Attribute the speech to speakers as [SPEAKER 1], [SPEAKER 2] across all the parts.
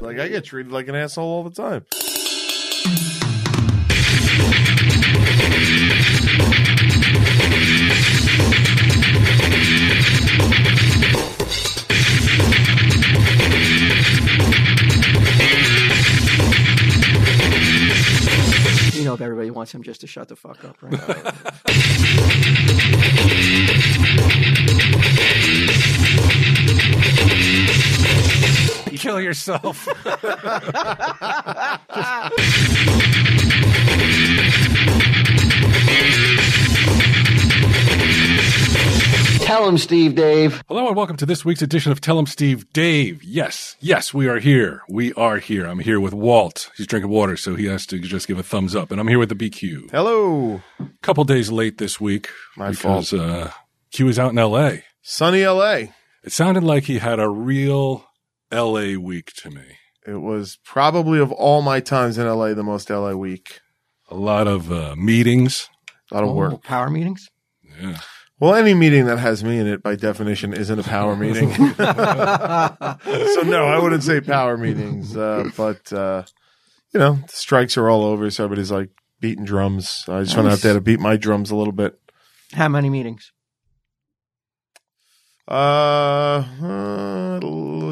[SPEAKER 1] I get treated like an asshole all the time.
[SPEAKER 2] You know, if everybody wants him just to shut the fuck up, right?
[SPEAKER 3] Kill yourself.
[SPEAKER 4] Tell him, Steve Dave.
[SPEAKER 3] Hello and welcome to this week's edition of Tell 'em Steve Dave. Yes, yes, we are here. We are here. I'm here with Walt. He's drinking water, so he has to just give a thumbs up. And I'm here with the BQ.
[SPEAKER 1] Hello,
[SPEAKER 3] couple days late this week
[SPEAKER 1] My
[SPEAKER 3] because Uh, Q is out in L.A.
[SPEAKER 1] sunny LA.
[SPEAKER 3] It sounded like he had a real L.A. week to me.
[SPEAKER 1] It was probably of all my times in LA the most LA week.
[SPEAKER 3] A lot of uh, meetings.
[SPEAKER 1] A lot of work.
[SPEAKER 2] Oh, Power meetings?
[SPEAKER 3] Yeah.
[SPEAKER 1] Well, any meeting that has me in it, by definition, isn't a power meeting. so no, I wouldn't say power meetings, uh, but uh, you know, the strikes are all over. So everybody's like beating drums. I just went out
[SPEAKER 2] Nice.
[SPEAKER 1] there to beat my drums a little bit.
[SPEAKER 2] How many meetings?
[SPEAKER 1] Uh, uh,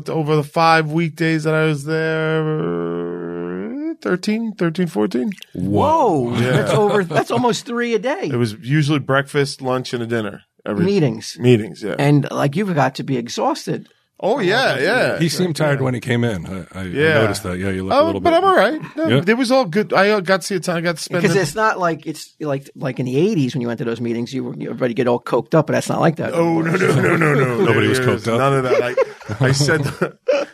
[SPEAKER 1] over the five weekdays that I was there, 13, 13, 14.
[SPEAKER 2] Whoa,
[SPEAKER 1] Yeah.
[SPEAKER 2] that's over. That's almost three a day.
[SPEAKER 1] It was usually breakfast, lunch, and a dinner. Every
[SPEAKER 2] meetings,
[SPEAKER 1] meetings, yeah.
[SPEAKER 2] and like you've got to be exhausted.
[SPEAKER 1] oh yeah, yeah.
[SPEAKER 3] He seemed tired when he came in. I, I, I
[SPEAKER 1] Yeah.
[SPEAKER 3] noticed that. Yeah, you look a
[SPEAKER 1] Oh,
[SPEAKER 3] little
[SPEAKER 1] but
[SPEAKER 3] bit.
[SPEAKER 1] I'm all right. No,
[SPEAKER 3] Yeah.
[SPEAKER 1] It was all good. I uh, got to see a ton. I got to spend.
[SPEAKER 2] Because
[SPEAKER 1] the-
[SPEAKER 2] it's not like it's like like in the '80s when you went to those meetings, you were everybody get all coked up, but that's not like that.
[SPEAKER 1] Oh no no no no no!
[SPEAKER 3] Nobody was
[SPEAKER 1] There is
[SPEAKER 3] coked up.
[SPEAKER 1] None of that. I, I said,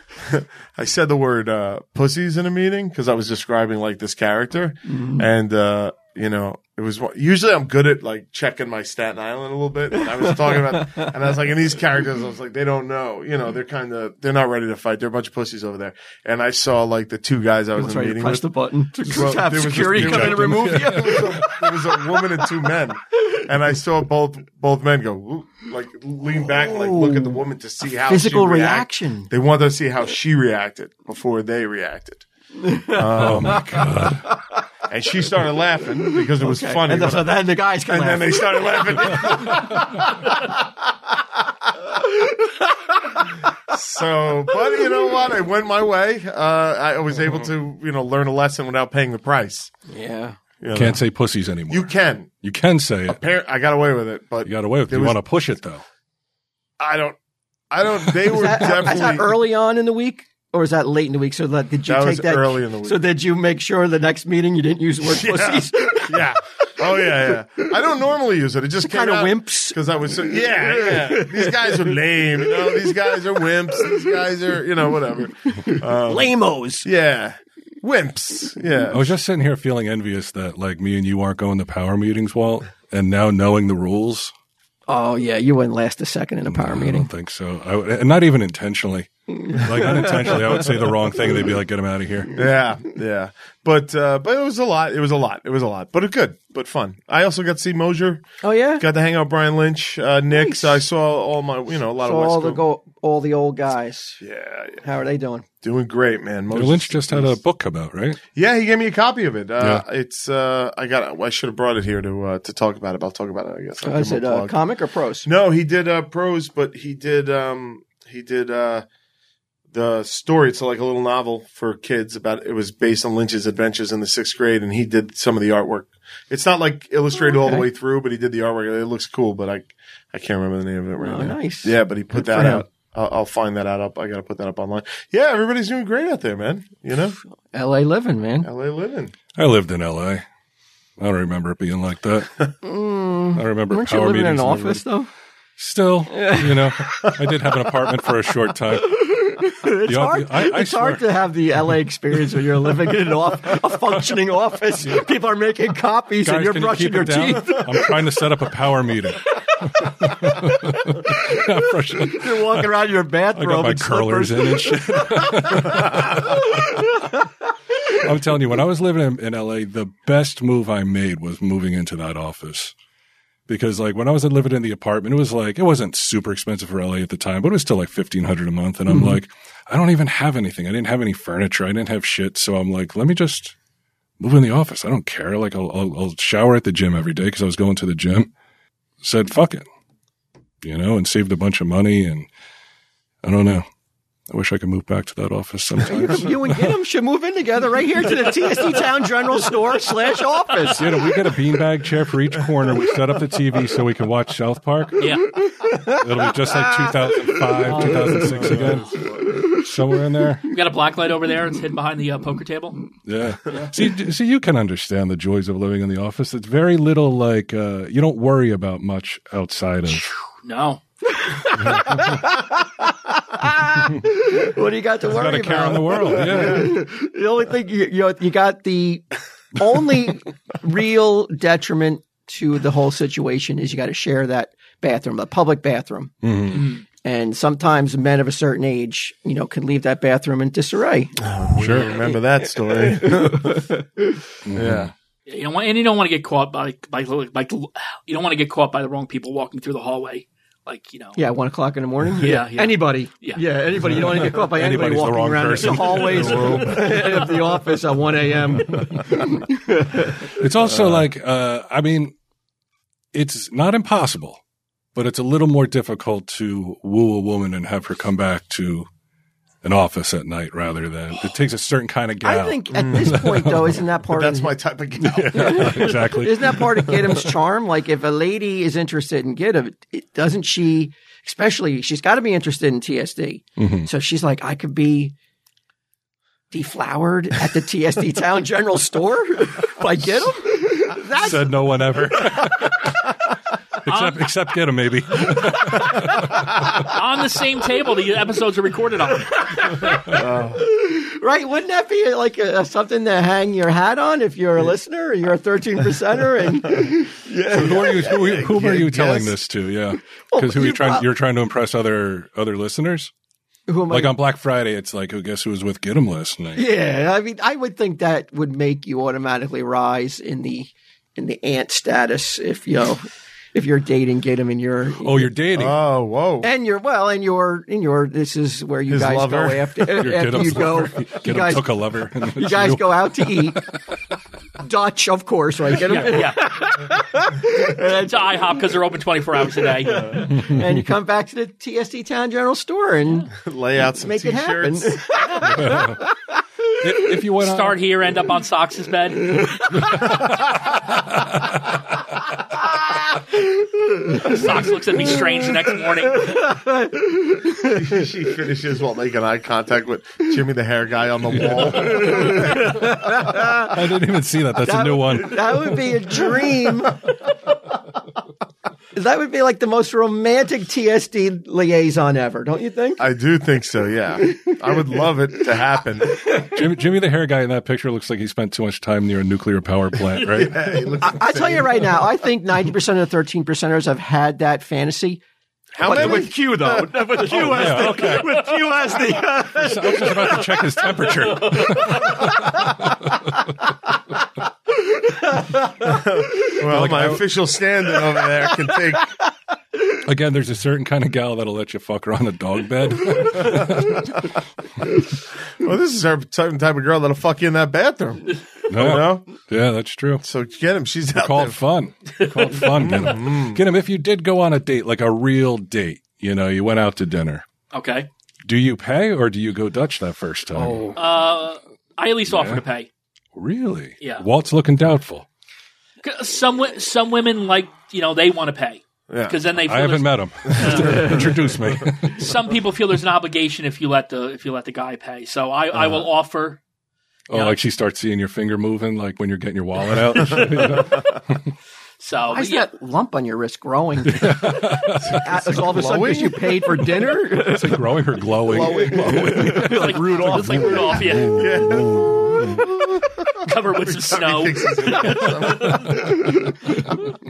[SPEAKER 1] I said the word uh, "pussies" in a meeting because I was describing like this character, and uh, you know it was. one- Usually, I'm good at like checking my Staten Island a little bit. And I was talking about, and I was like, in these characters, I was like, they don't know. You know, they're kind of they're not ready to fight. They're a bunch of pussies over there. And I saw like the two guys I was in a meeting with.
[SPEAKER 2] button to
[SPEAKER 1] Well, there was this- there was- there was a- there was a woman and two men, and I saw both both men go "Ooh," like lean back, like look at the woman to see how
[SPEAKER 2] Physical
[SPEAKER 1] she react-
[SPEAKER 2] reaction.
[SPEAKER 1] They wanted to see how she reacted before they reacted,
[SPEAKER 3] Oh my god!
[SPEAKER 1] and she started laughing because it was funny.
[SPEAKER 2] And
[SPEAKER 1] but-
[SPEAKER 2] so then the guys come
[SPEAKER 1] and then
[SPEAKER 2] out.
[SPEAKER 1] they started laughing. so, but you know what? I went my way. Uh, I was able to, you know, learn a lesson without paying the price.
[SPEAKER 2] yeah.
[SPEAKER 1] You know?
[SPEAKER 3] Can't say pussies anymore.
[SPEAKER 1] You
[SPEAKER 3] You,
[SPEAKER 1] can.
[SPEAKER 3] can say it.
[SPEAKER 1] Par- I got away with it, but
[SPEAKER 3] You got away with it.
[SPEAKER 1] There
[SPEAKER 3] You
[SPEAKER 1] was-
[SPEAKER 3] want to push it though.
[SPEAKER 1] I don't. I don't. They
[SPEAKER 2] Is
[SPEAKER 1] were
[SPEAKER 2] that,
[SPEAKER 1] definitely
[SPEAKER 2] is that early on in the week, or is that late in the week? So that, did you
[SPEAKER 1] That
[SPEAKER 2] take
[SPEAKER 1] was
[SPEAKER 2] that
[SPEAKER 1] early in the week.
[SPEAKER 2] So did you make sure the next meeting you didn't use the word pussies?
[SPEAKER 1] yeah. Oh yeah, yeah. I don't normally use it. It just
[SPEAKER 2] Kind
[SPEAKER 1] came
[SPEAKER 2] of
[SPEAKER 1] out
[SPEAKER 2] wimps.
[SPEAKER 1] because I was so yeah, yeah. These guys are lame. You know, these guys are wimps. These guys are you know whatever. Um,
[SPEAKER 2] Lamos.
[SPEAKER 1] yeah, wimps.
[SPEAKER 3] I
[SPEAKER 1] Yeah.
[SPEAKER 3] was just sitting here feeling envious that like me and you aren't going to power meetings, Walt. And now knowing the rules,
[SPEAKER 2] Oh yeah, you wouldn't last a second in a power
[SPEAKER 3] I don't
[SPEAKER 2] meeting.
[SPEAKER 3] think so. I would, and not even intentionally. like unintentionally, I would say the wrong thing. and They'd be like, "Get him out of here."
[SPEAKER 1] Yeah, yeah, but uh, but it was a lot. It was a lot. It was a lot, but it good, but fun. I also got to see Mosier.
[SPEAKER 2] Oh yeah.
[SPEAKER 1] Got to hang out with Brian Lynch, uh, Nick's.
[SPEAKER 2] Nice.
[SPEAKER 1] I saw all my, you know, a lot
[SPEAKER 2] So
[SPEAKER 1] of West
[SPEAKER 2] all the
[SPEAKER 1] Coast-
[SPEAKER 2] go, all the old guys.
[SPEAKER 1] Yeah, yeah,
[SPEAKER 2] How are they doing?
[SPEAKER 1] doing great, man. Mosier's
[SPEAKER 3] Lynch just had a
[SPEAKER 1] nice.
[SPEAKER 3] book come out, right?
[SPEAKER 1] Yeah, he gave me a copy of it. Uh, It's uh, I got. I should have brought it here to uh, to talk about it. But I'll talk about it. I guess. I'll
[SPEAKER 2] Uh,
[SPEAKER 1] give
[SPEAKER 2] Is
[SPEAKER 1] him
[SPEAKER 2] it
[SPEAKER 1] a
[SPEAKER 2] uh,
[SPEAKER 1] plug.
[SPEAKER 2] comic or prose?
[SPEAKER 1] no, he did uh, prose, but he did um, he did uh, the story. It's like a little novel for kids about. It was based on Lynch's adventures in the sixth grade, and he did some of the artwork. It's not like illustrated all the
[SPEAKER 2] Okay.
[SPEAKER 1] way through, but he did the artwork. It looks cool, but I I can't remember the name of it right
[SPEAKER 2] Oh,
[SPEAKER 1] now.
[SPEAKER 2] nice.
[SPEAKER 1] Yeah, but he put
[SPEAKER 2] Good for
[SPEAKER 1] that
[SPEAKER 2] him.
[SPEAKER 1] out. I'll, I'll find that out up. I got to put that up online. Yeah, everybody's doing great out there, man. You know,
[SPEAKER 2] L.A. living, man.
[SPEAKER 1] LA living.
[SPEAKER 3] I lived in L.A. I don't remember it being like that. I don't remember
[SPEAKER 2] Mm. Weren't you
[SPEAKER 3] power
[SPEAKER 2] living in
[SPEAKER 3] meetings.
[SPEAKER 2] an
[SPEAKER 3] in the-
[SPEAKER 2] office though?
[SPEAKER 3] Still, you know, I did have an apartment for a short time.
[SPEAKER 2] It's,
[SPEAKER 3] You have
[SPEAKER 2] hard,
[SPEAKER 3] to- I- I
[SPEAKER 2] it's hard
[SPEAKER 3] swear.
[SPEAKER 2] to have the LA experience when you're living in an off, a functioning office. People are making copies and
[SPEAKER 3] Guys,
[SPEAKER 2] you're
[SPEAKER 3] can you
[SPEAKER 2] brushing
[SPEAKER 3] keep
[SPEAKER 2] your
[SPEAKER 3] it down?
[SPEAKER 2] teeth.
[SPEAKER 3] I'm trying to set up a power meeting. I'm brushing-
[SPEAKER 2] You're walking around your
[SPEAKER 3] I got
[SPEAKER 2] bathroom
[SPEAKER 3] my
[SPEAKER 2] in
[SPEAKER 3] curlers
[SPEAKER 2] slippers.
[SPEAKER 3] in and shit. I'm telling you, when I was living in, in LA, the best move I made was moving into that office. because like when I was living in the apartment, it was like it wasn't super expensive for LA at the time, but it was still like fifteen hundred a month. And I'm
[SPEAKER 2] Mm-hmm.
[SPEAKER 3] like, I don't even have anything. I didn't have any furniture. I didn't have shit. So I'm like, let me just move in the office. I don't care. Like I'll I'll, I'll shower at the gym every day because I was going to the gym. Said fuck it, you know, and saved a bunch of money. And I don't know. I wish I could move back to that office sometimes.
[SPEAKER 2] You and Gidim should move in together right here to the TSD Town General Store slash office.
[SPEAKER 3] Dude, we got a beanbag chair for each corner. We set up the TV so we can watch South Park.
[SPEAKER 5] Yeah.
[SPEAKER 3] It'll be just like 2005, 2006 again, somewhere in there.
[SPEAKER 5] We got a black light over there. It's hidden behind the uh, poker table.
[SPEAKER 3] Yeah. See, d- see, you can understand the joys of living in the office. It's very little like uh, you don't worry about much outside of.
[SPEAKER 5] No.
[SPEAKER 2] What do you got to worry
[SPEAKER 3] Got a
[SPEAKER 2] about?
[SPEAKER 3] care in the world. Yeah.
[SPEAKER 2] the only thing you you, know, you got the only real detriment to the whole situation is you got to share that bathroom, the public bathroom.
[SPEAKER 3] Mm-hmm.
[SPEAKER 2] And sometimes men of a certain age, you know, can leave that bathroom in disarray.
[SPEAKER 1] Sure. Remember that story. yeah.
[SPEAKER 5] You don't want, and you don't want to get caught by by like you don't want to get caught by the wrong people walking through the hallway. Like you know.
[SPEAKER 2] Yeah, one o'clock in the morning.
[SPEAKER 5] Yeah, yeah.
[SPEAKER 2] anybody.
[SPEAKER 5] Yeah.
[SPEAKER 2] anybody. You don't want to get caught by anybody
[SPEAKER 3] Anybody's the
[SPEAKER 2] walking
[SPEAKER 3] wrong
[SPEAKER 2] around
[SPEAKER 3] person.
[SPEAKER 2] the hallways of the office at one a.m.
[SPEAKER 3] It's also like, uh, I mean, it's not impossible, but it's a little more difficult to woo a woman and have her come back to an office at night rather than it takes a certain kind of gal.
[SPEAKER 2] I think at this point, though, isn't that part
[SPEAKER 1] Mm. That's
[SPEAKER 2] of
[SPEAKER 1] my type of gal.
[SPEAKER 3] exactly.
[SPEAKER 2] Isn't that part of Gidim's charm? Like, if a lady is interested in Gidim, it, doesn't she, especially, she's got to be interested in TSD.
[SPEAKER 1] Mm-hmm.
[SPEAKER 2] So she's like, I could be deflowered at the TSD Town General Store by Gidim? That's,
[SPEAKER 3] said no one ever.
[SPEAKER 2] Um,
[SPEAKER 3] except, except get him, maybe.
[SPEAKER 5] on the same table the episodes are recorded on.
[SPEAKER 2] right? Wouldn't that be like a, something to hang your hat on if you're a listener or you're a 13 percenter? And
[SPEAKER 3] who are you, who, are you- whom are you
[SPEAKER 1] Yes.
[SPEAKER 3] telling this to? Yeah. Because who are you trying, you're trying to impress other, other listeners?
[SPEAKER 2] who am I?
[SPEAKER 3] Like on Black Friday, it's like, oh, guess who was with Get him last night?
[SPEAKER 2] Yeah, I mean, I would think that would make you automatically rise in the in the ant status if you know, if you're dating Gidim and you're
[SPEAKER 3] Oh, you're dating.
[SPEAKER 1] Oh, whoa.
[SPEAKER 2] and you're well and you're in your this is where you
[SPEAKER 1] His
[SPEAKER 2] guys
[SPEAKER 1] lover.
[SPEAKER 2] go after
[SPEAKER 3] You're
[SPEAKER 2] after
[SPEAKER 3] Giddim's
[SPEAKER 2] you go
[SPEAKER 3] lover.
[SPEAKER 2] you
[SPEAKER 3] Gidim
[SPEAKER 2] guys
[SPEAKER 3] took a lover.
[SPEAKER 2] you guys go out to eat Dutch of course right Gidim
[SPEAKER 5] Yeah. it's IHOP because they're open 24 hours a day.
[SPEAKER 2] and you come back to the TSD Town General Store and
[SPEAKER 1] Lay out some
[SPEAKER 2] make it happen.
[SPEAKER 1] t-shirts.
[SPEAKER 3] if, if you went
[SPEAKER 5] Start here, end up on Sox's bed. Sox looks at me strange the next morning.
[SPEAKER 1] she finishes while making eye contact with Jimmy the hair guy on the wall.
[SPEAKER 3] on, I didn't even see that. That's a new one.
[SPEAKER 2] That would be a dream. that would be like the most romantic TSD liaison ever, don't you think?
[SPEAKER 1] I do think so, yeah. I would love it to happen.
[SPEAKER 3] Jimmy, Jimmy the hair guy in that picture looks like he spent too much time near a nuclear power plant, right?
[SPEAKER 1] Hey, look,
[SPEAKER 2] I tell you right now, I think 90% of the 13 percenters have had that fantasy.
[SPEAKER 1] how many
[SPEAKER 2] With Q, though. With Q as
[SPEAKER 3] yeah, okay.
[SPEAKER 2] With Q as the. uh,
[SPEAKER 3] So I was just about to check his temperature.
[SPEAKER 1] well,
[SPEAKER 3] Like,
[SPEAKER 1] my
[SPEAKER 3] I-
[SPEAKER 1] official standing over there can take
[SPEAKER 3] Again, there's a certain kind of gal that'll let you fuck her on a dog bed.
[SPEAKER 1] Well, this is her type type of girl that'll fuck you in that bathroom. You
[SPEAKER 3] No.
[SPEAKER 1] know?
[SPEAKER 3] Yeah, that's true.
[SPEAKER 1] So get him. She's out
[SPEAKER 3] Called
[SPEAKER 1] there.
[SPEAKER 3] fun. Called fun. Get
[SPEAKER 2] Mm-hmm.
[SPEAKER 3] him. Get him. If you did go on a date, like a real date, you know, you went out to dinner.
[SPEAKER 5] Okay.
[SPEAKER 3] Do you pay or do you go Dutch that first time?
[SPEAKER 5] Uh, I at least offer to pay.
[SPEAKER 3] Really?
[SPEAKER 5] Yeah.
[SPEAKER 3] Walt's looking doubtful.
[SPEAKER 5] 'Cause Some wo- some women like you know they want to pay
[SPEAKER 1] Yeah.
[SPEAKER 5] because then they feel
[SPEAKER 3] I haven't
[SPEAKER 5] there's-
[SPEAKER 3] met him. Introduce me.
[SPEAKER 5] some people feel there's an obligation if you let the if you let the guy pay. So I, I
[SPEAKER 3] Uh-huh.
[SPEAKER 5] will offer
[SPEAKER 3] Oh, like she starts seeing your finger moving, like when you're getting your wallet out.
[SPEAKER 5] So
[SPEAKER 2] Why
[SPEAKER 5] but
[SPEAKER 2] is
[SPEAKER 5] yeah,
[SPEAKER 2] that lump on your wrist growing? It's all of a sudden because you paid for dinner?
[SPEAKER 3] it's like growing or glowing.
[SPEAKER 5] it's like Rudolph. It's like Rudolph, yeah.
[SPEAKER 1] Yeah.
[SPEAKER 5] Covered with some snow.
[SPEAKER 1] Thinks he's in awesome.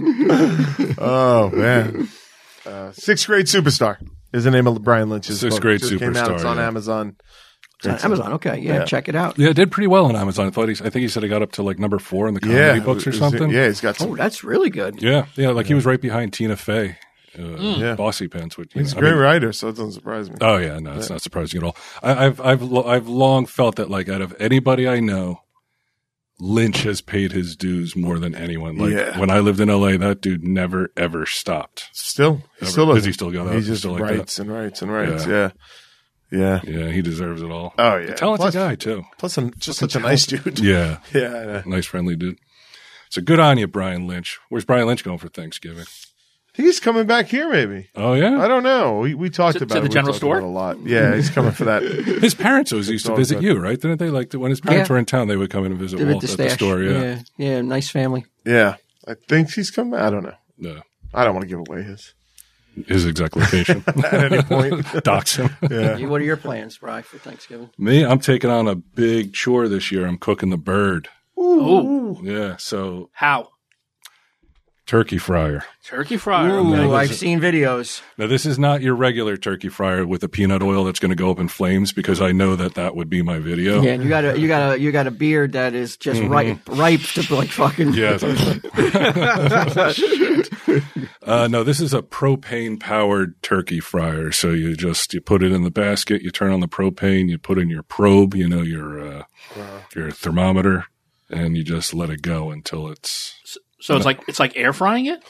[SPEAKER 1] oh man! Uh, sixth grade superstar is the name of Brian Lynch's
[SPEAKER 3] Sixth
[SPEAKER 1] book.
[SPEAKER 3] grade
[SPEAKER 1] Just Came out. It's
[SPEAKER 3] Superstar,
[SPEAKER 1] on
[SPEAKER 3] yeah.
[SPEAKER 1] Amazon.
[SPEAKER 2] It's on Amazon. Okay. Yeah,
[SPEAKER 1] Yeah.
[SPEAKER 2] Check it out.
[SPEAKER 3] Yeah, it did pretty well on Amazon. I thought he, I think he said it got up to like number four in the comedy
[SPEAKER 1] Yeah,
[SPEAKER 3] books or
[SPEAKER 1] is it-
[SPEAKER 3] something.
[SPEAKER 1] Yeah, he's got
[SPEAKER 2] Oh,
[SPEAKER 1] some.
[SPEAKER 2] that's really good.
[SPEAKER 3] yeah, yeah. Like he was right behind Tina Fey, uh,
[SPEAKER 1] Mm. Yeah.
[SPEAKER 3] Bossy Pants. Which, you
[SPEAKER 1] He's a
[SPEAKER 3] know, I
[SPEAKER 1] great
[SPEAKER 3] mean,
[SPEAKER 1] writer, so it doesn't surprise me.
[SPEAKER 3] Oh yeah, no, it's not surprising at all. I, I've I've lo- I've long felt that like out of anybody I know, Lynch has paid his dues more than anyone. Like
[SPEAKER 1] Yeah.
[SPEAKER 3] when I lived in L.A., that dude never ever stopped.
[SPEAKER 1] Still, he
[SPEAKER 3] Ever.
[SPEAKER 1] still
[SPEAKER 3] Does
[SPEAKER 1] doesn't.
[SPEAKER 3] he still go out
[SPEAKER 1] He
[SPEAKER 3] and
[SPEAKER 1] just
[SPEAKER 3] still like that?
[SPEAKER 1] writes and writes and writes. Yeah. yeah,
[SPEAKER 3] Yeah, he deserves it all.
[SPEAKER 1] Oh yeah,
[SPEAKER 3] Talented
[SPEAKER 1] Plus-
[SPEAKER 3] guy too.
[SPEAKER 1] Plus, I'm just such a nice dude.
[SPEAKER 3] Yeah,
[SPEAKER 1] yeah. I know.
[SPEAKER 3] nice friendly dude. So good on you, Brian Lynch. Where's Brian Lynch going for Thanksgiving?
[SPEAKER 1] He's coming back here, maybe.
[SPEAKER 3] Oh yeah,
[SPEAKER 1] I don't know. We we talked
[SPEAKER 5] To- to
[SPEAKER 1] about
[SPEAKER 5] the
[SPEAKER 1] it. We
[SPEAKER 5] general
[SPEAKER 1] talked
[SPEAKER 5] store?
[SPEAKER 1] about it a lot. Yeah, he's coming for that.
[SPEAKER 3] his parents always used to
[SPEAKER 1] all
[SPEAKER 3] visit
[SPEAKER 1] good.
[SPEAKER 3] you, right? Didn't they? Like when his parents
[SPEAKER 2] Yeah.
[SPEAKER 3] were in town, they would come in and visit
[SPEAKER 2] Did it
[SPEAKER 3] Walt
[SPEAKER 2] the
[SPEAKER 3] at the
[SPEAKER 2] stash.
[SPEAKER 3] store. Yeah,
[SPEAKER 2] yeah. Yeah, Nice family.
[SPEAKER 1] Yeah, I think he's coming. I don't know.
[SPEAKER 3] yeah.
[SPEAKER 1] I don't want to give away his
[SPEAKER 3] his exact location.
[SPEAKER 1] at any point.
[SPEAKER 3] Dox him.
[SPEAKER 2] Hey, What are your plans, Bry, for Thanksgiving?
[SPEAKER 3] Me, I'm taking on a big chore this year. I'm cooking the bird.
[SPEAKER 5] Oh,
[SPEAKER 3] Yeah, so
[SPEAKER 5] how
[SPEAKER 3] turkey fryer.
[SPEAKER 5] turkey fryer? okay.
[SPEAKER 2] Ooh, I've seen videos.
[SPEAKER 3] Now, this is not your regular turkey fryer with the peanut oil that's going to go up in flames because I know that that would be my video.
[SPEAKER 2] Yeah, and you got a you got a you got a beard that is just ripe ripe to like fucking
[SPEAKER 3] Mm-hmm. Yeah, it's- uh, no, this is a propane powered turkey fryer. So you just you put it in the basket, you turn on the propane, you put in your probe, you know your uh, your thermometer, and you just let it go until it's
[SPEAKER 5] So it's like it's like air frying it.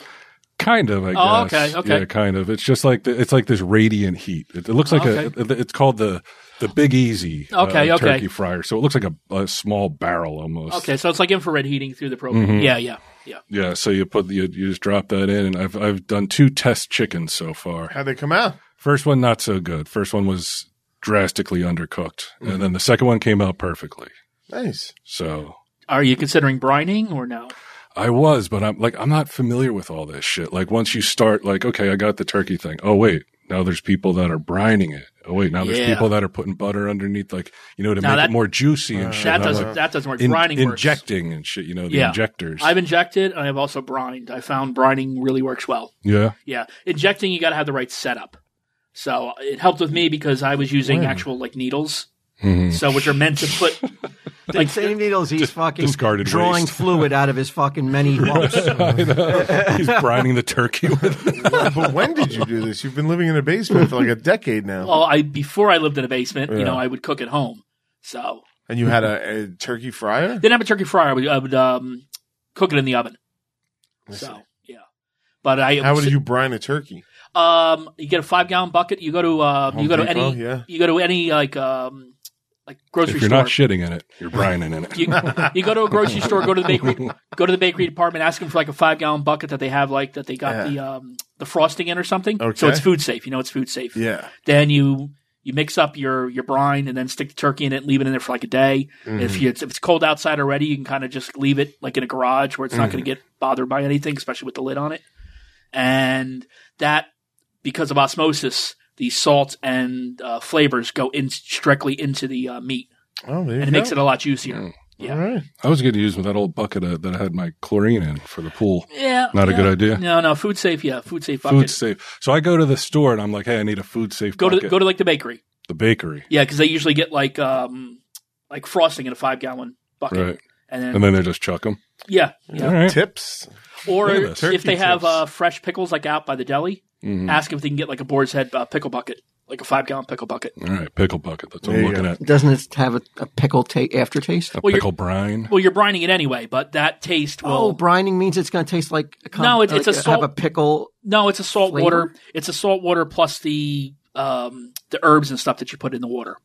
[SPEAKER 3] Kind of, I
[SPEAKER 5] Oh,
[SPEAKER 3] guess.
[SPEAKER 5] okay, okay.
[SPEAKER 3] Yeah, kind of. It's just like the, it's like this radiant heat. It, it looks like a. It's called the the Big Easy. uh,
[SPEAKER 5] Okay, okay.
[SPEAKER 3] Turkey fryer. So it looks like a, a small barrel almost.
[SPEAKER 5] Okay, so it's like infrared heating through the propane.
[SPEAKER 3] Mm-hmm.
[SPEAKER 5] Yeah, yeah, yeah.
[SPEAKER 3] Yeah. So you put you, you just drop that in, and I've I've done two test chickens so far.
[SPEAKER 1] How'd they come out?
[SPEAKER 3] First one not so good. First one was drastically undercooked,
[SPEAKER 5] Mm-hmm.
[SPEAKER 3] and then the second one came out perfectly.
[SPEAKER 1] Nice.
[SPEAKER 3] So
[SPEAKER 5] Are you considering brining or no?
[SPEAKER 3] I was, but I'm like, I'm not familiar with all this shit. Like, once you start, like, okay, I got the turkey thing. Oh, wait. Now there's people that are brining it. Oh, wait. Now there's
[SPEAKER 5] Yeah.
[SPEAKER 3] people that are putting butter underneath, like, you know, to
[SPEAKER 5] Now
[SPEAKER 3] make
[SPEAKER 5] that- Uh,
[SPEAKER 3] it more juicy and shit.
[SPEAKER 5] That
[SPEAKER 3] And I'm
[SPEAKER 5] doesn't
[SPEAKER 3] like,
[SPEAKER 5] that doesn't work.
[SPEAKER 3] in-
[SPEAKER 5] brining works.
[SPEAKER 3] injecting and shit, you know, the
[SPEAKER 5] Yeah.
[SPEAKER 3] injectors.
[SPEAKER 5] I've injected and I've also brined. I found brining really works well.
[SPEAKER 3] yeah.
[SPEAKER 5] Yeah, injecting you got to have the right setup. So it helped with me because I was using actual like needles.
[SPEAKER 3] Mm-hmm.
[SPEAKER 5] So which are meant to put like
[SPEAKER 2] same needles. He's fucking
[SPEAKER 3] discarded
[SPEAKER 2] drawing
[SPEAKER 3] waste.
[SPEAKER 2] fluid out of his fucking many lumps.
[SPEAKER 3] He's brining the turkey with it.
[SPEAKER 1] but when did you do this? You've been living in a basement for like a decade now,
[SPEAKER 5] well, I before I lived in a basement, you know,
[SPEAKER 1] Yeah.
[SPEAKER 5] I would cook at home. So
[SPEAKER 1] and you had a, a turkey fryer.
[SPEAKER 5] didn't have a turkey fryer. I would, I would um, cook it in the oven. So yeah, but I
[SPEAKER 1] How would you brine a turkey?
[SPEAKER 5] Um, you get a five gallon bucket. You go to uh,
[SPEAKER 1] Home
[SPEAKER 5] you go to
[SPEAKER 1] Depot,
[SPEAKER 5] any
[SPEAKER 1] yeah.
[SPEAKER 5] you go to any like um like
[SPEAKER 3] If
[SPEAKER 5] grocery
[SPEAKER 3] you're
[SPEAKER 5] store.
[SPEAKER 3] not shitting in it, you're brining in it.
[SPEAKER 5] you, you go to a grocery store, go to the bakery, go to the bakery department, ask them for like a five gallon bucket that they have, like that they got
[SPEAKER 1] Yeah.
[SPEAKER 5] the um the frosting in or something.
[SPEAKER 1] Okay.
[SPEAKER 5] So it's food safe. You know, it's food safe.
[SPEAKER 1] Yeah,
[SPEAKER 5] Then you you mix up your your brine and then stick the turkey in it, and leave it in there for like a day.
[SPEAKER 1] Mm-hmm.
[SPEAKER 5] If you, if it's cold outside already, you can kind of just leave it like in a garage where it's not
[SPEAKER 1] Mm-hmm.
[SPEAKER 5] going to get bothered by anything, especially with the lid on it. And that because of osmosis, the salt and uh, flavors go in directly into the uh, meat,
[SPEAKER 1] oh, there you
[SPEAKER 5] and it
[SPEAKER 1] go.
[SPEAKER 5] makes it a lot juicer.
[SPEAKER 1] All right.
[SPEAKER 3] I was going to use that old bucket uh, that I had my chlorine in for the pool.
[SPEAKER 5] Yeah,
[SPEAKER 3] Not a
[SPEAKER 5] yeah.
[SPEAKER 3] good idea.
[SPEAKER 5] No, no, food safe. Yeah, food safe bucket.
[SPEAKER 3] Food safe. So I go to the store and I'm like, hey, I need a food safe
[SPEAKER 5] go to
[SPEAKER 3] bucket.
[SPEAKER 5] go to like the bakery.
[SPEAKER 3] the bakery.
[SPEAKER 5] Yeah, because they usually get like um like frosting in a five gallon bucket,
[SPEAKER 3] Right.
[SPEAKER 5] and then,
[SPEAKER 3] And then they just chuck them.
[SPEAKER 5] yeah, yeah.
[SPEAKER 3] All right.
[SPEAKER 1] Tips.
[SPEAKER 5] Or
[SPEAKER 3] Look at this. Hmm.
[SPEAKER 5] if
[SPEAKER 1] Turkey
[SPEAKER 5] they have
[SPEAKER 1] tips.
[SPEAKER 5] uh, fresh pickles like out by the deli,
[SPEAKER 3] Mm,
[SPEAKER 5] ask if they can get like a boar's head uh, pickle bucket, like a five gallon pickle bucket.
[SPEAKER 3] All right, pickle bucket. That's what
[SPEAKER 1] There you
[SPEAKER 3] I'm looking
[SPEAKER 1] go.
[SPEAKER 3] at.
[SPEAKER 2] Doesn't it have a, a pickle ta- aftertaste?
[SPEAKER 3] A
[SPEAKER 5] Well, you're-
[SPEAKER 3] pickle brine.
[SPEAKER 5] Well, you're brining it anyway, but that taste will.
[SPEAKER 2] Oh, brining means it's going to taste like a
[SPEAKER 5] No, it's- it's a
[SPEAKER 2] uh,
[SPEAKER 5] salt-
[SPEAKER 2] have a pickle.
[SPEAKER 5] no, it's a salt
[SPEAKER 2] Flavor?
[SPEAKER 5] water. It's a salt water plus the um, the herbs and stuff that you put in the water.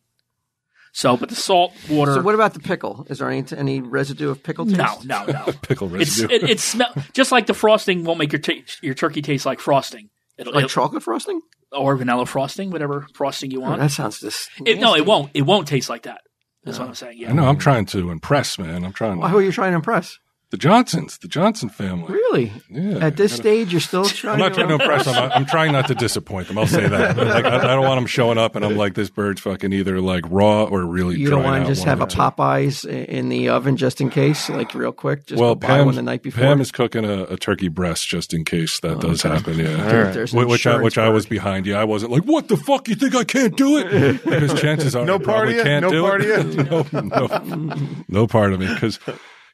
[SPEAKER 5] So, but the salt water.
[SPEAKER 2] So what about the pickle? Is there any any residue of pickle taste?
[SPEAKER 5] no, no, no.
[SPEAKER 3] Pickle
[SPEAKER 5] it's
[SPEAKER 3] residue.
[SPEAKER 5] it, it smell just like the frosting won't make your ta your turkey taste like frosting. It'll,
[SPEAKER 2] Like
[SPEAKER 5] it'll-
[SPEAKER 2] chocolate frosting?
[SPEAKER 5] or vanilla frosting, whatever frosting you
[SPEAKER 2] Oh,
[SPEAKER 5] want.
[SPEAKER 2] that sounds just.
[SPEAKER 5] it, no,
[SPEAKER 2] nasty.
[SPEAKER 5] it won't. It won't taste like that. That's what I'm saying. Yeah.
[SPEAKER 3] I know. I'm trying to impress, man. I'm trying.
[SPEAKER 2] Well, who are you trying to impress?
[SPEAKER 3] The Johnsons, the Johnson family.
[SPEAKER 2] Really?
[SPEAKER 3] Yeah,
[SPEAKER 2] At this
[SPEAKER 3] gotta-
[SPEAKER 2] stage, you're still
[SPEAKER 3] I'm
[SPEAKER 2] trying
[SPEAKER 3] not
[SPEAKER 2] to.
[SPEAKER 3] trying to impress them. I- I'm trying not to disappoint them. I'll say that. I'm like, I, I don't want them showing up and I'm like, this bird's fucking either like raw or really.
[SPEAKER 2] you don't
[SPEAKER 3] want to
[SPEAKER 2] just have a Popeyes i- in the oven just in case, like real quick. Just
[SPEAKER 3] Well,
[SPEAKER 2] go buy one
[SPEAKER 3] Pam's,
[SPEAKER 2] the night before. Oh,
[SPEAKER 3] Pam is cooking a, a turkey breast just in case that does happen. Yeah.
[SPEAKER 2] Dude, there's an
[SPEAKER 3] Wh- which I,
[SPEAKER 2] insurance
[SPEAKER 3] which I was behind. Yeah, I wasn't like, what the fuck? You think I can't do it? Because chances are,
[SPEAKER 1] No
[SPEAKER 3] I probably
[SPEAKER 1] part of you?
[SPEAKER 3] Can't
[SPEAKER 1] No
[SPEAKER 3] do
[SPEAKER 1] part
[SPEAKER 3] it.
[SPEAKER 1] of you?
[SPEAKER 3] no, no, no part of me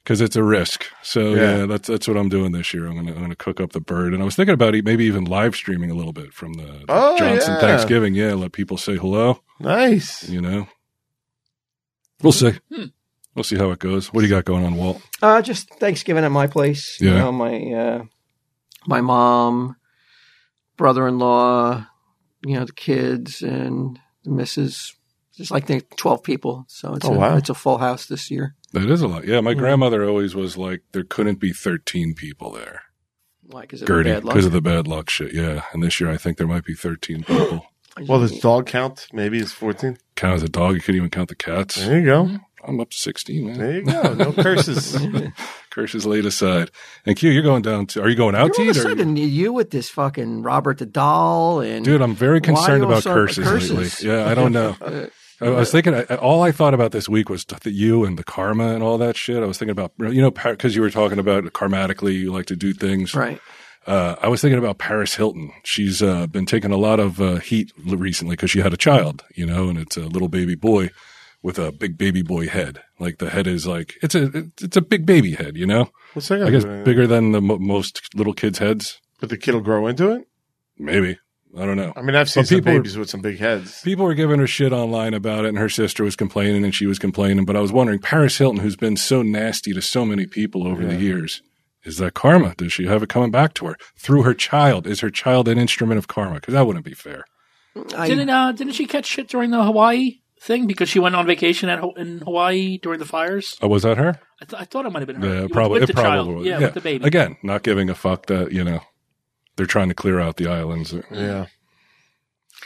[SPEAKER 3] because. it's a risk, so yeah.
[SPEAKER 1] Yeah.
[SPEAKER 3] that's that's what I'm doing this year. I'm gonna I'm gonna cook up the bird, and I was thinking about e- maybe even live streaming a little bit from the, the
[SPEAKER 1] Oh,
[SPEAKER 3] Johnson
[SPEAKER 1] yeah.
[SPEAKER 3] Thanksgiving. Yeah, let people say hello.
[SPEAKER 1] Nice.
[SPEAKER 3] You know, we'll see.
[SPEAKER 2] Hmm.
[SPEAKER 3] We'll see how it goes. What do you got going on, Walt?
[SPEAKER 2] Uh, just Thanksgiving at my place. You
[SPEAKER 3] Yeah.
[SPEAKER 2] know, my uh, my mom, brother in law, you know, the kids and the missus. There's like I think twelve people, so it's
[SPEAKER 1] Oh,
[SPEAKER 2] a,
[SPEAKER 1] wow.
[SPEAKER 2] it's a full house this year.
[SPEAKER 3] That is a lot. Yeah, my
[SPEAKER 2] Hmm.
[SPEAKER 3] grandmother always was like, there couldn't be 13 people there.
[SPEAKER 2] Like is it
[SPEAKER 3] Gertie,
[SPEAKER 2] bad luck?
[SPEAKER 3] because of the bad luck shit. Yeah, and this year I think there might be 13 people.
[SPEAKER 1] Well, does dog count? Maybe it's 14.
[SPEAKER 3] Count as a dog, you could even count the cats.
[SPEAKER 1] There you go.
[SPEAKER 5] Mm-hmm.
[SPEAKER 3] I'm up to 16. Man.
[SPEAKER 1] There you go. No curses.
[SPEAKER 3] Curses laid aside. And Q, you're going down to. Are you going out
[SPEAKER 2] You're all of
[SPEAKER 3] to
[SPEAKER 2] a
[SPEAKER 3] eat? or-
[SPEAKER 2] sudden you with this fucking Robert the doll and
[SPEAKER 3] Dude, I'm very concerned
[SPEAKER 2] Why are you
[SPEAKER 3] about
[SPEAKER 2] so-
[SPEAKER 3] curses,
[SPEAKER 2] curses?
[SPEAKER 3] lately. Yeah, I don't know. I was thinking. I, all I thought about this week was the you and the karma and all that shit. I was thinking about you know because you were talking about karmatically you like to do things.
[SPEAKER 2] right.
[SPEAKER 3] Uh, I was thinking about Paris Hilton. She's uh, been taking a lot of uh, heat l- recently because she had a child, you know, and it's a little baby boy with a big baby boy head. Like the head is like it's a it's- it's a big baby head, you know.
[SPEAKER 1] What's that
[SPEAKER 3] I
[SPEAKER 1] got to
[SPEAKER 3] guess
[SPEAKER 1] do with anything?
[SPEAKER 3] bigger than the mo- most little kids' heads,
[SPEAKER 1] But the kid will grow into it?
[SPEAKER 3] maybe. I don't know.
[SPEAKER 1] I mean, I've seen
[SPEAKER 3] But
[SPEAKER 1] some
[SPEAKER 3] people are-
[SPEAKER 1] babies with some big heads.
[SPEAKER 3] People were giving her shit online about it, and her sister was complaining, and she was complaining. But I was wondering, Paris Hilton, who's been so nasty to so many people over the years, is that karma? Does she have it coming back to her through her child? Is her child an instrument of karma? Because that wouldn't be fair.
[SPEAKER 2] I,
[SPEAKER 5] Didn't uh, didn't she catch shit during the Hawaii thing because she went on vacation at Ho- in Hawaii during the fires?
[SPEAKER 3] Oh, was that her?
[SPEAKER 5] I, th- I thought it might have been her.
[SPEAKER 3] Yeah,
[SPEAKER 5] With-
[SPEAKER 3] probably.
[SPEAKER 5] with
[SPEAKER 3] it
[SPEAKER 5] the
[SPEAKER 3] probably
[SPEAKER 5] child.
[SPEAKER 3] was.
[SPEAKER 5] Yeah, with the baby.
[SPEAKER 3] Again, not giving a fuck that you know they're trying to clear out the islands.
[SPEAKER 1] Yeah.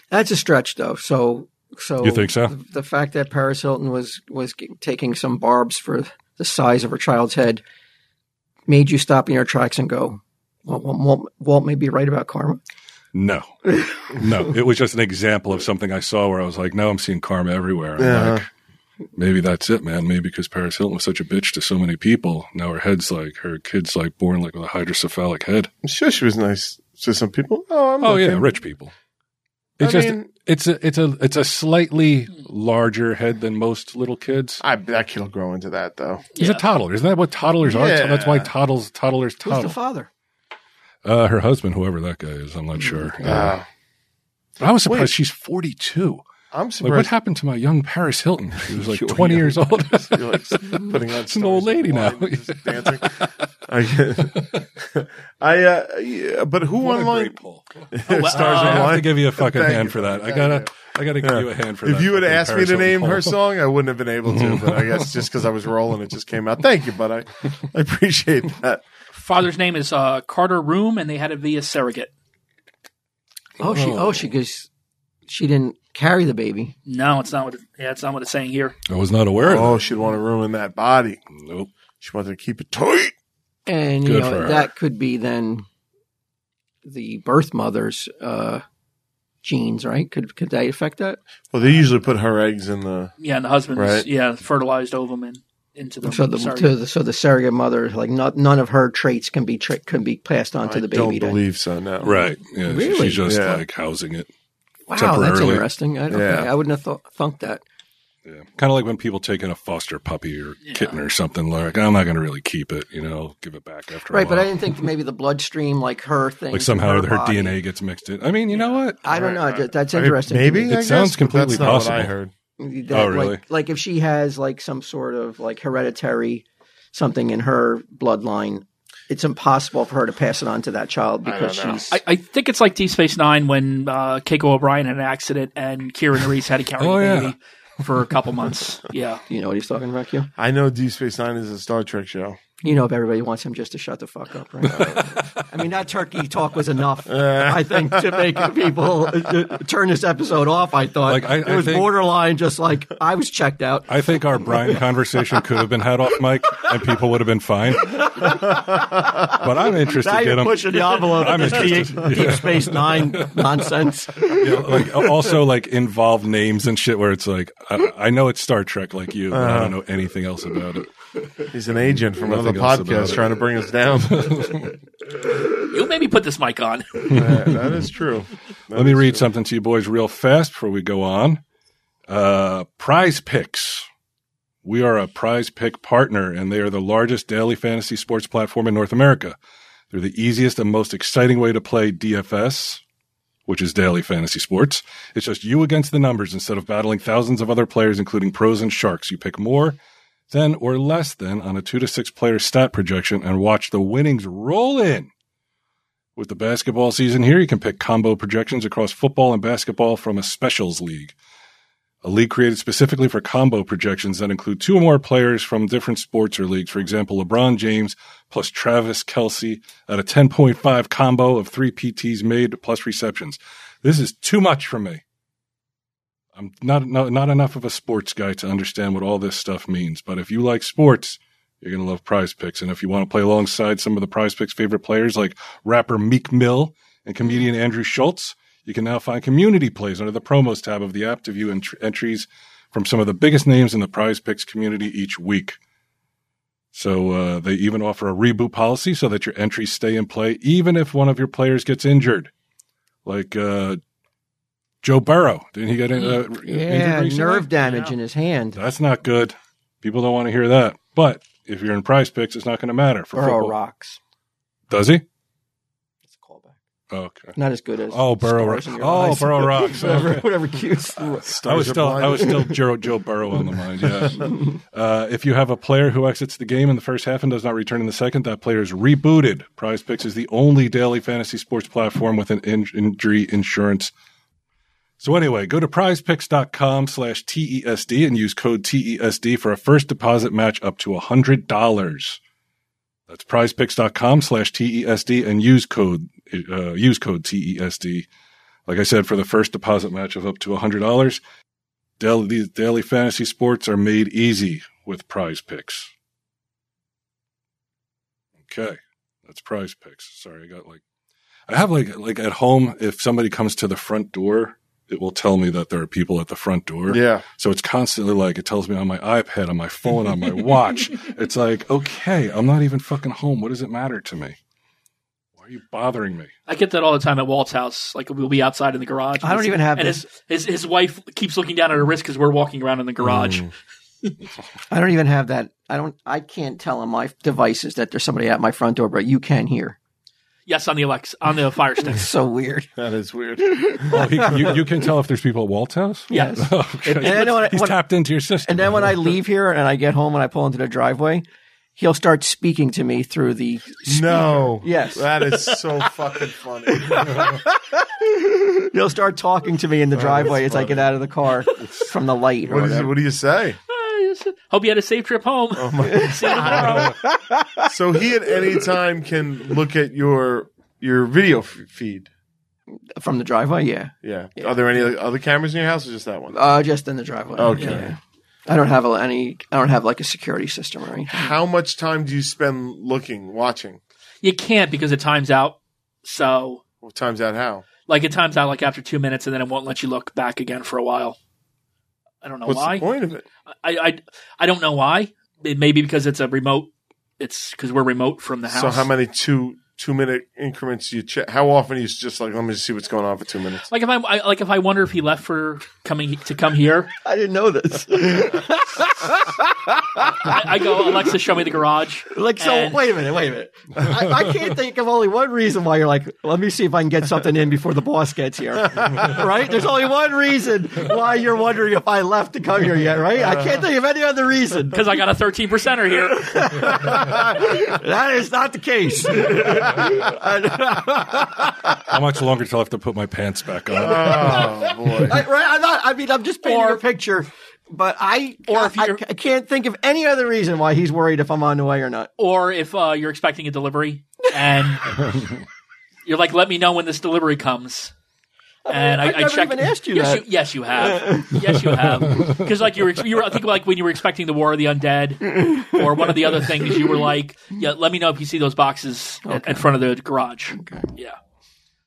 [SPEAKER 2] That's a stretch, though. So, so
[SPEAKER 3] You think so?
[SPEAKER 2] The, the fact that Paris Hilton was was g- taking some barbs for the size of her child's head made you stop in your tracks and go, "Walt, Walt- Walt, Walt may be right about karma."
[SPEAKER 3] No, no. It was just an example of something I saw where I was like, now I'm seeing karma everywhere. I'm
[SPEAKER 1] Yeah.
[SPEAKER 3] like, maybe that's it, man. Maybe because Paris Hilton was such a bitch to so many people, now her head's like her kid's like born like with a hydrocephalic head.
[SPEAKER 1] I'm sure she was nice to some people. Oh, I'm
[SPEAKER 3] Oh
[SPEAKER 1] okay.
[SPEAKER 3] yeah, rich people. It's
[SPEAKER 1] I
[SPEAKER 3] just
[SPEAKER 1] mean-
[SPEAKER 3] it's a it's a it's a slightly larger head than most little kids.
[SPEAKER 1] I, that kid will grow into that, though.
[SPEAKER 3] He's a toddler, isn't that what toddlers
[SPEAKER 1] Yeah.
[SPEAKER 3] are? That's why toddlers toddlers
[SPEAKER 2] Who's
[SPEAKER 3] toddle.
[SPEAKER 2] the father?
[SPEAKER 3] uh, her husband, whoever that guy is, I'm not sure. Yeah.
[SPEAKER 1] Uh,
[SPEAKER 3] But I was surprised
[SPEAKER 1] wait.
[SPEAKER 3] she's 42.
[SPEAKER 1] I'm
[SPEAKER 3] Like, what
[SPEAKER 1] surprised.
[SPEAKER 3] happened to my young Paris Hilton? She was like 20 years old.
[SPEAKER 1] You're like putting on
[SPEAKER 3] an old
[SPEAKER 1] stars
[SPEAKER 3] lady
[SPEAKER 1] and
[SPEAKER 3] now.
[SPEAKER 1] wine and just dancing. I, I uh, yeah, but who online?
[SPEAKER 3] poll.
[SPEAKER 5] Oh, well,
[SPEAKER 1] Stars
[SPEAKER 3] I
[SPEAKER 5] uh,
[SPEAKER 1] and
[SPEAKER 3] have to
[SPEAKER 1] wine?
[SPEAKER 3] give you a fucking
[SPEAKER 1] Thank
[SPEAKER 3] hand
[SPEAKER 1] you.
[SPEAKER 3] for that. I
[SPEAKER 1] Thank
[SPEAKER 3] gotta,
[SPEAKER 1] you.
[SPEAKER 3] I gotta give you a hand for that.
[SPEAKER 1] If you had
[SPEAKER 3] fucking
[SPEAKER 1] asked me
[SPEAKER 3] Paris
[SPEAKER 1] to name
[SPEAKER 3] Hilton
[SPEAKER 1] her
[SPEAKER 3] poll.
[SPEAKER 1] song, I wouldn't have been able to. But I guess just because I was rolling, it just came out. Thank you, but I, I appreciate that.
[SPEAKER 5] Father's name is uh, Carter Room, and they had it via surrogate.
[SPEAKER 2] Oh, she. Oh, she goes. She didn't carry the baby.
[SPEAKER 5] No, it's not what. It, yeah, it's not what it's saying here.
[SPEAKER 3] I was not aware of
[SPEAKER 1] Oh, she'd want to ruin that body.
[SPEAKER 3] that. Nope.
[SPEAKER 1] She wanted to keep it tight.
[SPEAKER 2] And you
[SPEAKER 3] Good for
[SPEAKER 2] know
[SPEAKER 3] her.
[SPEAKER 2] that could be then the birth mother's uh, genes, right? Could could that affect that?
[SPEAKER 1] Well, they usually put her eggs in the.
[SPEAKER 5] Yeah, and the husband's
[SPEAKER 1] Right.
[SPEAKER 5] yeah fertilized ovum and into the
[SPEAKER 2] So the,
[SPEAKER 5] surrogate.
[SPEAKER 2] to the so the surrogate mother, like not none of her traits can be tra- can be passed on to the
[SPEAKER 1] I
[SPEAKER 2] baby.
[SPEAKER 1] don't
[SPEAKER 2] then.
[SPEAKER 1] believe so. No,
[SPEAKER 3] Right. Yeah. she-
[SPEAKER 2] Really?
[SPEAKER 3] She's just
[SPEAKER 1] Yeah.
[SPEAKER 3] like housing it.
[SPEAKER 2] wow, that's
[SPEAKER 3] temporarily.
[SPEAKER 2] interesting. I, okay,
[SPEAKER 1] Yeah.
[SPEAKER 2] I wouldn't have thought, thunk that.
[SPEAKER 3] Yeah. Kind of like when people take in a foster puppy or kitten or something. Like, I'm not gonna really keep it. You know, I'll give it back after.
[SPEAKER 2] Right,
[SPEAKER 3] a while.
[SPEAKER 2] but I didn't think maybe the bloodstream, like her thing,
[SPEAKER 3] like somehow her,
[SPEAKER 2] body.
[SPEAKER 3] DNA gets mixed in. I mean, you know what?
[SPEAKER 2] I don't know. that- That's
[SPEAKER 1] I mean,
[SPEAKER 2] interesting. to
[SPEAKER 1] maybe
[SPEAKER 2] me.
[SPEAKER 1] I guess,
[SPEAKER 3] sounds
[SPEAKER 1] but
[SPEAKER 3] completely
[SPEAKER 1] that's not
[SPEAKER 3] possible.
[SPEAKER 1] What I heard.
[SPEAKER 2] That,
[SPEAKER 3] Oh, really?
[SPEAKER 2] Like, like if she has like some sort of like hereditary something in her bloodline, it's impossible for her to pass it on to that child because
[SPEAKER 1] don't know.
[SPEAKER 2] she's.
[SPEAKER 5] I, I think it's like Deep Space Nine when uh, Keiko O'Brien had an accident and Kieran Reese had to carry
[SPEAKER 3] Oh,
[SPEAKER 5] the
[SPEAKER 3] yeah.
[SPEAKER 5] baby for a couple months. Yeah,
[SPEAKER 2] you know what he's talking about, Q?
[SPEAKER 1] I know Deep Space Nine is a Star Trek show.
[SPEAKER 2] You know, if everybody wants him just to shut the fuck up, right? I mean, that turkey talk was enough, I think, to make people uh, turn this episode off. I thought
[SPEAKER 3] Like, I-
[SPEAKER 2] it
[SPEAKER 3] I
[SPEAKER 2] was
[SPEAKER 3] think-
[SPEAKER 2] borderline, just like I was checked out.
[SPEAKER 3] I think our Brian conversation could have been had off mic and people would have been fine. but I'm interested
[SPEAKER 2] Now
[SPEAKER 3] in
[SPEAKER 2] you're
[SPEAKER 3] him.
[SPEAKER 2] pushing the envelope.
[SPEAKER 3] I'm
[SPEAKER 2] with the
[SPEAKER 3] interested.
[SPEAKER 2] Deep Space Nine nonsense.
[SPEAKER 3] you know, like also like involved names and shit where it's like I, I know it's Star Trek like you, but I don't know anything else about it.
[SPEAKER 1] He's an agent from another
[SPEAKER 3] Nothing else about
[SPEAKER 1] podcast
[SPEAKER 3] it.
[SPEAKER 1] trying to bring us down.
[SPEAKER 5] You made me put this mic on.
[SPEAKER 1] Yeah, that is true.
[SPEAKER 3] Let me read something to you boys real fast before we go on. Uh, prize picks. We are a prize pick partner, and they are the largest daily fantasy sports platform in North America. They're the easiest and most exciting way to play DFS, which is daily fantasy sports. It's just you against the numbers instead of battling thousands of other players, including pros and sharks. You pick more than or less than on a two to six player stat projection and watch the winnings roll in. With the basketball season here, you can pick combo projections across football and basketball from a specials league. A league created specifically for combo projections that include two or more players from different sports or leagues. For example, LeBron James plus Travis Kelsey at a 10.5 combo of three PTs made plus receptions. This is too much for me. I'm not, not, not enough of a sports guy to understand what all this stuff means, but if you like sports, you're going to love prize picks. And if you want to play alongside some of the prize picks favorite players like rapper Meek Mill and comedian
[SPEAKER 2] Mm.
[SPEAKER 3] Andrew Schultz, you can now find community plays under the promos tab of the app to view entr entries from some of the biggest names in the prize picks community each week. So uh, they even offer a reboot policy so that your entries stay in play even if one of your players gets injured. Like uh, Joe Burrow. Didn't he get in, uh, injured
[SPEAKER 2] Yeah,
[SPEAKER 3] recently? Uh,
[SPEAKER 2] nerve damage in his hand
[SPEAKER 3] That's not good. People don't want to hear that. But if you're in prize picks, it's not going to matter for
[SPEAKER 2] Burrow
[SPEAKER 3] football.
[SPEAKER 2] rocks.
[SPEAKER 3] Does he?
[SPEAKER 2] It's a callback.
[SPEAKER 3] Okay.
[SPEAKER 2] Not as good as
[SPEAKER 3] Oh, Burrow.
[SPEAKER 2] Stars
[SPEAKER 3] Rocks.
[SPEAKER 2] in Your
[SPEAKER 3] Oh,
[SPEAKER 2] Eyes.
[SPEAKER 3] Burrow rocks.
[SPEAKER 2] whatever,
[SPEAKER 3] Okay.
[SPEAKER 2] whatever cues.
[SPEAKER 3] I was still I was still Joe, Joe Burrow on the mind. Yeah. uh, if you have a player who exits the game in the first half and does not return in the second, that player is rebooted. Prize Picks is the only daily fantasy sports platform with an in- injury insurance. So anyway, go to prizepicks.com slash TESD and use code TESD for a first deposit match up to $100. That's prizepicks.com slash TESD and use code, uh, use code TESD like I said, for the first deposit match of up to $100. Daily, these daily fantasy sports are made easy with prize picks. Okay. That's prize picks. Sorry. I got like, I have like, like at home, if somebody comes to the front door, it will tell me that there are people at the front door.
[SPEAKER 1] Yeah.
[SPEAKER 3] So it's constantly like, it tells me on my iPad, on my phone, on my watch. It's like, okay, I'm not even fucking home. What does it matter to me? Why are you bothering me?
[SPEAKER 5] I get that all the time at Walt's house. Like we'll be outside in the garage.
[SPEAKER 2] I don't even have
[SPEAKER 5] and
[SPEAKER 2] this.
[SPEAKER 5] His, his his wife keeps looking down at her wrist because we're walking around in the garage.
[SPEAKER 2] I don't even have that. I don't. I can't tell on my devices that there's somebody at my front door, but you can hear.
[SPEAKER 5] Yes, on the Alexa, on the Fire Stick.
[SPEAKER 2] It's so weird.
[SPEAKER 1] That is weird.
[SPEAKER 3] Oh, he, you, you can tell if there's people at Walt's house?
[SPEAKER 5] Yes.
[SPEAKER 3] Okay.
[SPEAKER 2] And then when I-
[SPEAKER 3] He's
[SPEAKER 2] when-
[SPEAKER 3] tapped into your system.
[SPEAKER 2] And then when I leave here and I get home and I pull into the driveway, he'll start speaking to me through the.
[SPEAKER 1] No.
[SPEAKER 2] Yes.
[SPEAKER 1] That is so fucking funny.
[SPEAKER 2] He'll start talking to me in the driveway as I get out of the car from the light. Or
[SPEAKER 1] What, is,
[SPEAKER 2] whatever.
[SPEAKER 1] what do you say?
[SPEAKER 5] Ah, Hope you had a safe trip home. Oh my See you tomorrow.
[SPEAKER 1] So he at any time can look at your your video f- feed.
[SPEAKER 2] From the driveway, yeah.
[SPEAKER 1] Yeah. Are there any other cameras in your house or just that one?
[SPEAKER 2] Uh, just in the driveway.
[SPEAKER 1] Okay.
[SPEAKER 2] yeah. I don't have a- any. I don't have like a security system or anything.
[SPEAKER 1] How much time do you spend looking, watching?
[SPEAKER 5] You can't because it times out. So
[SPEAKER 1] What time's that how?
[SPEAKER 5] like it times out like after two minutes, and then it won't let you look back again for a while. I don't know
[SPEAKER 1] What's
[SPEAKER 5] why.
[SPEAKER 1] the point of it?
[SPEAKER 5] I, I I don't know why. It may be because it's a remote. It's because we're remote from the house.
[SPEAKER 1] So how many two two minute increments do you check? How often are you just like, let me just see what's going on for two minutes?
[SPEAKER 5] Like if I, I like if I wonder if he left for coming to come here,
[SPEAKER 2] I didn't know this.
[SPEAKER 5] I, I go Alexa, show me the garage.
[SPEAKER 2] Like, so
[SPEAKER 5] And-
[SPEAKER 2] wait a minute, wait a minute. I, I can't think of only one reason why you're like, let me see if I can get something in before the boss gets here. right? There's only one reason why you're wondering if I left to come here yet, right? I can't think of any other reason.
[SPEAKER 5] because I got a thirteen percenter here.
[SPEAKER 2] That is not the case.
[SPEAKER 3] How much longer till I have to put my pants back on? Uh,
[SPEAKER 1] Oh boy.
[SPEAKER 2] I, right? I'm not, I mean, I'm just painting
[SPEAKER 5] Or-
[SPEAKER 2] a picture But I,
[SPEAKER 5] Or if
[SPEAKER 2] I,
[SPEAKER 5] you're-
[SPEAKER 2] I can't think of any other reason why he's worried if I'm on the way or not.
[SPEAKER 5] or if uh, you're expecting a delivery and you're like, let me know when this delivery comes. And I,
[SPEAKER 2] I've
[SPEAKER 5] I
[SPEAKER 2] never
[SPEAKER 5] checked.
[SPEAKER 2] even asked you
[SPEAKER 5] yes,
[SPEAKER 2] that.
[SPEAKER 5] You, yes, you have. yes, you have. Because like you were, you were. I think like when you were expecting the War of the Undead or one of the other things, you were like, yeah, let me know if you see those boxes in- in front of the garage. Yeah.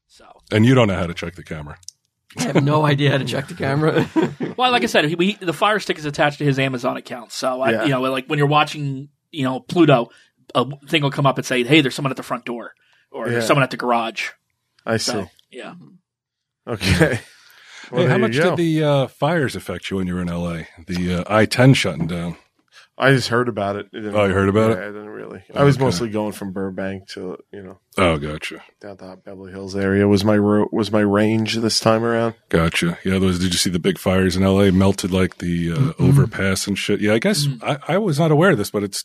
[SPEAKER 5] So,
[SPEAKER 3] And you don't know how to check the camera.
[SPEAKER 2] I have no idea how to check the camera.
[SPEAKER 5] well, like I said, he, we, the Fire Stick is attached to his Amazon account. So, I,
[SPEAKER 1] Yeah.
[SPEAKER 5] you know, like when you're watching, you know, Pluto, a thing will come up and say, "Hey, there's someone at the front door," or
[SPEAKER 1] Yeah.
[SPEAKER 5] "There's someone at the garage."
[SPEAKER 1] I see.
[SPEAKER 5] So yeah,
[SPEAKER 1] Okay. Well,
[SPEAKER 3] hey,
[SPEAKER 1] there
[SPEAKER 3] how
[SPEAKER 1] you
[SPEAKER 3] much
[SPEAKER 1] go.
[SPEAKER 3] did the uh, fires affect you when you were in LA? The uh, I 10 shutting down.
[SPEAKER 1] I just heard about it.
[SPEAKER 3] Oh, you heard about
[SPEAKER 1] yeah,
[SPEAKER 3] it? Oh,
[SPEAKER 1] I didn't really. I was
[SPEAKER 3] Okay.
[SPEAKER 1] mostly going from Burbank to you know
[SPEAKER 3] Oh, gotcha.
[SPEAKER 1] down to Beverly Hills area was my ro- was my range this time around.
[SPEAKER 3] Gotcha. Yeah, those. Did you see the big fires in LA melted like the uh,
[SPEAKER 5] Mm-hmm.
[SPEAKER 3] overpass and shit? Yeah, I guess
[SPEAKER 5] Mm.
[SPEAKER 3] I, I was not aware of this, but it's.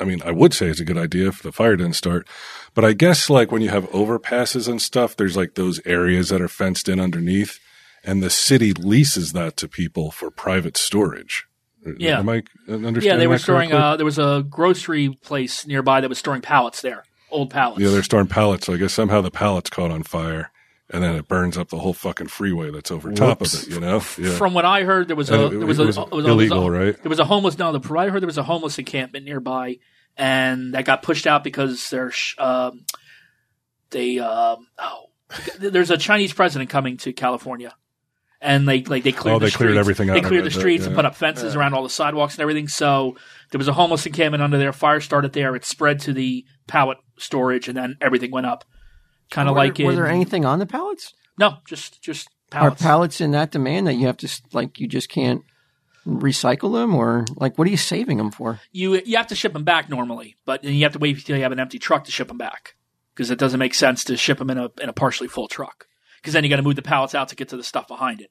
[SPEAKER 3] I mean, I would say it's a good idea if the fire didn't start, but I guess like when you have overpasses and stuff, there's like those areas that are fenced in underneath, and the city leases that to people for private storage. Uh,
[SPEAKER 5] Yeah.
[SPEAKER 3] am I understanding?
[SPEAKER 5] yeah. They were
[SPEAKER 3] that
[SPEAKER 5] storing.
[SPEAKER 3] correctly?
[SPEAKER 5] Uh, there was a grocery place nearby that was storing pallets there, old pallets.
[SPEAKER 3] yeah, they're storing pallets. So I guess somehow the pallets caught on fire, and then it burns up the whole fucking freeway that's over top of
[SPEAKER 1] Whoops.
[SPEAKER 3] it. You know? Yeah.
[SPEAKER 5] From what I heard, there was
[SPEAKER 3] And
[SPEAKER 5] a
[SPEAKER 3] it-
[SPEAKER 5] there was
[SPEAKER 3] it
[SPEAKER 5] a
[SPEAKER 3] was
[SPEAKER 5] there a-
[SPEAKER 3] illegal, right?
[SPEAKER 5] There was a homeless. No, the, from what I heard there was a homeless encampment nearby, and that got pushed out because there's um, they um, oh there's a Chinese president coming to California. And they like they cleared
[SPEAKER 3] Oh,
[SPEAKER 5] the
[SPEAKER 3] they cleared
[SPEAKER 5] streets.
[SPEAKER 3] everything out.
[SPEAKER 5] They
[SPEAKER 3] I
[SPEAKER 5] cleared
[SPEAKER 3] read
[SPEAKER 5] the
[SPEAKER 3] that,
[SPEAKER 5] streets and
[SPEAKER 3] yeah.
[SPEAKER 5] put up fences around all the sidewalks and everything. So there was a homeless encampment under there. Fire started there. It spread to the pallet storage, and then everything went up. Kind of
[SPEAKER 2] Were-
[SPEAKER 5] like
[SPEAKER 2] were
[SPEAKER 5] in-
[SPEAKER 2] there anything on the pallets?
[SPEAKER 5] No, just just
[SPEAKER 2] Are
[SPEAKER 5] pallets.
[SPEAKER 2] pallets in that demand that you have to s- like you just can't recycle them or like what are you saving them for?
[SPEAKER 5] you you have to ship them back normally, but then you have to wait until you have an empty truck to ship them back because it doesn't make sense to ship them in a in a partially full truck because then you got to move the pallets out to get to the stuff behind it.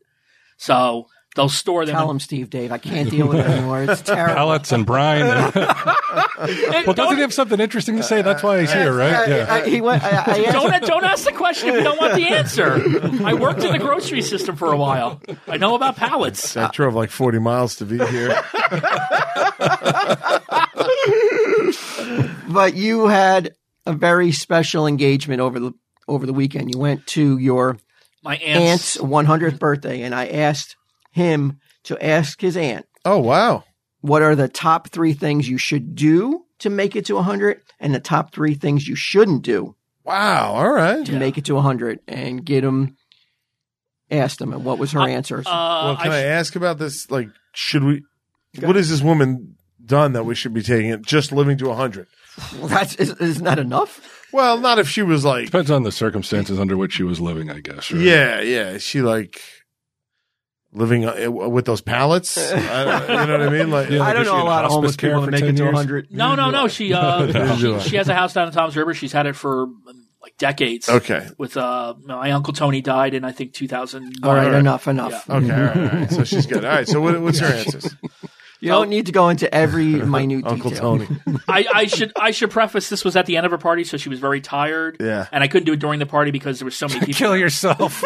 [SPEAKER 5] So they'll store them.
[SPEAKER 2] Tell him, Steve, Dave. I can't deal with it anymore. It's terrible.
[SPEAKER 3] pallets and brine.
[SPEAKER 5] Hey,
[SPEAKER 3] well, doesn't
[SPEAKER 5] Eh, don't,
[SPEAKER 3] he have something interesting to say? That's why he's here, right?
[SPEAKER 2] I- I-
[SPEAKER 3] Yeah.
[SPEAKER 2] he went- I- I asked-
[SPEAKER 5] don't don't ask the question if you don't want the answer. I worked in the grocery system for a while. I know about pallets.
[SPEAKER 1] I drove like forty miles to be here.
[SPEAKER 2] but you had a very special engagement over the over the weekend. You went to your
[SPEAKER 5] My aunts. uh,
[SPEAKER 2] aunt's 100th birthday, and I asked him to ask his aunt
[SPEAKER 1] oh wow!
[SPEAKER 2] what are the top three things you should do to make it to 100, and the top three things you shouldn't do
[SPEAKER 1] Wow! All right.
[SPEAKER 2] to
[SPEAKER 5] Yeah.
[SPEAKER 2] make it to 100, and get him asked him, and what was her
[SPEAKER 5] I-
[SPEAKER 2] answer?
[SPEAKER 5] Uh,
[SPEAKER 1] well, can I,
[SPEAKER 5] I-
[SPEAKER 1] ask about this? Like, should we? What has this woman done that we should be taking it? Just living to hundred?
[SPEAKER 2] well, that's is, isn't that enough?
[SPEAKER 1] Well, not if she was like,
[SPEAKER 3] Depends on the circumstances under which she was living, I guess. right?
[SPEAKER 1] yeah, yeah. She like living uh, with those pallets. I, you know what I mean? Like,
[SPEAKER 3] Yeah,
[SPEAKER 2] I
[SPEAKER 3] like
[SPEAKER 2] don't
[SPEAKER 3] is
[SPEAKER 2] know
[SPEAKER 3] she
[SPEAKER 2] a
[SPEAKER 3] in
[SPEAKER 2] lot of
[SPEAKER 3] hospice
[SPEAKER 2] homeless
[SPEAKER 3] care
[SPEAKER 2] people that
[SPEAKER 3] for
[SPEAKER 2] make
[SPEAKER 3] 10
[SPEAKER 2] it to
[SPEAKER 3] years?
[SPEAKER 2] 100.
[SPEAKER 5] no, no, no. She uh,
[SPEAKER 1] Neither do I.
[SPEAKER 5] she, she has a house down in Tom's River. She's had it for um, like decades.
[SPEAKER 1] okay,
[SPEAKER 5] With uh, my uncle Tony died in I think 2000.
[SPEAKER 2] All right,
[SPEAKER 1] All right.
[SPEAKER 2] enough, enough.
[SPEAKER 1] okay, all right, all right. So she's good. All right. So what, what's her answers?
[SPEAKER 2] You don't need to go into every minute
[SPEAKER 1] Uncle
[SPEAKER 2] detail.
[SPEAKER 1] Tony.
[SPEAKER 5] I, I should I should preface this was at the end of her party, so she was very tired.
[SPEAKER 1] Yeah.
[SPEAKER 5] And I couldn't do it during the party because there were so many people.
[SPEAKER 3] Kill yourself.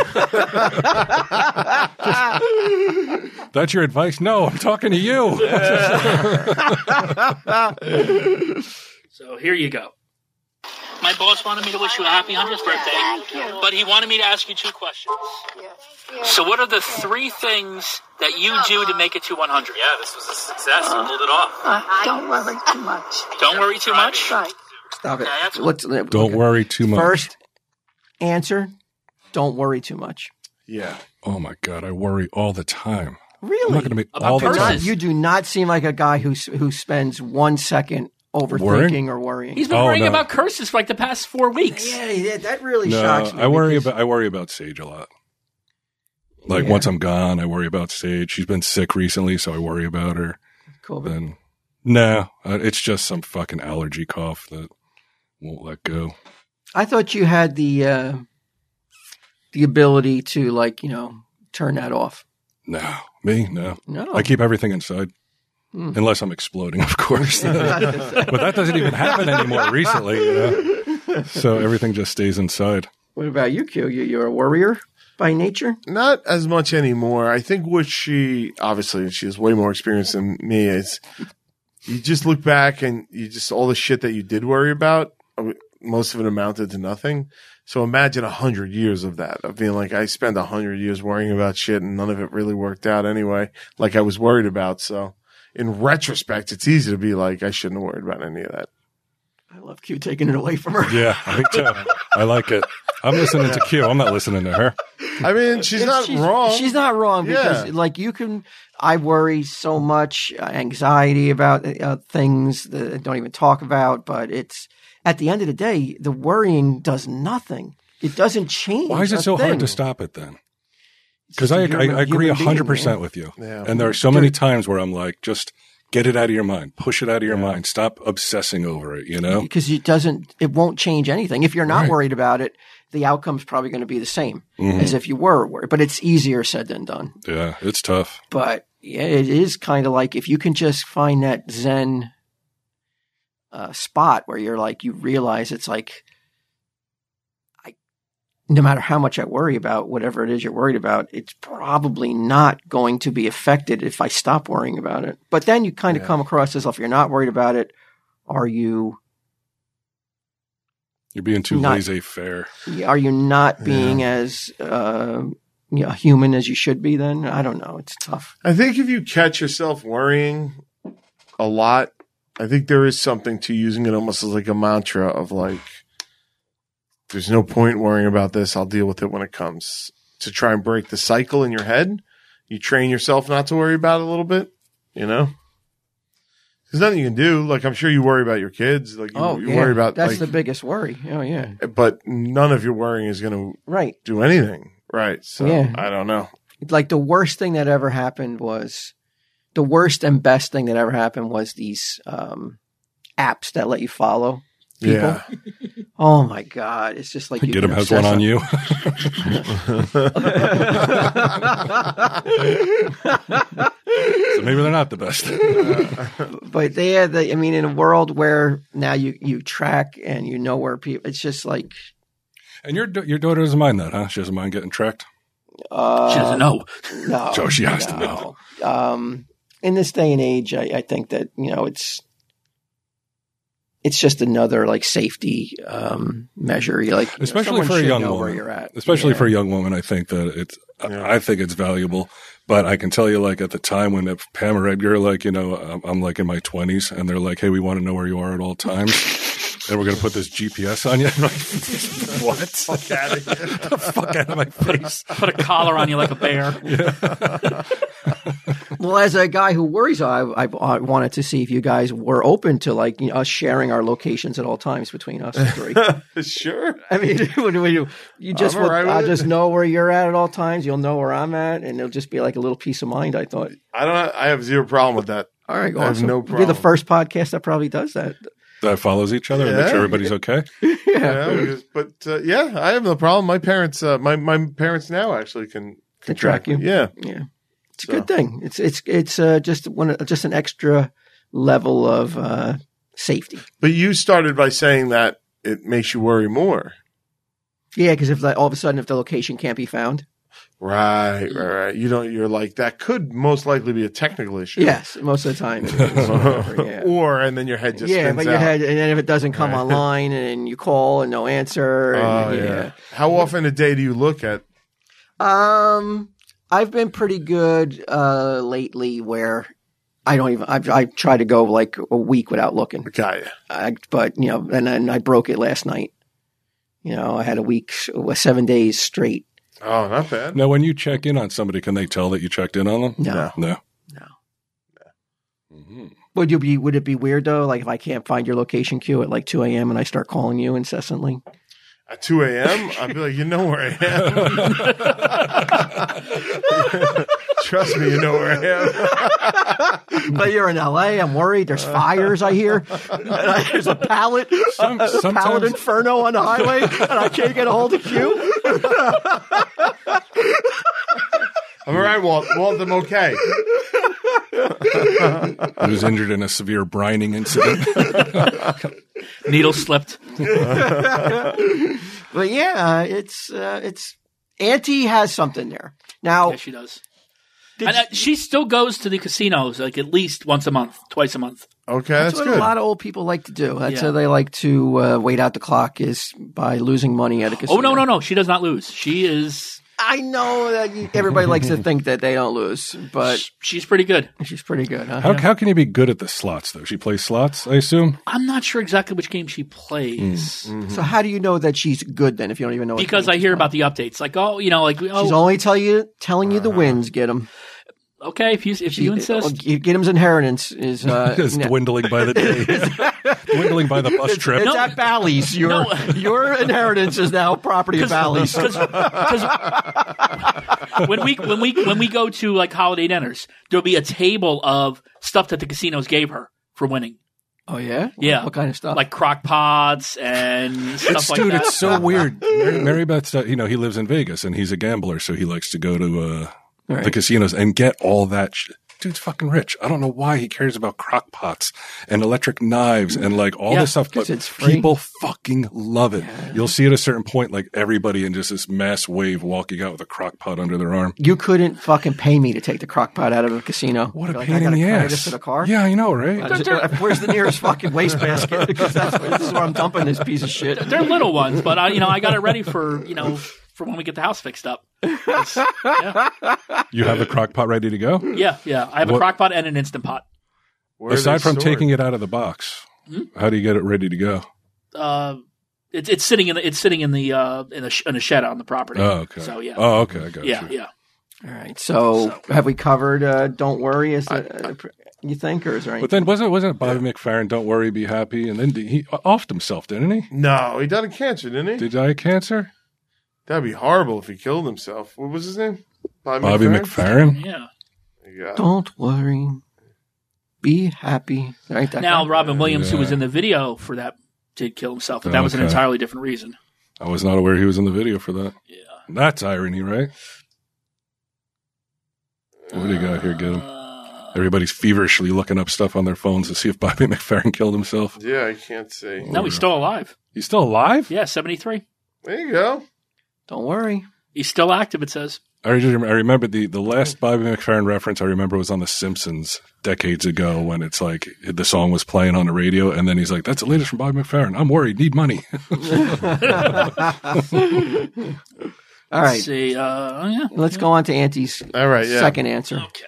[SPEAKER 3] That's your advice? No, I'm talking to you.
[SPEAKER 5] So here you go. My boss wanted me to wish you a happy hundredth birthday, but he wanted me to ask you two questions. So, what are the three things that you do to make it to 100?
[SPEAKER 6] Yeah, this was a success. You pulled it off.
[SPEAKER 7] Uh, don't worry too much.
[SPEAKER 5] Don't worry too much.
[SPEAKER 7] Right.
[SPEAKER 2] Stop it.
[SPEAKER 5] Okay, that's-
[SPEAKER 2] Let's,
[SPEAKER 3] Don't worry too much.
[SPEAKER 2] First answer, don't worry too much.
[SPEAKER 1] Yeah.
[SPEAKER 3] Oh my God, I worry all the time. I'm
[SPEAKER 2] Really?
[SPEAKER 3] not going to be
[SPEAKER 5] About
[SPEAKER 3] all the
[SPEAKER 5] purses.
[SPEAKER 3] time.
[SPEAKER 2] you do not seem like a guy who s- who spends one second overthinking
[SPEAKER 3] Worrying?
[SPEAKER 2] or worrying.
[SPEAKER 5] He's been
[SPEAKER 3] Oh,
[SPEAKER 5] worrying
[SPEAKER 3] no.
[SPEAKER 5] about curses for like the past four weeks.
[SPEAKER 2] yeah, yeah, that really
[SPEAKER 3] No,
[SPEAKER 2] shocks me.
[SPEAKER 3] I worry
[SPEAKER 2] because-
[SPEAKER 3] about I worry about Sage a lot. Like
[SPEAKER 2] Yeah.
[SPEAKER 3] once I'm gone, I worry about Sage. She's been sick recently, so I worry about her.
[SPEAKER 2] Cool, but-
[SPEAKER 3] then no, uh, it's just some fucking allergy cough that won't let go.
[SPEAKER 2] I thought you had the uh, the ability to like you know turn that off.
[SPEAKER 3] No, me, no.
[SPEAKER 2] No,
[SPEAKER 3] I keep everything inside. Unless I'm exploding, of course. but that doesn't even happen anymore recently. You know? So everything just stays inside.
[SPEAKER 2] what about you, Q? You, you're a worrier. by nature?
[SPEAKER 1] Not as much anymore. I think what she obviously she has way more experience than me is you just look back and you just all the shit that you did worry about, most of it amounted to nothing. So imagine a hundred years of that of being like, I spent a hundred years worrying about shit and none of it really worked out anyway, like I was worried about. So in retrospect, it's easy to be like, I shouldn't have worried about any of that.
[SPEAKER 2] I love Q taking it away from her.
[SPEAKER 3] Yeah, me too. I like it. I'm listening to Q. I'm not listening to her.
[SPEAKER 1] I mean, she's not
[SPEAKER 2] she's,
[SPEAKER 1] wrong.
[SPEAKER 2] She's not wrong because,
[SPEAKER 1] Yeah.
[SPEAKER 2] like, you can. I worry so much, uh, anxiety about uh, things that I don't even talk about. But it's at the end of the day, the worrying does nothing. It doesn't change.
[SPEAKER 3] Why is
[SPEAKER 2] a
[SPEAKER 3] it so
[SPEAKER 2] thing.
[SPEAKER 3] hard to stop it then?
[SPEAKER 2] It's
[SPEAKER 3] Because
[SPEAKER 2] just
[SPEAKER 3] I,
[SPEAKER 2] a
[SPEAKER 3] I,
[SPEAKER 2] human-
[SPEAKER 3] I agree
[SPEAKER 2] human being,
[SPEAKER 3] 100%
[SPEAKER 2] man.
[SPEAKER 3] with you.
[SPEAKER 1] Yeah.
[SPEAKER 3] And there are so many times where I'm like, just get it out of your mind, push it out of your mind, stop obsessing over it, you know?
[SPEAKER 2] because it doesn't it won't change anything if you're not
[SPEAKER 3] Right. Mm.
[SPEAKER 2] worried about it the outcome's probably going to be the same as if you were worried but it's easier said than done
[SPEAKER 3] Yeah, it's tough.
[SPEAKER 2] but yeah, it is kind of like if you can just find that zen uh, spot where you're like you realize it's like i no matter how much i worry about whatever it is you're worried about it's probably not going to be affected if i stop worrying about it but then you kind of come across as if you're not worried about it are you
[SPEAKER 3] You're being too
[SPEAKER 2] Not-
[SPEAKER 3] laissez faire.
[SPEAKER 2] are you not being as uh, you know, human as you should be then i don't know it's tough
[SPEAKER 1] I think if you catch yourself worrying a lot, I think there is something to using it almost as like a mantra of like, there's no point worrying about this. I'll deal with it when it comes to try and break the cycle in your head. You train yourself not to worry about it a little bit, you know? There's nothing you can do. Like, I'm sure you worry about your kids. Like, you, you worry about,
[SPEAKER 2] Oh, that's
[SPEAKER 1] like,
[SPEAKER 2] the biggest worry oh yeah
[SPEAKER 1] but none of your worrying is going to
[SPEAKER 2] right
[SPEAKER 1] do anything. Right. So
[SPEAKER 2] Yeah.
[SPEAKER 1] I don't know.
[SPEAKER 2] like the worst thing that ever happened was the worst and best thing that ever happened was these um, apps that let you follow people
[SPEAKER 1] Yeah.
[SPEAKER 2] oh my god it's just like you
[SPEAKER 3] Get him
[SPEAKER 2] can
[SPEAKER 3] has one
[SPEAKER 2] obsess
[SPEAKER 3] on you. so maybe they're not the best.
[SPEAKER 2] but they had the, I mean, in a world where now you, you track and you know where people, it's just like,
[SPEAKER 3] And your da- your daughter doesn't mind that, huh? She doesn't mind getting tracked.
[SPEAKER 2] uh,
[SPEAKER 5] She doesn't know.
[SPEAKER 2] No,
[SPEAKER 3] So she has to
[SPEAKER 2] no. Um, in this day and age, I, I think that you know it's it's just another like safety um, measure. You're like, you know,
[SPEAKER 3] Especially
[SPEAKER 2] someone
[SPEAKER 3] for a
[SPEAKER 2] should
[SPEAKER 3] young
[SPEAKER 2] know where
[SPEAKER 3] woman.
[SPEAKER 2] you're at.
[SPEAKER 3] Especially
[SPEAKER 2] Yeah.
[SPEAKER 3] for a young woman, I think that it's I-
[SPEAKER 1] Yeah.
[SPEAKER 3] I think it's valuable. But I can tell you, like at the time when if Pam or Edgar, like you know, I'm, I'm like in my 20s, and they're like, "Hey, we want to know where you are at all times." And we're gonna put this GPS on you. I'm like, what? Fuck out of the fuck out of my face!
[SPEAKER 5] Put a collar on you like a bear.
[SPEAKER 2] Well, as a guy who worries, I, I I wanted to see if you guys were open to like you know, us sharing our locations at all times between us three.
[SPEAKER 1] sure.
[SPEAKER 2] I mean, what do we do? You just
[SPEAKER 1] I'm
[SPEAKER 2] will,
[SPEAKER 1] all right with
[SPEAKER 2] I
[SPEAKER 1] it.
[SPEAKER 2] just know where you're at at all times. You'll know where I'm at, and it'll just be like a little peace of mind. I thought.
[SPEAKER 1] I don't. I have zero problem with that.
[SPEAKER 2] All right,
[SPEAKER 1] I have
[SPEAKER 2] awesome.
[SPEAKER 1] no
[SPEAKER 2] You're the
[SPEAKER 1] problem.
[SPEAKER 2] first podcast that probably does that.
[SPEAKER 3] That follows each other and make
[SPEAKER 1] Yeah.
[SPEAKER 3] sure everybody's okay.
[SPEAKER 1] Yeah, because- but uh, yeah, I have no problem. My parents, uh, my my parents now actually can,
[SPEAKER 2] Can track you.
[SPEAKER 1] Yeah,
[SPEAKER 2] Yeah, it's a good thing. It's it's it's uh, just one just an extra level of uh, safety.
[SPEAKER 1] but you started by saying that it makes you worry more.
[SPEAKER 2] Yeah, because if like, all of a sudden if the location can't be found,
[SPEAKER 1] Right, right, right. You don't. You're like that could most likely be a technical issue.
[SPEAKER 2] yes, most of the time. it is. Whatever, yeah.
[SPEAKER 1] or and then your head just
[SPEAKER 2] Yeah,
[SPEAKER 1] spins
[SPEAKER 2] but your
[SPEAKER 1] out.
[SPEAKER 2] head, and then if it doesn't come online, and you call and no answer,
[SPEAKER 1] Oh,
[SPEAKER 2] and,
[SPEAKER 1] yeah.
[SPEAKER 2] yeah.
[SPEAKER 1] How often a day do you look at?
[SPEAKER 2] Um, I've been pretty good uh lately. Where I don't even I've I tried to go like a week without looking.
[SPEAKER 1] Got ya.
[SPEAKER 2] I, but you know, and then I broke it last night. You know, I had a week, uh, seven days straight.
[SPEAKER 1] Oh, not bad.
[SPEAKER 3] Now, when you check in on somebody, can they tell that you checked in on them?
[SPEAKER 2] No.
[SPEAKER 1] No.
[SPEAKER 3] No.
[SPEAKER 2] No.
[SPEAKER 3] Mhm.
[SPEAKER 2] Would you be? Would it be weird though? Like if I can't find your location cue at like two a.m. and I start calling you incessantly?
[SPEAKER 1] At two a.m., I'd be like, you know where I am. Trust me, you know where I am.
[SPEAKER 2] but you're in L.A. I'm worried. There's fires. I hear. And I- There's a pallet,
[SPEAKER 3] Some-
[SPEAKER 2] a pallet
[SPEAKER 3] sometimes-
[SPEAKER 2] inferno on the highway, and I can't get a hold of you.
[SPEAKER 1] I'm all right, Walt. Walt, I'm okay.
[SPEAKER 3] I was injured in a severe brining incident.
[SPEAKER 5] Needle slipped.
[SPEAKER 2] But yeah, it's uh, it's Auntie has something there. Now,
[SPEAKER 3] Oh.
[SPEAKER 5] Yeah, she does. And, uh, she still goes to the casinos like at least once a month, twice a month.
[SPEAKER 1] Okay, that's,
[SPEAKER 2] That's what
[SPEAKER 1] good.
[SPEAKER 2] a lot of old people like to do. That's
[SPEAKER 5] Yeah.
[SPEAKER 2] how they like to uh, wait out the clock is by losing money at a casino.
[SPEAKER 5] Oh no, no, no! She does not lose. She is.
[SPEAKER 2] I know that you- everybody likes to think that they don't lose, but
[SPEAKER 5] She's pretty good.
[SPEAKER 2] she's pretty good. Huh?
[SPEAKER 3] How, how can you be good at the slots though? She plays slots, I assume.
[SPEAKER 5] I'm not sure exactly which game she plays
[SPEAKER 2] So how do you know that she's good then if you don't even know? what
[SPEAKER 5] because
[SPEAKER 2] the
[SPEAKER 5] I
[SPEAKER 2] wins
[SPEAKER 5] hear
[SPEAKER 2] are?
[SPEAKER 5] about the updates. Like, oh, you know, like
[SPEAKER 2] She's
[SPEAKER 5] oh,
[SPEAKER 2] only tell you telling you the
[SPEAKER 3] Uh-huh.
[SPEAKER 2] wins. Get them.
[SPEAKER 5] okay, if you if you insist,
[SPEAKER 2] Get him's inheritance is uh,
[SPEAKER 3] It's
[SPEAKER 2] no.
[SPEAKER 3] dwindling by the day, dwindling by the bus trip.
[SPEAKER 2] It's at Bally's. Your
[SPEAKER 5] No.
[SPEAKER 2] your inheritance is now property of Bally's.
[SPEAKER 5] because when we when we when we go to like holiday dinners, there'll be a table of stuff that the casinos gave her for winning,
[SPEAKER 2] Oh yeah,
[SPEAKER 5] Yeah.
[SPEAKER 2] What kind of stuff?
[SPEAKER 5] like crock pots and stuff like
[SPEAKER 3] Dude,
[SPEAKER 5] that.
[SPEAKER 3] it's so weird. Mary, Mary Beth's, uh, you know, he lives in Vegas and he's a gambler, so he likes to go to uh,
[SPEAKER 2] Right.
[SPEAKER 3] the casinos and get all that. Sh- Dude's fucking rich. I don't know why he cares about crock pots and electric knives and like all
[SPEAKER 5] Yeah,
[SPEAKER 3] this stuff.
[SPEAKER 2] 'cause
[SPEAKER 3] But
[SPEAKER 2] it's free.
[SPEAKER 3] people fucking love it. You'll see at a certain point, like everybody in just this mass wave walking out with a crock pot under their arm.
[SPEAKER 2] you couldn't fucking pay me to take the crock pot out of a casino.
[SPEAKER 3] What a
[SPEAKER 2] You're like,
[SPEAKER 3] pain
[SPEAKER 2] I
[SPEAKER 3] in
[SPEAKER 2] gotta
[SPEAKER 3] the
[SPEAKER 2] carry
[SPEAKER 3] ass.
[SPEAKER 2] This to the car.
[SPEAKER 3] Yeah, I know, right?
[SPEAKER 2] Where's the nearest fucking wastebasket? Because that's where, this is where I'm dumping this piece of shit.
[SPEAKER 5] They're little ones, but I, you know, I got it ready for you know for when we get the house fixed up. It's- yeah,
[SPEAKER 3] You have a crock pot ready to go?
[SPEAKER 5] yeah, yeah. I have a
[SPEAKER 3] What-
[SPEAKER 5] crock pot and an instant pot.
[SPEAKER 1] Where are
[SPEAKER 3] Aside
[SPEAKER 1] they
[SPEAKER 3] from
[SPEAKER 1] stored?
[SPEAKER 3] taking it out of the box, how do you get it ready to go?
[SPEAKER 5] Uh, it's it's sitting in the it's sitting in the uh in a sh- in a shed on the property.
[SPEAKER 3] Oh, okay.
[SPEAKER 5] So yeah,
[SPEAKER 3] Oh, okay. I got
[SPEAKER 5] yeah,
[SPEAKER 3] you.
[SPEAKER 5] yeah.
[SPEAKER 2] All right. So, have we covered? Uh, don't worry. Is it, uh, you think or is there
[SPEAKER 3] But
[SPEAKER 2] anything?
[SPEAKER 3] then wasn't wasn't it Bobby McFerrin? Don't worry, be happy. And then did he offed himself, didn't he?
[SPEAKER 1] No, he died of cancer, didn't he?
[SPEAKER 3] Did he die of cancer?
[SPEAKER 1] That'd be horrible if he killed himself. What was his name?
[SPEAKER 3] Bobby McFerrin.
[SPEAKER 5] Yeah.
[SPEAKER 1] Yeah.
[SPEAKER 2] Don't worry. Be happy. All right. That
[SPEAKER 5] Now
[SPEAKER 2] guy.
[SPEAKER 5] Robin Williams, who was
[SPEAKER 3] Yeah.
[SPEAKER 5] in the video for that, did kill himself, but that was an
[SPEAKER 3] Okay.
[SPEAKER 5] entirely different reason.
[SPEAKER 3] I was not aware he was in the video for that.
[SPEAKER 5] Yeah.
[SPEAKER 3] That's irony, right? What do you got here? Get him.
[SPEAKER 5] Uh,
[SPEAKER 3] Everybody's feverishly looking up stuff on their phones to see if Bobby McFerrin killed himself.
[SPEAKER 1] Yeah, I can't see.
[SPEAKER 3] Oh,
[SPEAKER 5] no, he's still alive.
[SPEAKER 3] He's still alive?
[SPEAKER 5] Yeah, seventy three.
[SPEAKER 1] There you go.
[SPEAKER 2] Don't worry.
[SPEAKER 5] He's still active. It says.
[SPEAKER 3] I, just, rem- I remember the, the last Bobby McFerrin reference I remember was on The Simpsons decades ago when it's like the song was playing on the radio and then he's like, that's the latest from Bobby McFerrin. I'm worried, need money.
[SPEAKER 2] All
[SPEAKER 5] Let's
[SPEAKER 2] right.
[SPEAKER 5] See. Uh, yeah.
[SPEAKER 2] Let's go on to Auntie's
[SPEAKER 1] All right, yeah.
[SPEAKER 2] second answer.
[SPEAKER 5] Okay.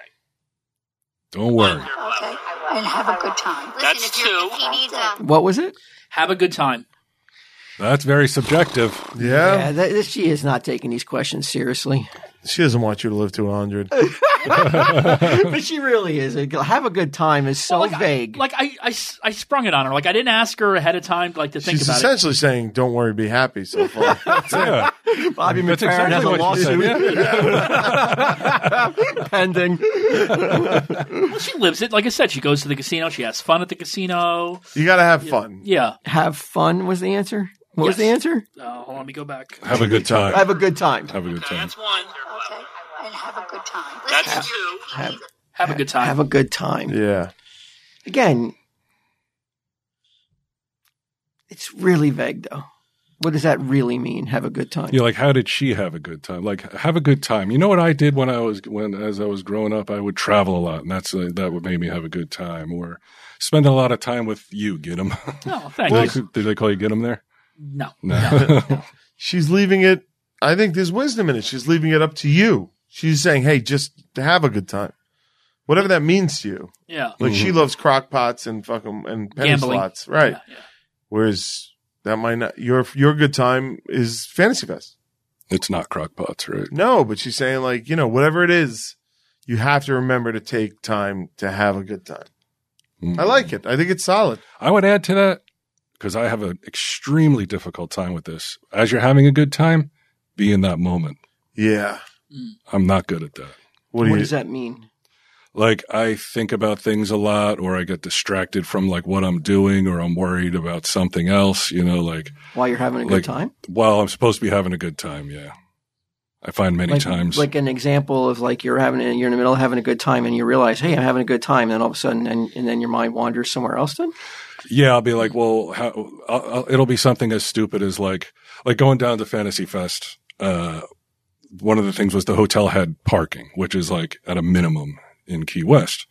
[SPEAKER 3] Don't worry.
[SPEAKER 7] Okay, and have a good time.
[SPEAKER 6] That's two.
[SPEAKER 7] He needs
[SPEAKER 8] uh,
[SPEAKER 7] a
[SPEAKER 2] What was it?
[SPEAKER 5] Have a good time.
[SPEAKER 3] That's very subjective.
[SPEAKER 1] Yeah.
[SPEAKER 2] Yeah, that, this- she is not taking these questions seriously,
[SPEAKER 1] She doesn't want you to live to 100.
[SPEAKER 2] but she really is. Have a good time is so
[SPEAKER 5] Well, like,
[SPEAKER 2] vague.
[SPEAKER 5] I, like I, I s- I sprung it on her. Like I didn't ask her ahead of time. Like to think
[SPEAKER 1] She's
[SPEAKER 5] about it.
[SPEAKER 1] essentially saying, don't worry, be happy so far.
[SPEAKER 3] Yeah.
[SPEAKER 2] Bobby McFerrin
[SPEAKER 3] That's exactly
[SPEAKER 2] has a
[SPEAKER 3] what she said,
[SPEAKER 2] lawsuit
[SPEAKER 3] yeah.
[SPEAKER 2] pending.
[SPEAKER 5] She lives it. Like I said, she goes to the casino. She has fun at the casino.
[SPEAKER 1] you got to have fun.
[SPEAKER 5] Yeah.
[SPEAKER 2] Have fun was the answer. What was the
[SPEAKER 5] Yes.
[SPEAKER 2] answer?
[SPEAKER 5] Uh, hold on, let me go back.
[SPEAKER 3] Have a good time.
[SPEAKER 2] Have a good time.
[SPEAKER 3] Have a good time.
[SPEAKER 6] That's one.
[SPEAKER 7] okay, and have a good time.
[SPEAKER 6] That's two.
[SPEAKER 5] Have a good time.
[SPEAKER 2] Have a good time.
[SPEAKER 1] Yeah.
[SPEAKER 2] Again, it's really vague though. What does that really mean? Have a good time.
[SPEAKER 3] You're like, how did she have a good time? Like, have a good time. You know what I did when I was when as I was growing up, I would travel a lot, and that's uh, that would make me have a good time. Or spend a lot of time with you. Get them?
[SPEAKER 5] no, thank
[SPEAKER 3] did,
[SPEAKER 5] you.
[SPEAKER 3] they, did they call you get them there?
[SPEAKER 5] No.
[SPEAKER 3] No.
[SPEAKER 1] She's leaving it. I think there's wisdom in it. She's leaving it up to you. She's saying, hey, just have a good time. Whatever that means to you.
[SPEAKER 5] Yeah.
[SPEAKER 1] Like
[SPEAKER 2] Mm-hmm.
[SPEAKER 1] she loves crock pots and fucking and penny
[SPEAKER 5] Gambling.
[SPEAKER 1] slots. Right.
[SPEAKER 5] Yeah, yeah.
[SPEAKER 1] Whereas that might not your your good time is fantasy fest.
[SPEAKER 3] it's not crockpots, right?
[SPEAKER 1] No, but she's saying like, you know, whatever it is, you have to remember to take time to have a good time. I like it. I think it's solid.
[SPEAKER 3] I would add to that because I have an extremely difficult time with this. As you're having a good time, be in that moment.
[SPEAKER 1] Yeah.
[SPEAKER 3] I'm not good at that.
[SPEAKER 1] What do
[SPEAKER 2] What
[SPEAKER 1] you
[SPEAKER 2] does that mean?
[SPEAKER 3] like I think about things a lot or I get distracted from like what I'm doing or I'm worried about something else, you know, like
[SPEAKER 2] While you're having a good
[SPEAKER 3] Like,
[SPEAKER 2] time?
[SPEAKER 3] well, I'm supposed to be having a good time, yeah. I find many
[SPEAKER 2] Like,
[SPEAKER 3] times
[SPEAKER 2] like an example of like you're having you're in the middle of having a good time and you realize, hey, I'm having a good time, and then all of a sudden and, and then your mind wanders somewhere else then?
[SPEAKER 3] yeah, I'll be like, well, how, I'll, I'll, it'll be something as stupid as like like going down to Fantasy Fest. Uh one of the things was the hotel had parking, which is like at a minimum in Key West.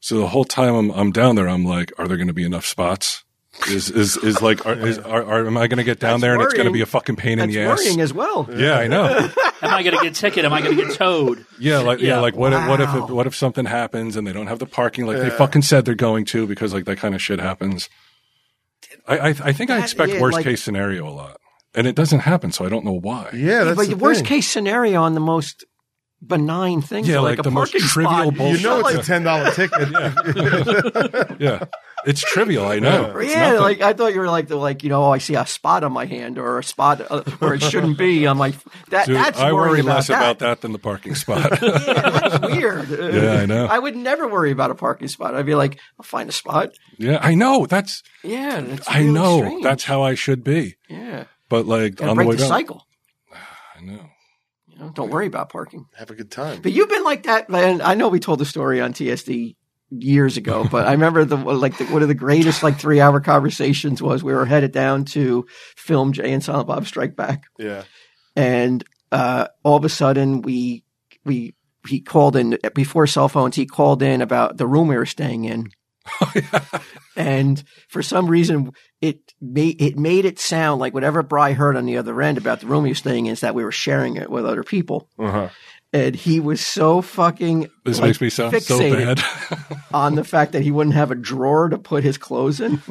[SPEAKER 3] So the whole time I'm, I'm down there, I'm like, are there going to be enough spots? Is, is, is like, are, is, are, are, am I going to get down
[SPEAKER 2] That's
[SPEAKER 3] there and it's going to
[SPEAKER 2] worrying.
[SPEAKER 3] be a fucking pain in
[SPEAKER 2] That's
[SPEAKER 3] the
[SPEAKER 2] worrying
[SPEAKER 3] ass?
[SPEAKER 2] as well.
[SPEAKER 3] Yeah, I know.
[SPEAKER 5] Am I going to get ticket? Am I going to get towed?
[SPEAKER 3] Yeah, like yeah,
[SPEAKER 5] Yeah.
[SPEAKER 3] like what if, what if
[SPEAKER 2] Wow.
[SPEAKER 3] what if something happens and they don't have the parking like they fucking said they're going to because like that kind of shit happens. I I, I think I
[SPEAKER 2] That-
[SPEAKER 3] expect
[SPEAKER 2] yeah,
[SPEAKER 3] worst
[SPEAKER 2] like-
[SPEAKER 3] case scenario a lot, and it doesn't happen, so I don't know why.
[SPEAKER 1] Yeah, that's
[SPEAKER 2] but
[SPEAKER 1] the
[SPEAKER 2] the worst
[SPEAKER 1] thing.
[SPEAKER 2] case scenario on the most benign things,
[SPEAKER 3] Yeah,
[SPEAKER 2] like,
[SPEAKER 3] like
[SPEAKER 2] a
[SPEAKER 3] the most
[SPEAKER 2] parking
[SPEAKER 3] trivial
[SPEAKER 2] spot.
[SPEAKER 3] bullshit.
[SPEAKER 1] You know
[SPEAKER 2] like,
[SPEAKER 1] it's a ten dollar ticket.
[SPEAKER 3] Yeah, it's trivial. I know. It's
[SPEAKER 2] yeah,
[SPEAKER 3] nothing.
[SPEAKER 2] like I thought you were like the like you know oh, I see a spot on my hand or a spot uh, where it shouldn't be. I'm like that.
[SPEAKER 3] Dude,
[SPEAKER 2] that's
[SPEAKER 3] I
[SPEAKER 2] worrying
[SPEAKER 3] worry
[SPEAKER 2] about
[SPEAKER 3] less
[SPEAKER 2] that.
[SPEAKER 3] about that than the parking spot.
[SPEAKER 2] Yeah, that's weird.
[SPEAKER 3] Yeah, I know.
[SPEAKER 2] I would never worry about a parking spot. I'd be like, I'll find a spot.
[SPEAKER 3] yeah, I know. That's
[SPEAKER 2] Yeah, that's
[SPEAKER 3] I
[SPEAKER 2] really
[SPEAKER 3] know.
[SPEAKER 2] strange.
[SPEAKER 3] That's how I should be.
[SPEAKER 2] yeah.
[SPEAKER 3] But like
[SPEAKER 2] Gotta
[SPEAKER 3] on the
[SPEAKER 2] break
[SPEAKER 3] way
[SPEAKER 2] the,
[SPEAKER 3] down,
[SPEAKER 2] cycle.
[SPEAKER 3] I know.
[SPEAKER 2] You know, don't worry about parking.
[SPEAKER 1] Have a good time.
[SPEAKER 2] But you've been like that, man. I know we told the story on TSD years ago, but I remember the like the, one of the greatest like three hour conversations was we were headed down to film Jay and Silent Bob Strike Back,
[SPEAKER 1] Yeah.
[SPEAKER 2] and uh, all of a sudden we we he called in before cell phones. He called in about the room we were staying in. And for some reason, it made it made it sound like whatever Bry heard on the other end about the room he was staying in is that we were sharing it with other people.
[SPEAKER 1] Uh-huh.
[SPEAKER 2] And he was so fucking
[SPEAKER 3] This
[SPEAKER 2] like,
[SPEAKER 3] makes me sound so
[SPEAKER 2] fixated
[SPEAKER 3] bad.
[SPEAKER 2] on the fact that he wouldn't have a drawer to put his clothes in,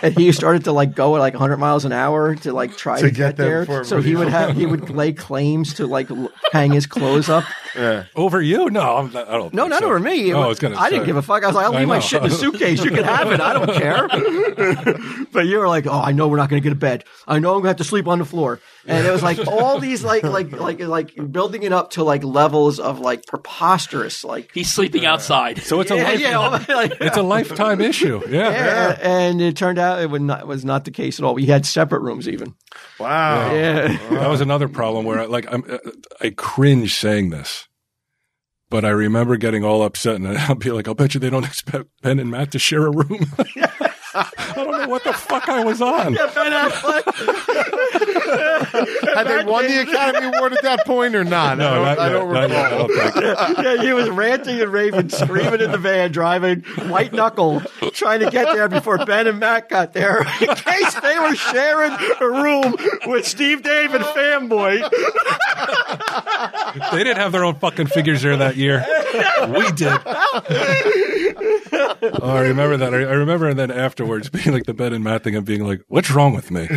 [SPEAKER 2] and he started to like go at like 100 miles an hour to like try to,
[SPEAKER 1] To get there
[SPEAKER 2] there.
[SPEAKER 1] before
[SPEAKER 2] so he would
[SPEAKER 1] everybody
[SPEAKER 2] have he would lay claims to like l- hang his clothes up.
[SPEAKER 1] Yeah.
[SPEAKER 3] over you? No, I'm not, I don't.
[SPEAKER 2] No,
[SPEAKER 3] think
[SPEAKER 2] not
[SPEAKER 3] so.
[SPEAKER 2] over me. It
[SPEAKER 3] Oh, I
[SPEAKER 2] wa-
[SPEAKER 3] was gonna.
[SPEAKER 2] I didn't
[SPEAKER 3] say.
[SPEAKER 2] give a fuck. I was like, I'll
[SPEAKER 3] I
[SPEAKER 2] leave my
[SPEAKER 3] know.
[SPEAKER 2] shit in the suitcase. You can have it. I don't care. but you were like, oh, I know we're not going to get a bed. I know I'm going to have to sleep on the floor. And it was like all these like like like like building it up to like levels of like preposterous like
[SPEAKER 5] He's sleeping outside.
[SPEAKER 3] So it's a
[SPEAKER 2] yeah
[SPEAKER 3] life,
[SPEAKER 2] yeah all- like,
[SPEAKER 3] it's a lifetime issue. Yeah.
[SPEAKER 2] yeah, and it turned out it would not, was not the case at all. We had separate rooms even.
[SPEAKER 1] Wow.
[SPEAKER 2] Yeah.
[SPEAKER 3] That was another problem where I, like I'm, uh, I cringe saying this, but I remember getting all upset and I'll be like, I'll bet you they don't expect Ben and Matt to share a room. I don't know what the fuck I was on.
[SPEAKER 2] uh,
[SPEAKER 1] Had they won the Academy Award at that point or not? Oh, I don't,
[SPEAKER 3] not
[SPEAKER 1] I
[SPEAKER 3] yet,
[SPEAKER 1] don't
[SPEAKER 3] not
[SPEAKER 1] recall.
[SPEAKER 3] yet, I don't think.
[SPEAKER 2] yeah, he was ranting and raving, screaming in the van, driving white knuckle, trying to get there before Ben and Matt got there, in case they were sharing a room with Steve Dave and Fanboy.
[SPEAKER 3] They didn't have their own fucking figures there that year. We did. oh, I remember that. I, I remember, and then afterwards, being like the Ben and Matt thing, and being like, "What's wrong with me? What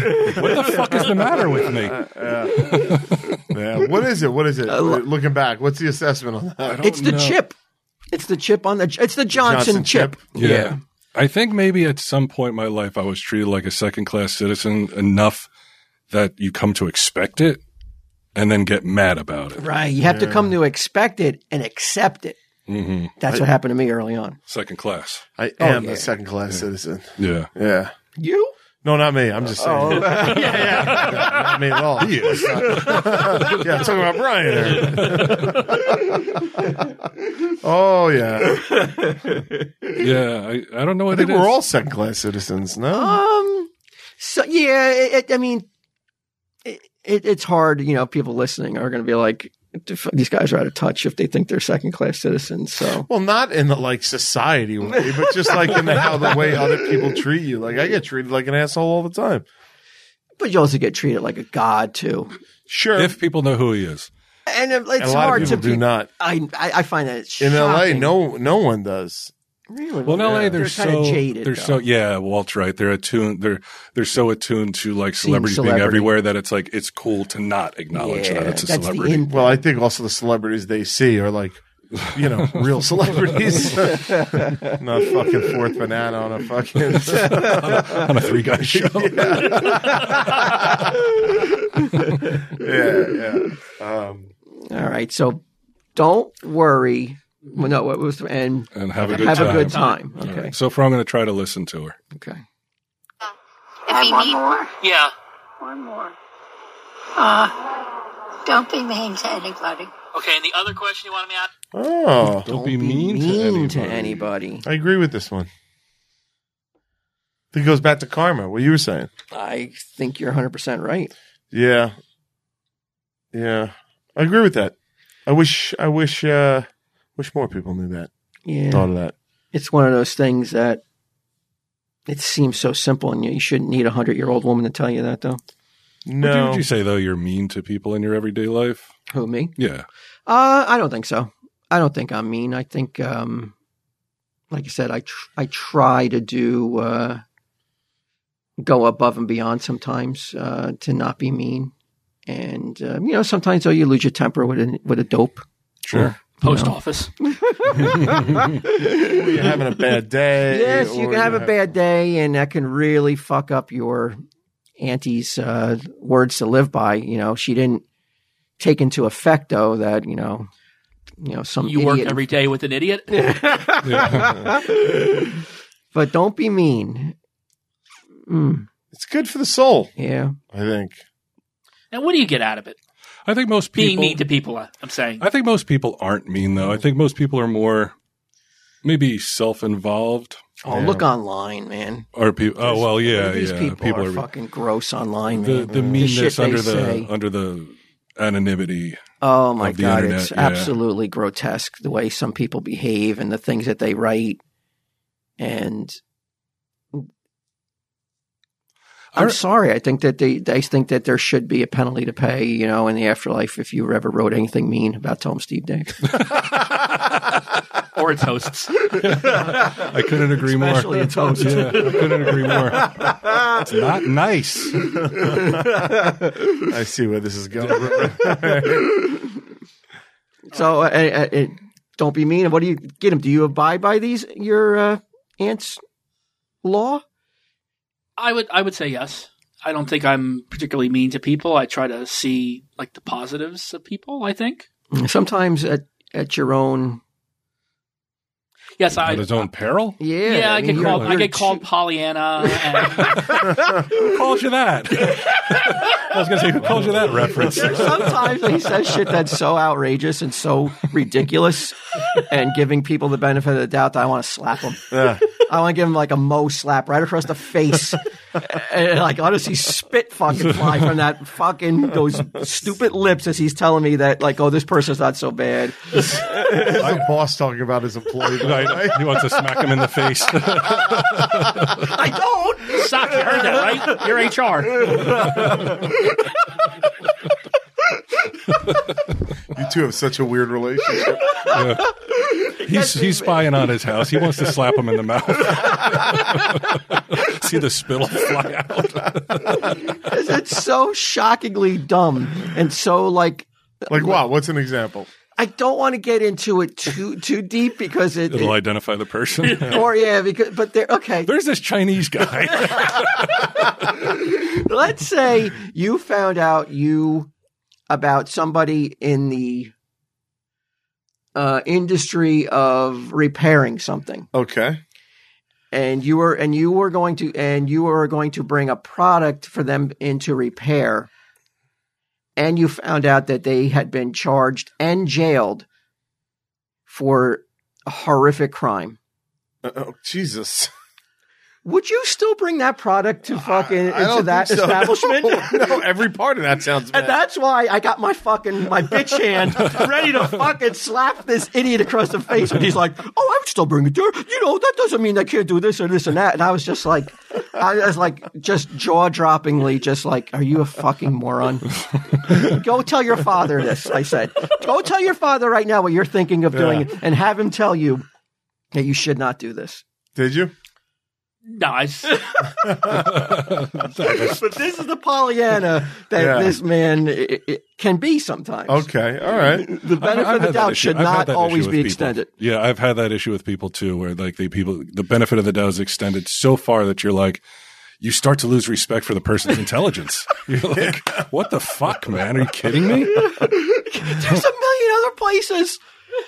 [SPEAKER 3] the fuck is the matter with me?"
[SPEAKER 1] Yeah. What is it? What is it? Looking back, what's the assessment on that?
[SPEAKER 2] It's the
[SPEAKER 3] know.
[SPEAKER 2] chip. It's the chip on the. It's the Johnson,
[SPEAKER 1] Johnson
[SPEAKER 2] chip.
[SPEAKER 1] chip.
[SPEAKER 3] Yeah. I think maybe at some point in my life I was treated like a second class citizen enough that you come to expect it and then get mad about it.
[SPEAKER 2] Right. You have to come to expect it and accept it.
[SPEAKER 1] Mm-hmm.
[SPEAKER 2] That's what happened to me early on.
[SPEAKER 3] Second class.
[SPEAKER 1] I am a second class citizen.
[SPEAKER 3] Yeah.
[SPEAKER 1] Yeah.
[SPEAKER 2] You?
[SPEAKER 1] No, not me. I'm just saying. Oh. yeah, Not me at all. yeah, I'm talking about Brian. here. oh yeah.
[SPEAKER 3] Yeah. I, I don't know what
[SPEAKER 1] I think
[SPEAKER 3] it is.
[SPEAKER 1] we're all second class citizens. No.
[SPEAKER 2] Um. So yeah, it, it, I mean, it, it, it's hard. You know, people listening are going to be like, these guys are out of touch if they think they're second class citizens. So
[SPEAKER 1] Well, not in the like society way, but just like in the, how the way other people treat you. Like I get treated like an asshole all the time.
[SPEAKER 2] but you also get treated like a god too,
[SPEAKER 1] Sure,
[SPEAKER 3] if people know who he is.
[SPEAKER 2] and it, it's
[SPEAKER 1] a lot
[SPEAKER 2] hard
[SPEAKER 1] of people
[SPEAKER 2] to
[SPEAKER 1] do
[SPEAKER 2] be-
[SPEAKER 1] not.
[SPEAKER 2] I I I find that it's
[SPEAKER 1] In L.A.,
[SPEAKER 2] shocking.
[SPEAKER 1] no, no one does.
[SPEAKER 2] really.
[SPEAKER 3] Well, in LA, they're,
[SPEAKER 2] They're
[SPEAKER 3] so
[SPEAKER 2] kinda jaded,
[SPEAKER 3] They're
[SPEAKER 2] though.
[SPEAKER 3] so yeah. Walt's right. They're attuned. They're they're so attuned to like
[SPEAKER 2] Seeing
[SPEAKER 3] celebrities
[SPEAKER 2] celebrity.
[SPEAKER 3] being everywhere that it's like it's cool to not acknowledge
[SPEAKER 2] Yeah,
[SPEAKER 3] that it's a
[SPEAKER 2] that's the
[SPEAKER 3] celebrity.
[SPEAKER 2] in-
[SPEAKER 1] Well, I think also the celebrities they see are like, you know, real celebrities, not fucking fourth banana on a fucking.
[SPEAKER 3] on a three guy show.
[SPEAKER 1] yeah, yeah. Um,
[SPEAKER 2] All right, so don't worry. Well, no, what was and
[SPEAKER 3] And have a good
[SPEAKER 2] have
[SPEAKER 3] time.
[SPEAKER 2] a good time.
[SPEAKER 3] All
[SPEAKER 2] Okay,
[SPEAKER 3] right. So far, I'm going to try to listen to her.
[SPEAKER 2] okay.
[SPEAKER 7] If you
[SPEAKER 8] one
[SPEAKER 7] need
[SPEAKER 8] more.
[SPEAKER 6] Yeah.
[SPEAKER 7] one more, uh, don't be mean to anybody.
[SPEAKER 6] Okay, and the other question you wanted me to ask?
[SPEAKER 1] oh,
[SPEAKER 3] Don't, be mean, to anybody.
[SPEAKER 2] to anybody.
[SPEAKER 1] I agree with this one. I think it goes back to karma. What you were saying.
[SPEAKER 2] I think you're 100 percent right.
[SPEAKER 1] Yeah. Yeah. I agree with that. I wish I wish uh wish more people knew that.
[SPEAKER 2] Yeah.
[SPEAKER 1] Thought of that.
[SPEAKER 2] it's one of those things that it seems so simple, and you you shouldn't need a hundred year old woman to tell you that, though.
[SPEAKER 3] Would, you,
[SPEAKER 1] No.
[SPEAKER 3] would you say though you're mean to people in your everyday life?
[SPEAKER 2] Who me?
[SPEAKER 3] Yeah,
[SPEAKER 2] Uh, I don't think so. I don't think I'm mean. I think, um, like I said, I tr- I try to do uh, go above and beyond sometimes uh, to not be mean, and uh, you know sometimes though you lose your temper with a with a dope.
[SPEAKER 3] sure.
[SPEAKER 5] Post office.
[SPEAKER 1] Or you're having a bad day.
[SPEAKER 2] Yes, you
[SPEAKER 1] or
[SPEAKER 2] can have a
[SPEAKER 1] you're
[SPEAKER 2] bad day, and that can really fuck up your auntie's uh, words to live by. You know, she didn't take into effect though that you know, you know, some
[SPEAKER 5] You work
[SPEAKER 2] idiot.
[SPEAKER 5] every day with an idiot.
[SPEAKER 2] but don't be mean. Mm,
[SPEAKER 1] It's good for the soul,
[SPEAKER 2] yeah,
[SPEAKER 1] I think.
[SPEAKER 5] And what do you get out of it?
[SPEAKER 3] I think most people
[SPEAKER 5] Being mean to people, I- I'm saying.
[SPEAKER 3] I think most people aren't mean though. I think most people are more maybe self-involved
[SPEAKER 2] oh,
[SPEAKER 1] Yeah.
[SPEAKER 2] look online, man.
[SPEAKER 3] or people. Oh well, yeah,
[SPEAKER 2] These
[SPEAKER 3] yeah.
[SPEAKER 2] people, are, fucking gross online,
[SPEAKER 3] the
[SPEAKER 2] man.
[SPEAKER 3] the
[SPEAKER 2] shit
[SPEAKER 3] meanness
[SPEAKER 2] they
[SPEAKER 3] under the
[SPEAKER 2] say.
[SPEAKER 3] under the anonymity.
[SPEAKER 2] Oh my
[SPEAKER 3] of the
[SPEAKER 2] god,
[SPEAKER 3] internet,
[SPEAKER 2] it's
[SPEAKER 3] yeah.
[SPEAKER 2] absolutely grotesque the way some people behave and the things that they write. And I'm
[SPEAKER 3] I-
[SPEAKER 2] sorry. I think that they, they think that there should be a penalty to pay, you know, in the afterlife if you ever wrote anything mean about Tom Steve Dave.
[SPEAKER 5] Or its hosts.
[SPEAKER 3] I couldn't agree more.
[SPEAKER 2] Especially a toast.
[SPEAKER 3] Yeah, I couldn't agree more. It's not nice.
[SPEAKER 1] I see where this is going.
[SPEAKER 2] so uh, uh, uh, don't be mean. What do you get him? Do you abide by these your uh, aunt's law?
[SPEAKER 5] I would I would say yes. I don't think I'm particularly mean to people. I try to see like the positives of people, I think.
[SPEAKER 3] Mm.
[SPEAKER 2] Sometimes at at your own
[SPEAKER 5] Yes, I
[SPEAKER 3] At his own peril.
[SPEAKER 2] yeah.
[SPEAKER 5] yeah, I,
[SPEAKER 2] mean,
[SPEAKER 5] get
[SPEAKER 2] you're-
[SPEAKER 5] called I
[SPEAKER 2] you're
[SPEAKER 5] get called
[SPEAKER 2] ju-
[SPEAKER 5] Pollyanna and
[SPEAKER 3] Who called you that? I was going to say, who called you that reference?
[SPEAKER 2] Sometimes he says shit that's so outrageous and so ridiculous, and giving people the benefit of the doubt that I want to slap him.
[SPEAKER 1] Yeah.
[SPEAKER 2] I want to give him like a mo slap right across the face, and like honestly, spit fucking fly from that fucking those stupid lips as he's telling me that like, oh, this person's not so bad.
[SPEAKER 1] This is a boss talking about his employee. by the way.
[SPEAKER 3] Right. He wants to smack him in the face.
[SPEAKER 2] I don't.
[SPEAKER 5] Sock, you heard that, right? You're HR.
[SPEAKER 1] You two have such a weird relationship.
[SPEAKER 3] he's he's spying on his house. He wants to slap him in the mouth. See the spittle fly out.
[SPEAKER 2] It's so shockingly dumb and so like
[SPEAKER 1] Like, wow, what's an example?
[SPEAKER 2] I don't want to get into it too too deep because it,
[SPEAKER 3] It'll
[SPEAKER 2] it-
[SPEAKER 3] identify the person.
[SPEAKER 2] or yeah because but they're okay.
[SPEAKER 3] There's this Chinese guy.
[SPEAKER 2] Let's say you found out you about somebody in the uh, industry of repairing something,
[SPEAKER 1] Okay.
[SPEAKER 2] and you were and you were going to and you were going to bring a product for them into repair, and you found out that they had been charged and jailed for a horrific crime.
[SPEAKER 1] Uh, oh, Jesus.
[SPEAKER 2] Would you still bring that product to fucking
[SPEAKER 1] I don't
[SPEAKER 2] into that
[SPEAKER 1] think so.
[SPEAKER 2] establishment?
[SPEAKER 1] No, no, every part of that sounds bad.
[SPEAKER 2] And that's why I got my fucking my bitch hand ready to fucking slap this idiot across the face when he's like, "Oh, I'm still bringing it there. You know that doesn't mean I can't do this or this and that." And I was just like, I was like, just jaw droppingly, just like, "Are you a fucking moron? Go tell your father this." I said, "Go tell your father right now what you're thinking of doing, and have him tell you that you should not do this."
[SPEAKER 1] Did you?
[SPEAKER 5] No, I s-
[SPEAKER 2] But this is the Pollyanna that
[SPEAKER 1] Yeah.
[SPEAKER 2] this man i i can be sometimes.
[SPEAKER 1] Okay. All right.
[SPEAKER 2] The benefit
[SPEAKER 3] I've
[SPEAKER 2] of the
[SPEAKER 3] had that
[SPEAKER 2] doubt
[SPEAKER 3] issue.
[SPEAKER 2] should
[SPEAKER 3] I've had
[SPEAKER 2] not
[SPEAKER 3] that issue
[SPEAKER 2] always
[SPEAKER 3] with
[SPEAKER 2] be
[SPEAKER 3] people.
[SPEAKER 2] extended.
[SPEAKER 3] Yeah, I've had that issue with people too, where like the people, the benefit of the doubt is extended so far that you're like, you start to lose respect for the person's intelligence. You're like, what the fuck, man? Are you kidding me?
[SPEAKER 2] There's a million other places.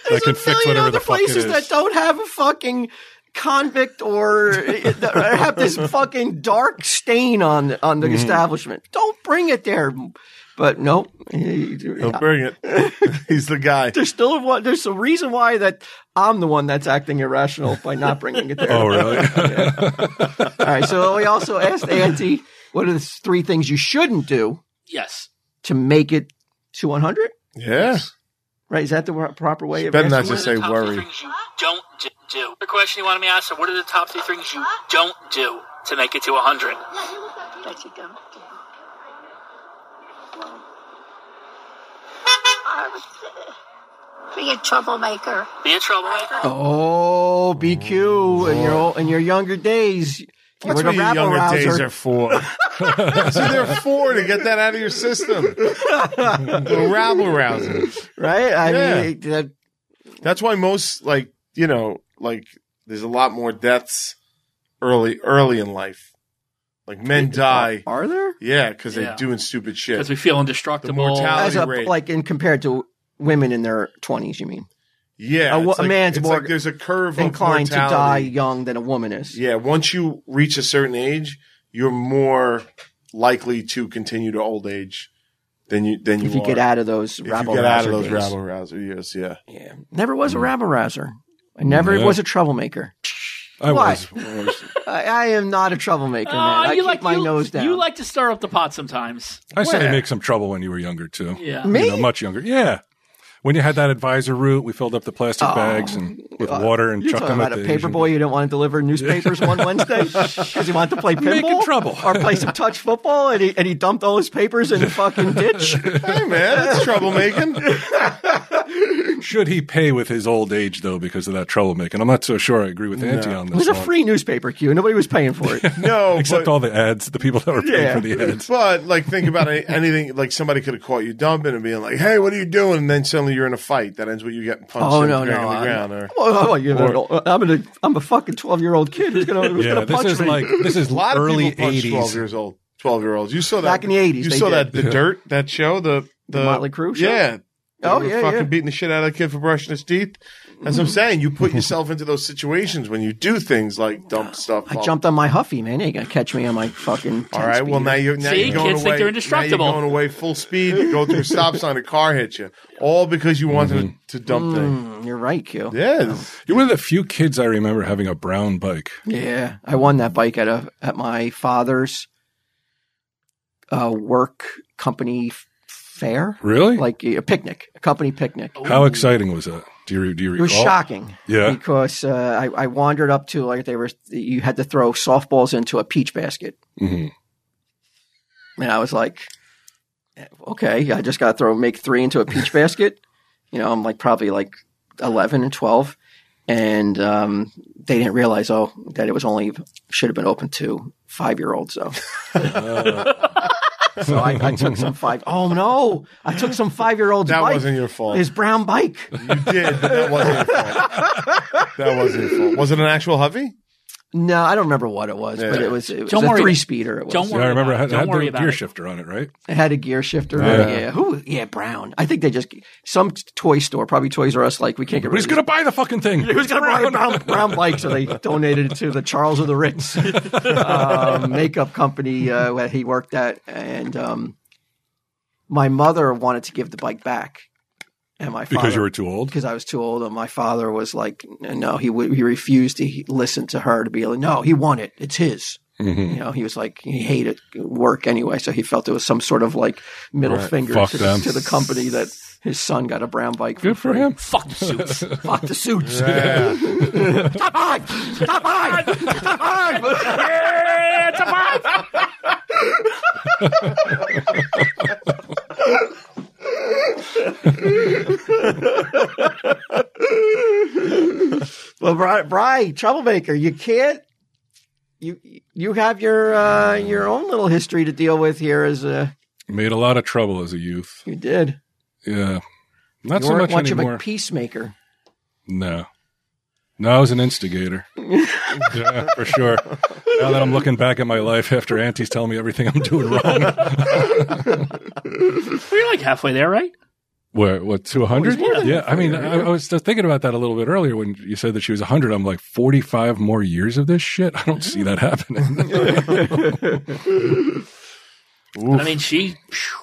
[SPEAKER 2] There's
[SPEAKER 3] can
[SPEAKER 2] a
[SPEAKER 3] fix
[SPEAKER 2] million
[SPEAKER 3] whatever
[SPEAKER 2] other
[SPEAKER 3] the fuck it
[SPEAKER 2] places
[SPEAKER 3] is.
[SPEAKER 2] that don't have a fucking convict or, or have this fucking dark stain on on the
[SPEAKER 3] Mm-hmm.
[SPEAKER 2] establishment. Don't bring it there. But nope.
[SPEAKER 1] He'll bring it. He's the guy.
[SPEAKER 2] There's still a, one- there's a reason why that I'm the one that's acting irrational by not bringing it there.
[SPEAKER 3] Oh, really?
[SPEAKER 2] All right. So we also asked Auntie, what are the three things you shouldn't do
[SPEAKER 5] yes.
[SPEAKER 2] to make it to 100?
[SPEAKER 1] Yeah.
[SPEAKER 2] Right? Is that the wa- proper way of
[SPEAKER 1] Better not
[SPEAKER 2] asking
[SPEAKER 1] just
[SPEAKER 2] it?
[SPEAKER 1] say
[SPEAKER 6] Top three
[SPEAKER 1] worry.
[SPEAKER 6] things you don't d- do. The question you wanted me to ask: so What are the top three things you don't do to make it to 100?
[SPEAKER 7] That you don't do. I would say, Be a troublemaker.
[SPEAKER 6] Be a troublemaker.
[SPEAKER 2] Oh, BQ, in your old, in your younger days, you
[SPEAKER 1] That's
[SPEAKER 2] were
[SPEAKER 1] what
[SPEAKER 2] the
[SPEAKER 1] your
[SPEAKER 2] rabble
[SPEAKER 1] younger days
[SPEAKER 2] rouser.
[SPEAKER 1] are for. That's what they're for to get that out of your system. the rabble rousers.
[SPEAKER 2] right? I
[SPEAKER 1] Yeah.
[SPEAKER 2] mean, that,
[SPEAKER 1] That's why most like you know like there's a lot more deaths early early in life. Like men die,
[SPEAKER 2] are there?
[SPEAKER 1] yeah, because
[SPEAKER 5] Yeah.
[SPEAKER 1] they're doing stud
[SPEAKER 5] because
[SPEAKER 1] shit.
[SPEAKER 5] we feel indestructible.
[SPEAKER 1] mortality-
[SPEAKER 2] As a,
[SPEAKER 1] rate.
[SPEAKER 2] like in compared to women in their twenties, you mean?
[SPEAKER 1] yeah,
[SPEAKER 2] a wo-
[SPEAKER 1] it's
[SPEAKER 2] a
[SPEAKER 1] like-
[SPEAKER 2] man's
[SPEAKER 1] it's
[SPEAKER 2] more
[SPEAKER 1] like there's a curve
[SPEAKER 2] Inclined
[SPEAKER 1] of
[SPEAKER 2] to die
[SPEAKER 1] mortality.
[SPEAKER 2] young than a woman is.
[SPEAKER 1] Yeah, once you reach a certain age, you're more likely to continue to old age than you than you
[SPEAKER 2] if you
[SPEAKER 1] are.
[SPEAKER 2] get out of those
[SPEAKER 1] if
[SPEAKER 2] rabble
[SPEAKER 1] you get out of
[SPEAKER 2] rouser
[SPEAKER 1] those
[SPEAKER 2] days.
[SPEAKER 1] rabble Mm-hmm. rouser years. Yeah,
[SPEAKER 2] Yeah. Never was a rabble rouser. I never
[SPEAKER 3] Yeah.
[SPEAKER 2] was a troublemaker.
[SPEAKER 3] I
[SPEAKER 2] Why?
[SPEAKER 3] was. I was-
[SPEAKER 2] I, I am not a troublemaker,
[SPEAKER 5] Ah,
[SPEAKER 2] man. I
[SPEAKER 5] you
[SPEAKER 2] keep
[SPEAKER 5] like
[SPEAKER 2] my
[SPEAKER 5] you,
[SPEAKER 2] nose down.
[SPEAKER 5] You like to stir up the pot sometimes.
[SPEAKER 3] I said
[SPEAKER 1] Where?
[SPEAKER 3] you make some trouble when you were younger too.
[SPEAKER 5] Yeah.
[SPEAKER 2] Me?
[SPEAKER 3] You know, much younger. Yeah. When you had that advisor route, we filled up the plastic bags and with water
[SPEAKER 2] Oh, uh,
[SPEAKER 3] and
[SPEAKER 2] You're
[SPEAKER 3] chucked
[SPEAKER 2] talking
[SPEAKER 3] them at
[SPEAKER 2] about
[SPEAKER 3] the
[SPEAKER 2] a
[SPEAKER 3] Asian-
[SPEAKER 2] paper boy you don't want to deliver newspapers one Wednesday because he wanted to play
[SPEAKER 3] making
[SPEAKER 2] pinball
[SPEAKER 3] trouble.
[SPEAKER 2] or play some touch football, and he, and he dumped all his papers in the fucking ditch.
[SPEAKER 1] hey man, that's troublemaking.
[SPEAKER 3] Should he pay with his old age though because of that troublemaking? I'm not so sure I agree with Auntie on this
[SPEAKER 2] It was a
[SPEAKER 3] one.
[SPEAKER 2] free newspaper, Q. Nobody was paying for it.
[SPEAKER 1] No,
[SPEAKER 3] Except
[SPEAKER 1] but,
[SPEAKER 3] all the ads, the people that were paying
[SPEAKER 2] Yeah.
[SPEAKER 3] for the ads.
[SPEAKER 1] but like think about it, anything. Like somebody could have caught you dumping and being like, "Hey, what are you doing?" And then suddenly you're in a fight that ends with you getting punched.
[SPEAKER 2] Oh
[SPEAKER 1] and
[SPEAKER 2] no, no!
[SPEAKER 1] thrown on the
[SPEAKER 2] I'm,
[SPEAKER 1] ground. Or
[SPEAKER 2] well, I'm, gonna, I'm, gonna, I'm a fucking twelve year old kid who's gonna, who's
[SPEAKER 3] Yeah,
[SPEAKER 2] gonna
[SPEAKER 3] this
[SPEAKER 2] punch
[SPEAKER 3] is
[SPEAKER 2] me.
[SPEAKER 3] like this is
[SPEAKER 1] a lot of
[SPEAKER 3] early
[SPEAKER 1] people punch twelve
[SPEAKER 3] 80s.
[SPEAKER 1] years old. Twelve year olds. You saw that
[SPEAKER 2] Back in the 80s,
[SPEAKER 1] You
[SPEAKER 2] they
[SPEAKER 1] saw that
[SPEAKER 2] did.
[SPEAKER 1] the dirt that show the the,
[SPEAKER 2] Motley Crue show?
[SPEAKER 1] Yeah. They
[SPEAKER 2] Oh,
[SPEAKER 1] were
[SPEAKER 2] yeah,
[SPEAKER 1] fucking
[SPEAKER 2] yeah.
[SPEAKER 1] beating the shit out of the kid for brushing his teeth. As I'm saying, you put yourself into those situations when you do things like dump stuff.
[SPEAKER 2] I
[SPEAKER 1] up.
[SPEAKER 2] jumped on my Huffy, man. They ain't gonna catch me on my fucking. 10
[SPEAKER 1] All right. Well,
[SPEAKER 2] speed.
[SPEAKER 1] now you're now
[SPEAKER 5] See,
[SPEAKER 1] you're going
[SPEAKER 5] kids think
[SPEAKER 1] away.
[SPEAKER 5] they're
[SPEAKER 1] Now
[SPEAKER 5] indestructible.
[SPEAKER 1] you're going away full speed. You go through a stop sign. A car hits you. All because you wanted
[SPEAKER 5] Mm-hmm.
[SPEAKER 1] to, to dump things.
[SPEAKER 2] Mm, you're right, Q.
[SPEAKER 1] Yes.
[SPEAKER 3] You're one of the few kids I remember having a brown bike.
[SPEAKER 2] Yeah, I won that bike at a at my father's uh, work company f- fair,
[SPEAKER 3] Really?
[SPEAKER 2] like a picnic, a company picnic.
[SPEAKER 3] How exciting was that? Do you do you
[SPEAKER 2] It was
[SPEAKER 1] Oh,
[SPEAKER 3] recall?
[SPEAKER 2] shocking
[SPEAKER 3] Yeah.
[SPEAKER 2] because uh, I, I wandered up to like they were you had to throw softballs into a peach basket,
[SPEAKER 3] Mhm.
[SPEAKER 2] and I was like, "Eh, okay, I just got to throw make three into a peach basket. You know, I'm like probably like eleven and twelve, and um, they didn't realize oh that it was only should have been open to five year olds. So, so I, I took some five oh no, I took some five year olds.
[SPEAKER 1] That
[SPEAKER 2] bike,
[SPEAKER 1] wasn't your fault.
[SPEAKER 2] His brown bike.
[SPEAKER 1] You did, but that wasn't your fault. That wasn't your fault. Was it an actual Hovey?
[SPEAKER 2] No, I don't remember what it was, but
[SPEAKER 1] Yeah.
[SPEAKER 2] it was it was
[SPEAKER 5] Don't
[SPEAKER 2] a
[SPEAKER 5] worry.
[SPEAKER 2] three speeder. It was.
[SPEAKER 5] Don't
[SPEAKER 3] Yeah, I
[SPEAKER 5] worry
[SPEAKER 3] remember
[SPEAKER 5] about
[SPEAKER 3] it had,
[SPEAKER 5] it. Don't
[SPEAKER 3] had
[SPEAKER 5] worry
[SPEAKER 3] the
[SPEAKER 5] about
[SPEAKER 3] gear
[SPEAKER 5] it.
[SPEAKER 3] shifter on it, right?
[SPEAKER 2] It had a gear shifter. Yeah.
[SPEAKER 3] Yeah.
[SPEAKER 2] yeah. Who? Yeah, Brown. I think they just some toy store, probably Toys R Us. Like we can't get rid
[SPEAKER 3] Who's
[SPEAKER 2] of. these
[SPEAKER 3] gonna buy the fucking thing?
[SPEAKER 2] It was going to be brown, brown bike, so they donated it to the Charles of the Ritz um, makeup company uh, where he worked at. And um, my mother wanted to give the bike back, and my
[SPEAKER 3] Because you
[SPEAKER 2] father-
[SPEAKER 3] were too old.
[SPEAKER 2] because I was too old, and my father was like, no, he would he refused to he- listen to her to be like, no, he won it, it's his.
[SPEAKER 3] Mm-hmm.
[SPEAKER 2] You know, he was like he hated work anyway, so he felt it was some sort of like middle finger
[SPEAKER 3] Fuck
[SPEAKER 2] to,
[SPEAKER 3] them.
[SPEAKER 2] to the company that his son got a brown bike.
[SPEAKER 3] Good for him.
[SPEAKER 5] Fuck the suits.
[SPEAKER 2] Fuck the suits.
[SPEAKER 1] Yeah.
[SPEAKER 2] Top five! Top five! Top five!
[SPEAKER 5] Yeah, it's a vibe.
[SPEAKER 2] well, Bri, Bri, troublemaker, you can't. You you have your uh, your own little history to deal with here. As uh,
[SPEAKER 3] Made a lot of trouble as a youth.
[SPEAKER 2] you did,
[SPEAKER 3] Yeah. Not
[SPEAKER 2] you
[SPEAKER 3] so
[SPEAKER 2] weren't
[SPEAKER 3] much
[SPEAKER 2] much
[SPEAKER 3] anymore.
[SPEAKER 2] of a peacemaker.
[SPEAKER 3] no. No, I was an instigator. yeah, for sure. Now that I'm looking back at my life after Auntie's telling me everything I'm doing wrong.
[SPEAKER 5] We're like halfway there, right?
[SPEAKER 3] Where, what, to 100?
[SPEAKER 5] more than
[SPEAKER 3] yeah, I mean, I, I was just thinking about that a little bit earlier when you said that she was 100. I'm like, 45 more years of this shit? I don't see that happening.
[SPEAKER 5] I mean, she phew,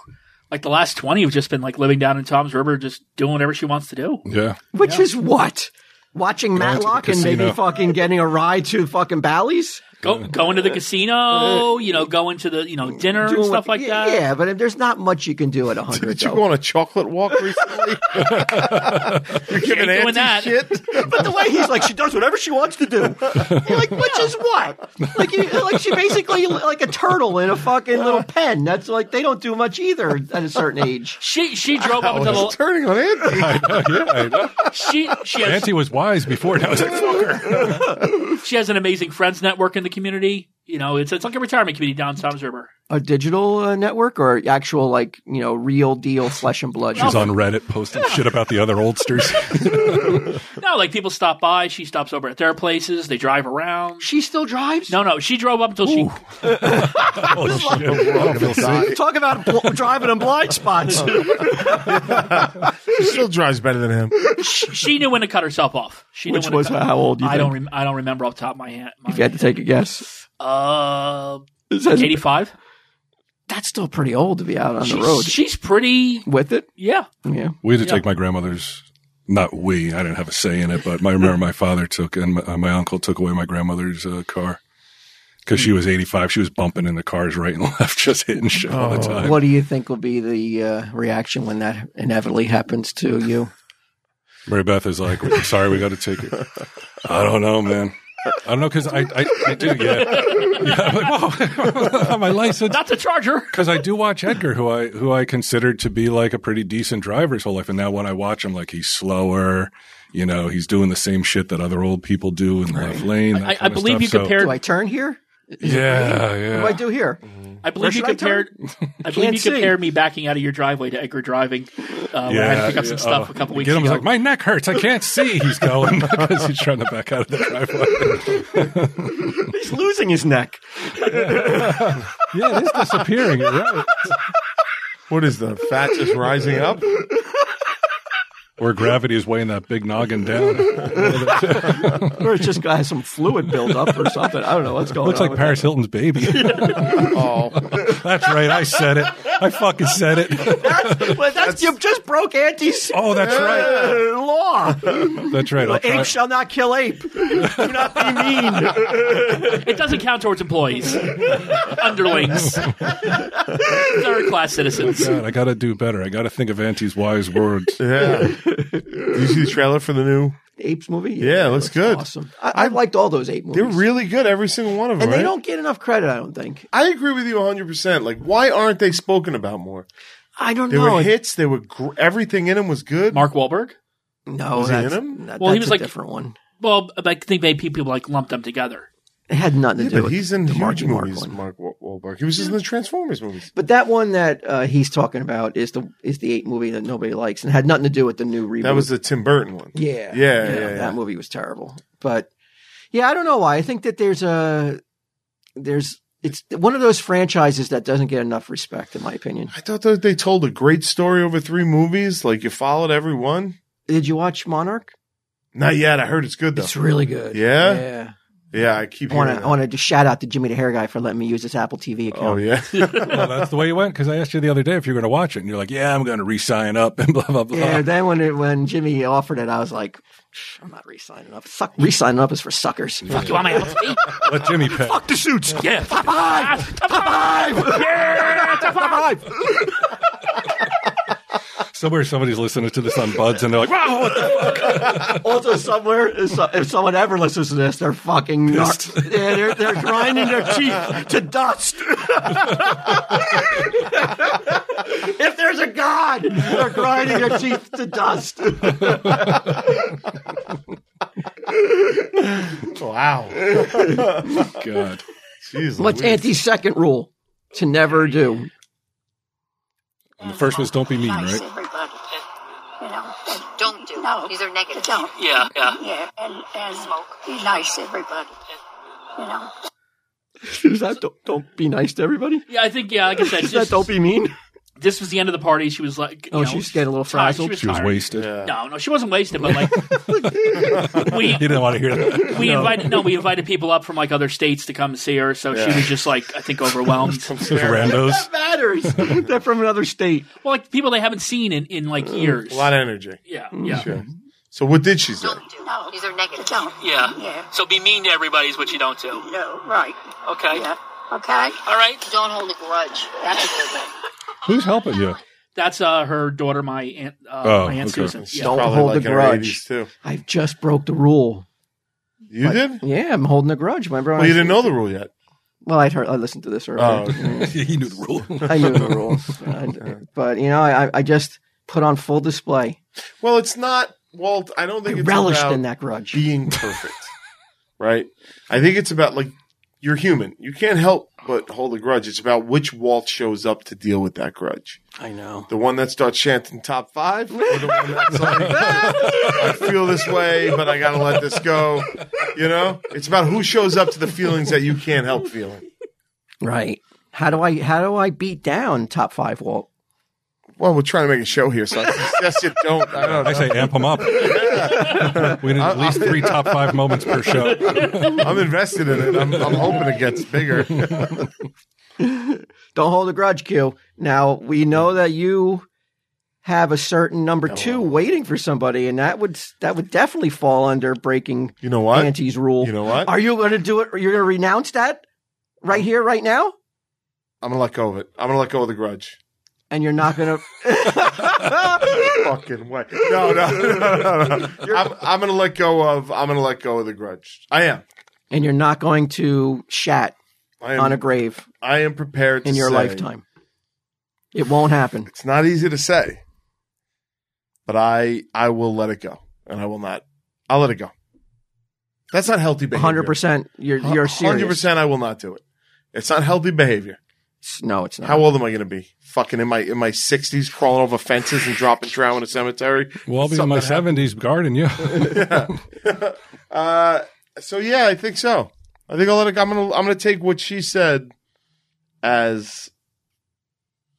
[SPEAKER 5] like the last twenty have just been like living down in Tom's River, just doing whatever she wants to do.
[SPEAKER 3] yeah.
[SPEAKER 2] Which is what? Watching
[SPEAKER 3] Going to the
[SPEAKER 2] Matlock and maybe
[SPEAKER 3] casino.
[SPEAKER 2] fucking getting a ride to fucking Bally's?
[SPEAKER 5] Go, going to the casino, you know, going to the you know dinner and
[SPEAKER 2] Mm. Doing
[SPEAKER 5] stuff
[SPEAKER 2] what-
[SPEAKER 5] like
[SPEAKER 2] yeah,
[SPEAKER 5] that.
[SPEAKER 2] Yeah, but there's not much you can do at 100.
[SPEAKER 1] Did you
[SPEAKER 2] though.
[SPEAKER 1] go on a chocolate walk recently? You're giving
[SPEAKER 5] ain't doing
[SPEAKER 1] anti
[SPEAKER 5] that.
[SPEAKER 1] shit.
[SPEAKER 2] But the way he's like, she does whatever she wants to do. You're like, which is what? Like, you, like she basically like a turtle in a fucking little pen. That's like they don't do much either at a certain age.
[SPEAKER 5] She she drove
[SPEAKER 2] Oh,
[SPEAKER 5] up into
[SPEAKER 1] It's
[SPEAKER 5] the
[SPEAKER 1] turning on anti.
[SPEAKER 3] yeah, I know.
[SPEAKER 5] she she has,
[SPEAKER 3] Nancy was wise before, and I was like, fuck her.
[SPEAKER 5] she has an amazing friends network in the community. You know, it's it's like a retirement community down Tom's River.
[SPEAKER 2] A digital uh, network or actual like you know real deal flesh and blood.
[SPEAKER 3] She's on Reddit posting shit about the other oldsters.
[SPEAKER 5] No, like people stop by. She stops over at their places. They drive around.
[SPEAKER 2] She still drives.
[SPEAKER 5] No, no, she drove up until she
[SPEAKER 3] oh, shit. I feel sick.
[SPEAKER 2] Talk about bl- driving in blind spots.
[SPEAKER 1] She still drives better than him.
[SPEAKER 5] she knew when to cut herself off. She knew
[SPEAKER 2] Which
[SPEAKER 5] when to
[SPEAKER 2] was
[SPEAKER 5] cut-
[SPEAKER 2] how old? You
[SPEAKER 5] I
[SPEAKER 2] think?
[SPEAKER 5] don't rem- I don't remember off the top of my hand. My
[SPEAKER 2] If you had to take a guess,
[SPEAKER 5] uh,
[SPEAKER 2] It says-
[SPEAKER 5] eighty five.
[SPEAKER 2] that's still pretty old to be out on the
[SPEAKER 5] She's-
[SPEAKER 2] road
[SPEAKER 5] She's pretty.
[SPEAKER 2] with it.
[SPEAKER 5] Yeah.
[SPEAKER 2] Yeah.
[SPEAKER 3] We had to take my grandmother's. Not we. I didn't have a say in it, but my, I remember my father took and my, uh, my uncle took away my grandmother's uh, car because she was 85. She was bumping into cars right and left, just hitting shit all the time.
[SPEAKER 2] What do you think will be the uh, reaction when that inevitably happens to you?
[SPEAKER 3] Mary Beth is like, "We're sorry, we got to take it. I don't know, man. I don't know because I, I, I do, yeah. yeah I'm like, whoa, my license.
[SPEAKER 5] That's a charger.
[SPEAKER 3] Because I do watch Edgar, who I who I considered to be like a pretty decent driver his whole life, and now when I watch him, like he's slower. You know, he's doing the same shit that other old people do in the left lane. that
[SPEAKER 5] I, I
[SPEAKER 3] kind of
[SPEAKER 5] believe
[SPEAKER 3] stuff.
[SPEAKER 5] you
[SPEAKER 3] So-
[SPEAKER 5] compared.
[SPEAKER 2] Do I turn here?
[SPEAKER 3] yeah, yeah.
[SPEAKER 2] What do I do here?
[SPEAKER 5] I believe you
[SPEAKER 2] should I turn?
[SPEAKER 5] compared. I believe you
[SPEAKER 2] Can't see.
[SPEAKER 5] compared me backing out of your driveway to Edgar driving. Uh, when I had to pick up some
[SPEAKER 3] yeah.
[SPEAKER 5] stuff
[SPEAKER 3] Oh,
[SPEAKER 5] a couple
[SPEAKER 3] you
[SPEAKER 5] weeks
[SPEAKER 3] get him, he's
[SPEAKER 5] ago.
[SPEAKER 3] like, my neck hurts. I can't see. He's going because he's trying to back out of the driveway.
[SPEAKER 2] He's losing his neck.
[SPEAKER 3] yeah, it is disappearing. You're right.
[SPEAKER 1] What is the fat just rising up?
[SPEAKER 3] Where gravity is weighing that big noggin down.
[SPEAKER 2] Or it's just got some fluid buildup or something. I don't know what's going
[SPEAKER 3] Looks
[SPEAKER 2] on.
[SPEAKER 3] like Paris Hilton's baby.
[SPEAKER 1] Oh,
[SPEAKER 3] That's right. I said it. I fucking said it.
[SPEAKER 2] Paris. Well, that's, you just broke Auntie's
[SPEAKER 3] Oh, that's right.
[SPEAKER 2] uh, law.
[SPEAKER 3] That's right.
[SPEAKER 1] Oh,
[SPEAKER 3] I'll try-
[SPEAKER 2] Ape shall not kill ape. Do not be mean.
[SPEAKER 5] It doesn't count towards employees, underlings, third class citizens.
[SPEAKER 3] God, I got to do better. I got to think of Auntie's wise words.
[SPEAKER 1] yeah. Did you see the trailer for the new?
[SPEAKER 2] Apes movie?
[SPEAKER 1] Yeah, it looks good.
[SPEAKER 2] Awesome. I, I liked all those ape movies.
[SPEAKER 1] They're really good, every single one of them.
[SPEAKER 2] and they
[SPEAKER 1] right?
[SPEAKER 2] don't get enough credit, I don't think.
[SPEAKER 1] I agree with you 100%. Like, why aren't they spoken about more?
[SPEAKER 2] I don't
[SPEAKER 1] They
[SPEAKER 2] know.
[SPEAKER 1] were hits. They were gr- everything in them was good.
[SPEAKER 5] Mark Wahlberg.
[SPEAKER 2] No,
[SPEAKER 1] Was he in
[SPEAKER 2] that's,
[SPEAKER 1] 'em?
[SPEAKER 2] that-
[SPEAKER 5] Well, he
[SPEAKER 2] that's a
[SPEAKER 5] was like-
[SPEAKER 2] different one.
[SPEAKER 5] Well, I think maybe people like lump them together.
[SPEAKER 2] It had nothing to
[SPEAKER 1] yeah,
[SPEAKER 2] do
[SPEAKER 1] but
[SPEAKER 2] with
[SPEAKER 1] he's in
[SPEAKER 2] the
[SPEAKER 1] huge
[SPEAKER 2] Marky Mark
[SPEAKER 1] movies.
[SPEAKER 2] one.
[SPEAKER 1] Mark Wa- Wahlberg. He was just in the Transformers movies.
[SPEAKER 2] But that one that uh, he's talking about is the is the ape movie that nobody likes and had nothing to do with the new reboot.
[SPEAKER 1] That was the Tim Burton one. Yeah,
[SPEAKER 2] yeah,
[SPEAKER 1] yeah, yeah.
[SPEAKER 2] That movie was terrible. But yeah, I don't know why. I think that there's a there's it's one of those franchises that doesn't get enough respect, in my opinion.
[SPEAKER 1] I thought that they told a great story over three movies. Like you followed every one.
[SPEAKER 2] Did you watch Monarch?
[SPEAKER 1] Not yet. I heard it's good though.
[SPEAKER 2] It's really good.
[SPEAKER 1] Yeah?
[SPEAKER 2] yeah.
[SPEAKER 1] yeah, I keep
[SPEAKER 2] I want
[SPEAKER 1] hearing.
[SPEAKER 2] to I
[SPEAKER 1] that.
[SPEAKER 2] want to just shout out to Jimmy the Hair Guy for letting me use this Apple TV account.
[SPEAKER 1] Oh yeah.
[SPEAKER 3] Well, that's the way you went because I asked you the other day if you were going to watch it, and you're like, "Yeah, I'm going to re-sign up," and blah blah blah.
[SPEAKER 2] Yeah, then when it, when Jimmy offered it, I was like, "Psh, I'm not re-signing up. Suck, re-signing up is for suckers. Fuck
[SPEAKER 5] You want my Apple TV?
[SPEAKER 3] Let Jimmy pay.
[SPEAKER 2] the suits.
[SPEAKER 5] Yeah. Top five. Top five. Yeah. Top five.
[SPEAKER 3] Somewhere somebody's listening to this on Buds, and they're like, "Wow, what the fuck?"
[SPEAKER 2] Also, somewhere if, so- if someone ever listens to this, they're fucking
[SPEAKER 3] Pissed.
[SPEAKER 2] nar- yeah, they're they're grinding their teeth to dust. if there's a god, they're grinding their teeth to dust.
[SPEAKER 1] wow.
[SPEAKER 3] God,
[SPEAKER 1] Jeez,
[SPEAKER 2] What's
[SPEAKER 1] Louise.
[SPEAKER 2] Auntie's second rule? To never do.
[SPEAKER 3] and the first was "Don't be mean,"
[SPEAKER 7] Nice,
[SPEAKER 3] right?
[SPEAKER 7] everybody. You know, and
[SPEAKER 8] Don't do.
[SPEAKER 7] No.
[SPEAKER 8] These are negative.
[SPEAKER 7] don't.
[SPEAKER 6] Yeah, yeah.
[SPEAKER 7] Yeah, and, and
[SPEAKER 8] Smoke.
[SPEAKER 7] Be nice, everybody. You know,
[SPEAKER 2] Is that don't, don't be nice to everybody?
[SPEAKER 5] Yeah, I think, yeah, like I said,
[SPEAKER 2] Is that
[SPEAKER 5] just-
[SPEAKER 2] don't be mean?
[SPEAKER 5] this was the end of the party. She was like, you
[SPEAKER 2] Oh,
[SPEAKER 5] know,
[SPEAKER 2] she was getting a little
[SPEAKER 5] tired.
[SPEAKER 2] frazzled.
[SPEAKER 3] She was
[SPEAKER 5] tired.
[SPEAKER 3] wasted.
[SPEAKER 1] Yeah.
[SPEAKER 5] No, no, she wasn't wasted, but like we
[SPEAKER 3] He didn't want to hear that.
[SPEAKER 5] we invited no, we invited people up from like other states to come see her, so she was just like I think overwhelmed. well,
[SPEAKER 3] Those randos.
[SPEAKER 2] That matters. They're from another state.
[SPEAKER 5] like people they haven't seen in in like years.
[SPEAKER 1] Mm, A lot of energy.
[SPEAKER 5] yeah, yeah.
[SPEAKER 1] So what did she say?
[SPEAKER 8] Don't do.
[SPEAKER 7] no, No.
[SPEAKER 8] These are negatives.
[SPEAKER 7] Don't.
[SPEAKER 6] Yeah.
[SPEAKER 7] Yeah.
[SPEAKER 6] So be mean to everybody is what you don't do.
[SPEAKER 7] No. Right.
[SPEAKER 6] Okay.
[SPEAKER 7] Yeah. Okay.
[SPEAKER 6] All right.
[SPEAKER 8] Don't hold a grudge. That's a good one.
[SPEAKER 3] Who's helping you?
[SPEAKER 5] That's uh, her daughter, my aunt, uh,
[SPEAKER 3] Oh,
[SPEAKER 5] my aunt
[SPEAKER 3] okay.
[SPEAKER 5] Susan.
[SPEAKER 1] She's
[SPEAKER 5] Yeah.
[SPEAKER 2] Don't
[SPEAKER 1] probably
[SPEAKER 2] hold
[SPEAKER 1] like
[SPEAKER 2] a
[SPEAKER 1] in her
[SPEAKER 2] grudge.
[SPEAKER 1] 80s, too.
[SPEAKER 2] I just broke the rule.
[SPEAKER 1] You did?
[SPEAKER 2] Yeah, I'm holding a grudge. Remember?
[SPEAKER 1] Well, you didn't know the rule yet.
[SPEAKER 2] Well, I'd heard. I listened to this earlier.
[SPEAKER 1] Oh, okay.
[SPEAKER 3] he knew the rule.
[SPEAKER 2] I knew the rules, I- but you know, I, I just put on full display.
[SPEAKER 1] well, it's not, Walt, I don't
[SPEAKER 2] I
[SPEAKER 1] think it's
[SPEAKER 2] relished
[SPEAKER 1] about
[SPEAKER 2] in that grudge.
[SPEAKER 1] being perfect, right? I think it's about like, you're human. You can't help but hold a grudge. It's about which Walt shows up to deal with that grudge.
[SPEAKER 2] I know.
[SPEAKER 1] The one that starts chanting top five, or the one that's like, I feel this way, but I gotta let this go. You know, it's about who shows up to the feelings that you can't help feeling.
[SPEAKER 2] Right. How do I how do I beat down top five Walt?
[SPEAKER 1] Well, we're trying to make a show here, so I suggest you don't. I don't.
[SPEAKER 3] I say amp them up. we need at least three top five moments per show.
[SPEAKER 1] I'm invested in it. I'm, I'm hoping it gets bigger.
[SPEAKER 2] Don't hold a grudge, Q. Now we know that you have a certain number
[SPEAKER 1] Oh,
[SPEAKER 2] two waiting for somebody, and that would that would definitely fall under breaking
[SPEAKER 1] You know what?
[SPEAKER 2] Auntie's rule.
[SPEAKER 1] You know what?
[SPEAKER 2] Are you going to do it? You're going to renounce that right here, right now,
[SPEAKER 1] I'm gonna let go of it. I'm gonna let go of the grudge.
[SPEAKER 2] and you're not going to.
[SPEAKER 1] Fucking way. No, no, no, no, no. I'm, I'm gonna let go of. I'm gonna let go of the grudge. I am.
[SPEAKER 2] and you're not going to shat
[SPEAKER 1] I am.
[SPEAKER 2] on a grave
[SPEAKER 1] I am prepared to
[SPEAKER 2] in your
[SPEAKER 1] say-
[SPEAKER 2] lifetime. It won't happen.
[SPEAKER 1] It's not easy to say, but I I will let it go, and I will not. I'll let it go. That's not healthy behavior.
[SPEAKER 2] Hundred percent. You're you're serious.
[SPEAKER 1] Hundred percent. I will not do it. It's not healthy behavior.
[SPEAKER 2] It's- No, it's not.
[SPEAKER 1] How old am I going to be? Fucking in my in my sixties, crawling over fences and dropping trow in a cemetery.
[SPEAKER 3] Well, I'll be in
[SPEAKER 1] Something
[SPEAKER 3] my seventies guarding you.
[SPEAKER 1] Uh, so yeah, I think so. I think I'll let it. Go. I'm gonna I'm gonna take what she said as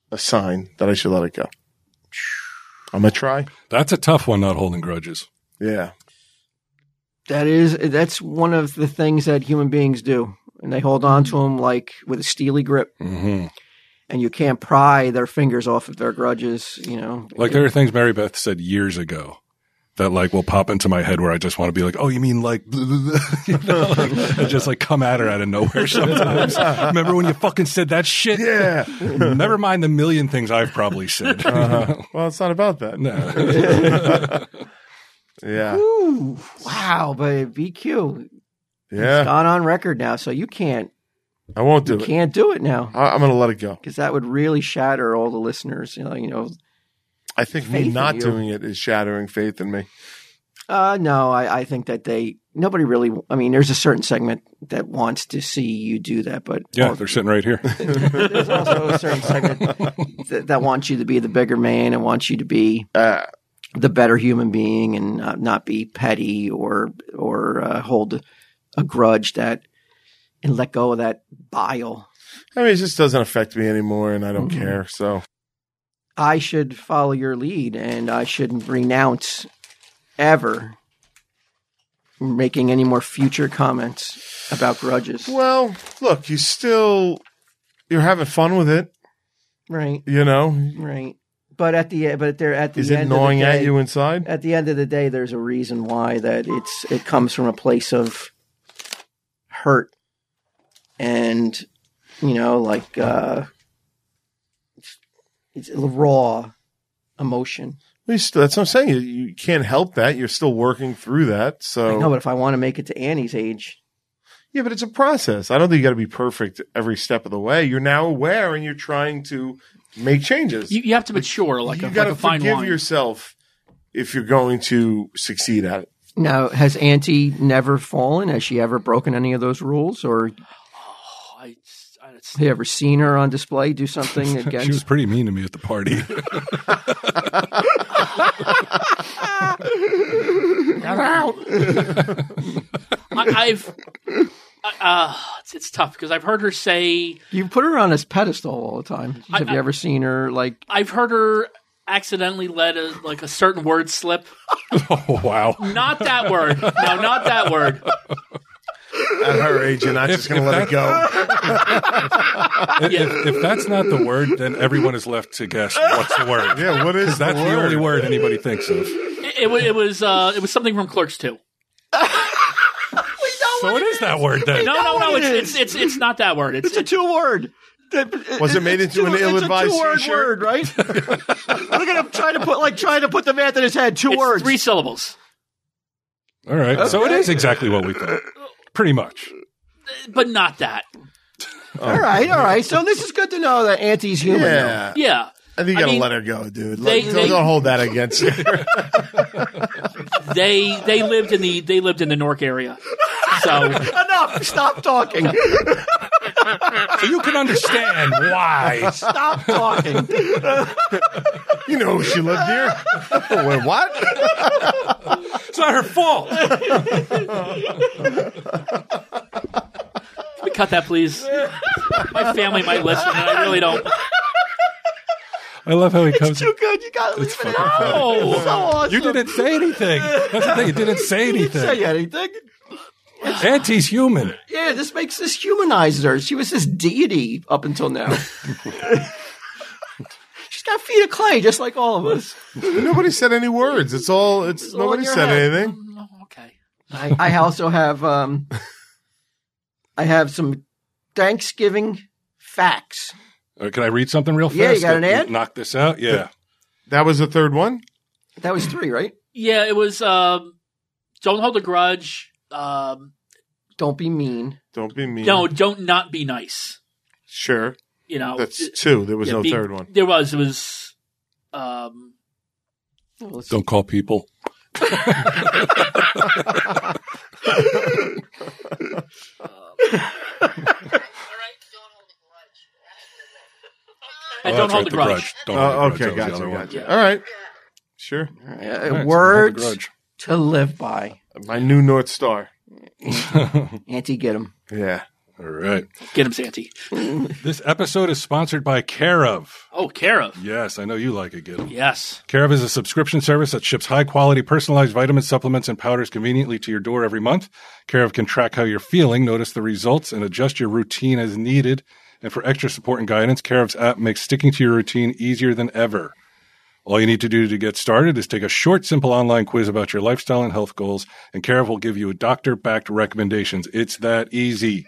[SPEAKER 1] a sign that I should let it go. I'm gonna try.
[SPEAKER 3] That's a tough one. Not holding grudges.
[SPEAKER 1] Yeah.
[SPEAKER 2] That is that's one of the things that human beings do, and they hold on
[SPEAKER 1] Mm.
[SPEAKER 2] to them like with a steely grip,
[SPEAKER 3] hmm
[SPEAKER 2] and you can't pry their fingers off of their grudges. You know,
[SPEAKER 3] Like there are things Mary Beth said years ago that like will pop into my head where I just want to be like, oh, you mean like, blah, blah, blah," you know, like and just like come at her out of nowhere sometimes. Remember when you fucking said that shit?
[SPEAKER 1] Yeah.
[SPEAKER 3] Never mind the million things I've probably said.
[SPEAKER 1] Uh-huh. Well, it's not about that.
[SPEAKER 3] No.
[SPEAKER 1] Yeah.
[SPEAKER 2] Ooh, wow, but BQ
[SPEAKER 1] Yeah.
[SPEAKER 2] gone on record now, so you can't
[SPEAKER 1] I won't do
[SPEAKER 2] you
[SPEAKER 1] it.
[SPEAKER 2] can't do it now
[SPEAKER 1] I, I'm going to let it go.
[SPEAKER 2] because that would really shatter all the listeners. You know, you know.
[SPEAKER 1] I think
[SPEAKER 2] Faith
[SPEAKER 1] me
[SPEAKER 2] in
[SPEAKER 1] not
[SPEAKER 2] you.
[SPEAKER 1] doing it is shattering faith in me.
[SPEAKER 2] Uh, no, I, I think that they nobody really. I mean, there's a certain segment that wants to see you do that, but
[SPEAKER 3] Yeah, they're sitting right here.
[SPEAKER 2] there's also a certain segment that, that wants you to be the bigger man and wants you to be
[SPEAKER 1] Uh,
[SPEAKER 2] the better human being and uh, not be petty or or uh, hold a grudge that and let go of that bile.
[SPEAKER 1] I mean, it just doesn't affect me anymore, and I don't
[SPEAKER 2] Mm-hmm.
[SPEAKER 1] care. So
[SPEAKER 2] I should follow your lead and I should renounce ever making any more future comments about grudges.
[SPEAKER 1] Well, look, you still you're having fun with it,
[SPEAKER 2] Right,
[SPEAKER 1] you know.
[SPEAKER 2] right. But at the but they're at the
[SPEAKER 1] Is
[SPEAKER 2] end
[SPEAKER 1] it
[SPEAKER 2] of the
[SPEAKER 1] gnawing at
[SPEAKER 2] day-
[SPEAKER 1] you inside?
[SPEAKER 2] at the end of the day, there's a reason why that it's it comes from a place of hurt, and you know, like uh, it's, it's raw emotion.
[SPEAKER 1] Well, you still- that's what I'm saying. You, you can't help that. You're still working through that.
[SPEAKER 2] I know,
[SPEAKER 1] So
[SPEAKER 2] but if I want to make it to Annie's age,
[SPEAKER 1] yeah, but it's a process. I don't think you got to be perfect every step of the way. You're now aware, and you're trying to make changes.
[SPEAKER 5] You, you have to mature like
[SPEAKER 1] you
[SPEAKER 5] a,
[SPEAKER 1] got
[SPEAKER 5] like
[SPEAKER 1] to
[SPEAKER 5] a fine
[SPEAKER 1] forgive
[SPEAKER 5] wine.
[SPEAKER 1] yourself if you're going to succeed at it.
[SPEAKER 2] now has Auntie never fallen? Has she ever broken any of those rules, or
[SPEAKER 5] Oh, I- I- it's-
[SPEAKER 2] have you ever seen her on display do something
[SPEAKER 3] She was
[SPEAKER 2] against?
[SPEAKER 3] pretty mean to me at the party.
[SPEAKER 5] I, have uh, it's, it's tough because I've heard her say,
[SPEAKER 2] you put her on this pedestal all the time.
[SPEAKER 5] I-
[SPEAKER 2] Have you
[SPEAKER 5] I-
[SPEAKER 2] ever seen her like?
[SPEAKER 5] I've heard her accidentally let a, like a certain word slip.
[SPEAKER 3] oh, wow.
[SPEAKER 5] Not that word. No, not that word.
[SPEAKER 1] at her age, you're not just going to
[SPEAKER 3] if
[SPEAKER 1] let it go.
[SPEAKER 3] If, if that's not the word, then everyone is left to guess what's the word.
[SPEAKER 1] Yeah, what is
[SPEAKER 3] That's
[SPEAKER 1] the
[SPEAKER 3] the
[SPEAKER 1] word?
[SPEAKER 3] only word anybody thinks of.
[SPEAKER 5] It, it, wa- it was uh, it was something from Clerks 2.
[SPEAKER 3] so it is that word then.
[SPEAKER 5] No, no, no.
[SPEAKER 2] what it
[SPEAKER 5] It's,
[SPEAKER 2] is.
[SPEAKER 5] it's it's it's not that word. It's,
[SPEAKER 2] It's a two word.
[SPEAKER 1] Was it made
[SPEAKER 2] It's
[SPEAKER 1] into an
[SPEAKER 2] two-
[SPEAKER 1] ill-advised
[SPEAKER 2] It's a two-word
[SPEAKER 1] t-shirt?
[SPEAKER 2] word, right? Look at him trying to put like trying to put the math in his head. Two
[SPEAKER 5] it's
[SPEAKER 2] words.
[SPEAKER 5] three syllables.
[SPEAKER 3] All right. So it is exactly what we thought. Pretty much.
[SPEAKER 5] But not that.
[SPEAKER 2] All right, all right. So this is good to know that Auntie's human. though.
[SPEAKER 1] Yeah.
[SPEAKER 5] Yeah.
[SPEAKER 1] I think you
[SPEAKER 5] I
[SPEAKER 1] gotta
[SPEAKER 5] mean,
[SPEAKER 1] let her go, dude.
[SPEAKER 5] they-
[SPEAKER 1] Let-
[SPEAKER 5] they-
[SPEAKER 1] don't, don't hold that against her.
[SPEAKER 5] They they lived in the they lived in the Newark area. So
[SPEAKER 2] Enough. Stop talking.
[SPEAKER 3] So you can understand why.
[SPEAKER 2] Stop talking.
[SPEAKER 1] you know, she lived here. Wait, what?
[SPEAKER 3] It's not her fault.
[SPEAKER 5] can we cut that please. My family might listen and I really don't
[SPEAKER 3] I love how he comes.
[SPEAKER 2] Too good. You got to leave it in.
[SPEAKER 5] Oh
[SPEAKER 2] So awesome.
[SPEAKER 3] You didn't say anything. That's the thing. You didn't say
[SPEAKER 2] You didn't say
[SPEAKER 3] anything.
[SPEAKER 2] anything.
[SPEAKER 3] Auntie's human.
[SPEAKER 2] Yeah, this makes this humanizes her. She was this deity up until now. She's got feet of clay, just like all of us.
[SPEAKER 1] Nobody said any words. It's all. It's,
[SPEAKER 2] all in
[SPEAKER 1] nobody
[SPEAKER 2] your
[SPEAKER 1] said
[SPEAKER 2] head.
[SPEAKER 1] anything.
[SPEAKER 5] okay.
[SPEAKER 2] I, I also have um, I have some Thanksgiving facts.
[SPEAKER 3] Uh, can I read something real fast?
[SPEAKER 2] Yeah, you got an
[SPEAKER 3] that-
[SPEAKER 2] ad?
[SPEAKER 3] Knock this out. Yeah.
[SPEAKER 1] That was the third one.
[SPEAKER 2] That was three, right?
[SPEAKER 5] Yeah, it was um don't hold a grudge. Um
[SPEAKER 2] Don't be mean.
[SPEAKER 1] Don't be mean.
[SPEAKER 5] no, don't not be nice.
[SPEAKER 1] sure.
[SPEAKER 5] You know
[SPEAKER 1] That's
[SPEAKER 5] it-
[SPEAKER 1] two. There was
[SPEAKER 5] yeah,
[SPEAKER 1] no
[SPEAKER 5] be-
[SPEAKER 1] third one.
[SPEAKER 5] There was it was um
[SPEAKER 2] Let's-
[SPEAKER 3] Don't call people.
[SPEAKER 5] and
[SPEAKER 3] Oh,
[SPEAKER 5] don't
[SPEAKER 3] that's right,
[SPEAKER 5] hold a grudge.
[SPEAKER 3] Don't
[SPEAKER 1] Oh,
[SPEAKER 3] hold the
[SPEAKER 1] okay,
[SPEAKER 3] grudge. That was
[SPEAKER 1] gotcha,
[SPEAKER 3] the other one.
[SPEAKER 1] gotcha.
[SPEAKER 5] Yeah.
[SPEAKER 1] All right, sure.
[SPEAKER 2] Uh,
[SPEAKER 3] All right, so
[SPEAKER 2] words
[SPEAKER 3] don't hold the
[SPEAKER 2] to live by.
[SPEAKER 1] My new North Star.
[SPEAKER 2] Auntie, get him.
[SPEAKER 1] Yeah.
[SPEAKER 3] grudge. All right.
[SPEAKER 5] Get him Santi.
[SPEAKER 3] This episode is sponsored by Care of.
[SPEAKER 5] Oh, care of.
[SPEAKER 3] Yes, I know you like it, get 'em.
[SPEAKER 5] Yes.
[SPEAKER 3] Care of is a subscription service that ships high quality personalized vitamin supplements and powders conveniently to your door every month. Care of can track how you're feeling, notice the results, and adjust your routine as needed. And for extra support and guidance, Care of's app makes sticking to your routine easier than ever. All you need to do to get started is take a short, simple online quiz about your lifestyle and health goals, and Care of will give you doctor backed recommendations. It's that easy.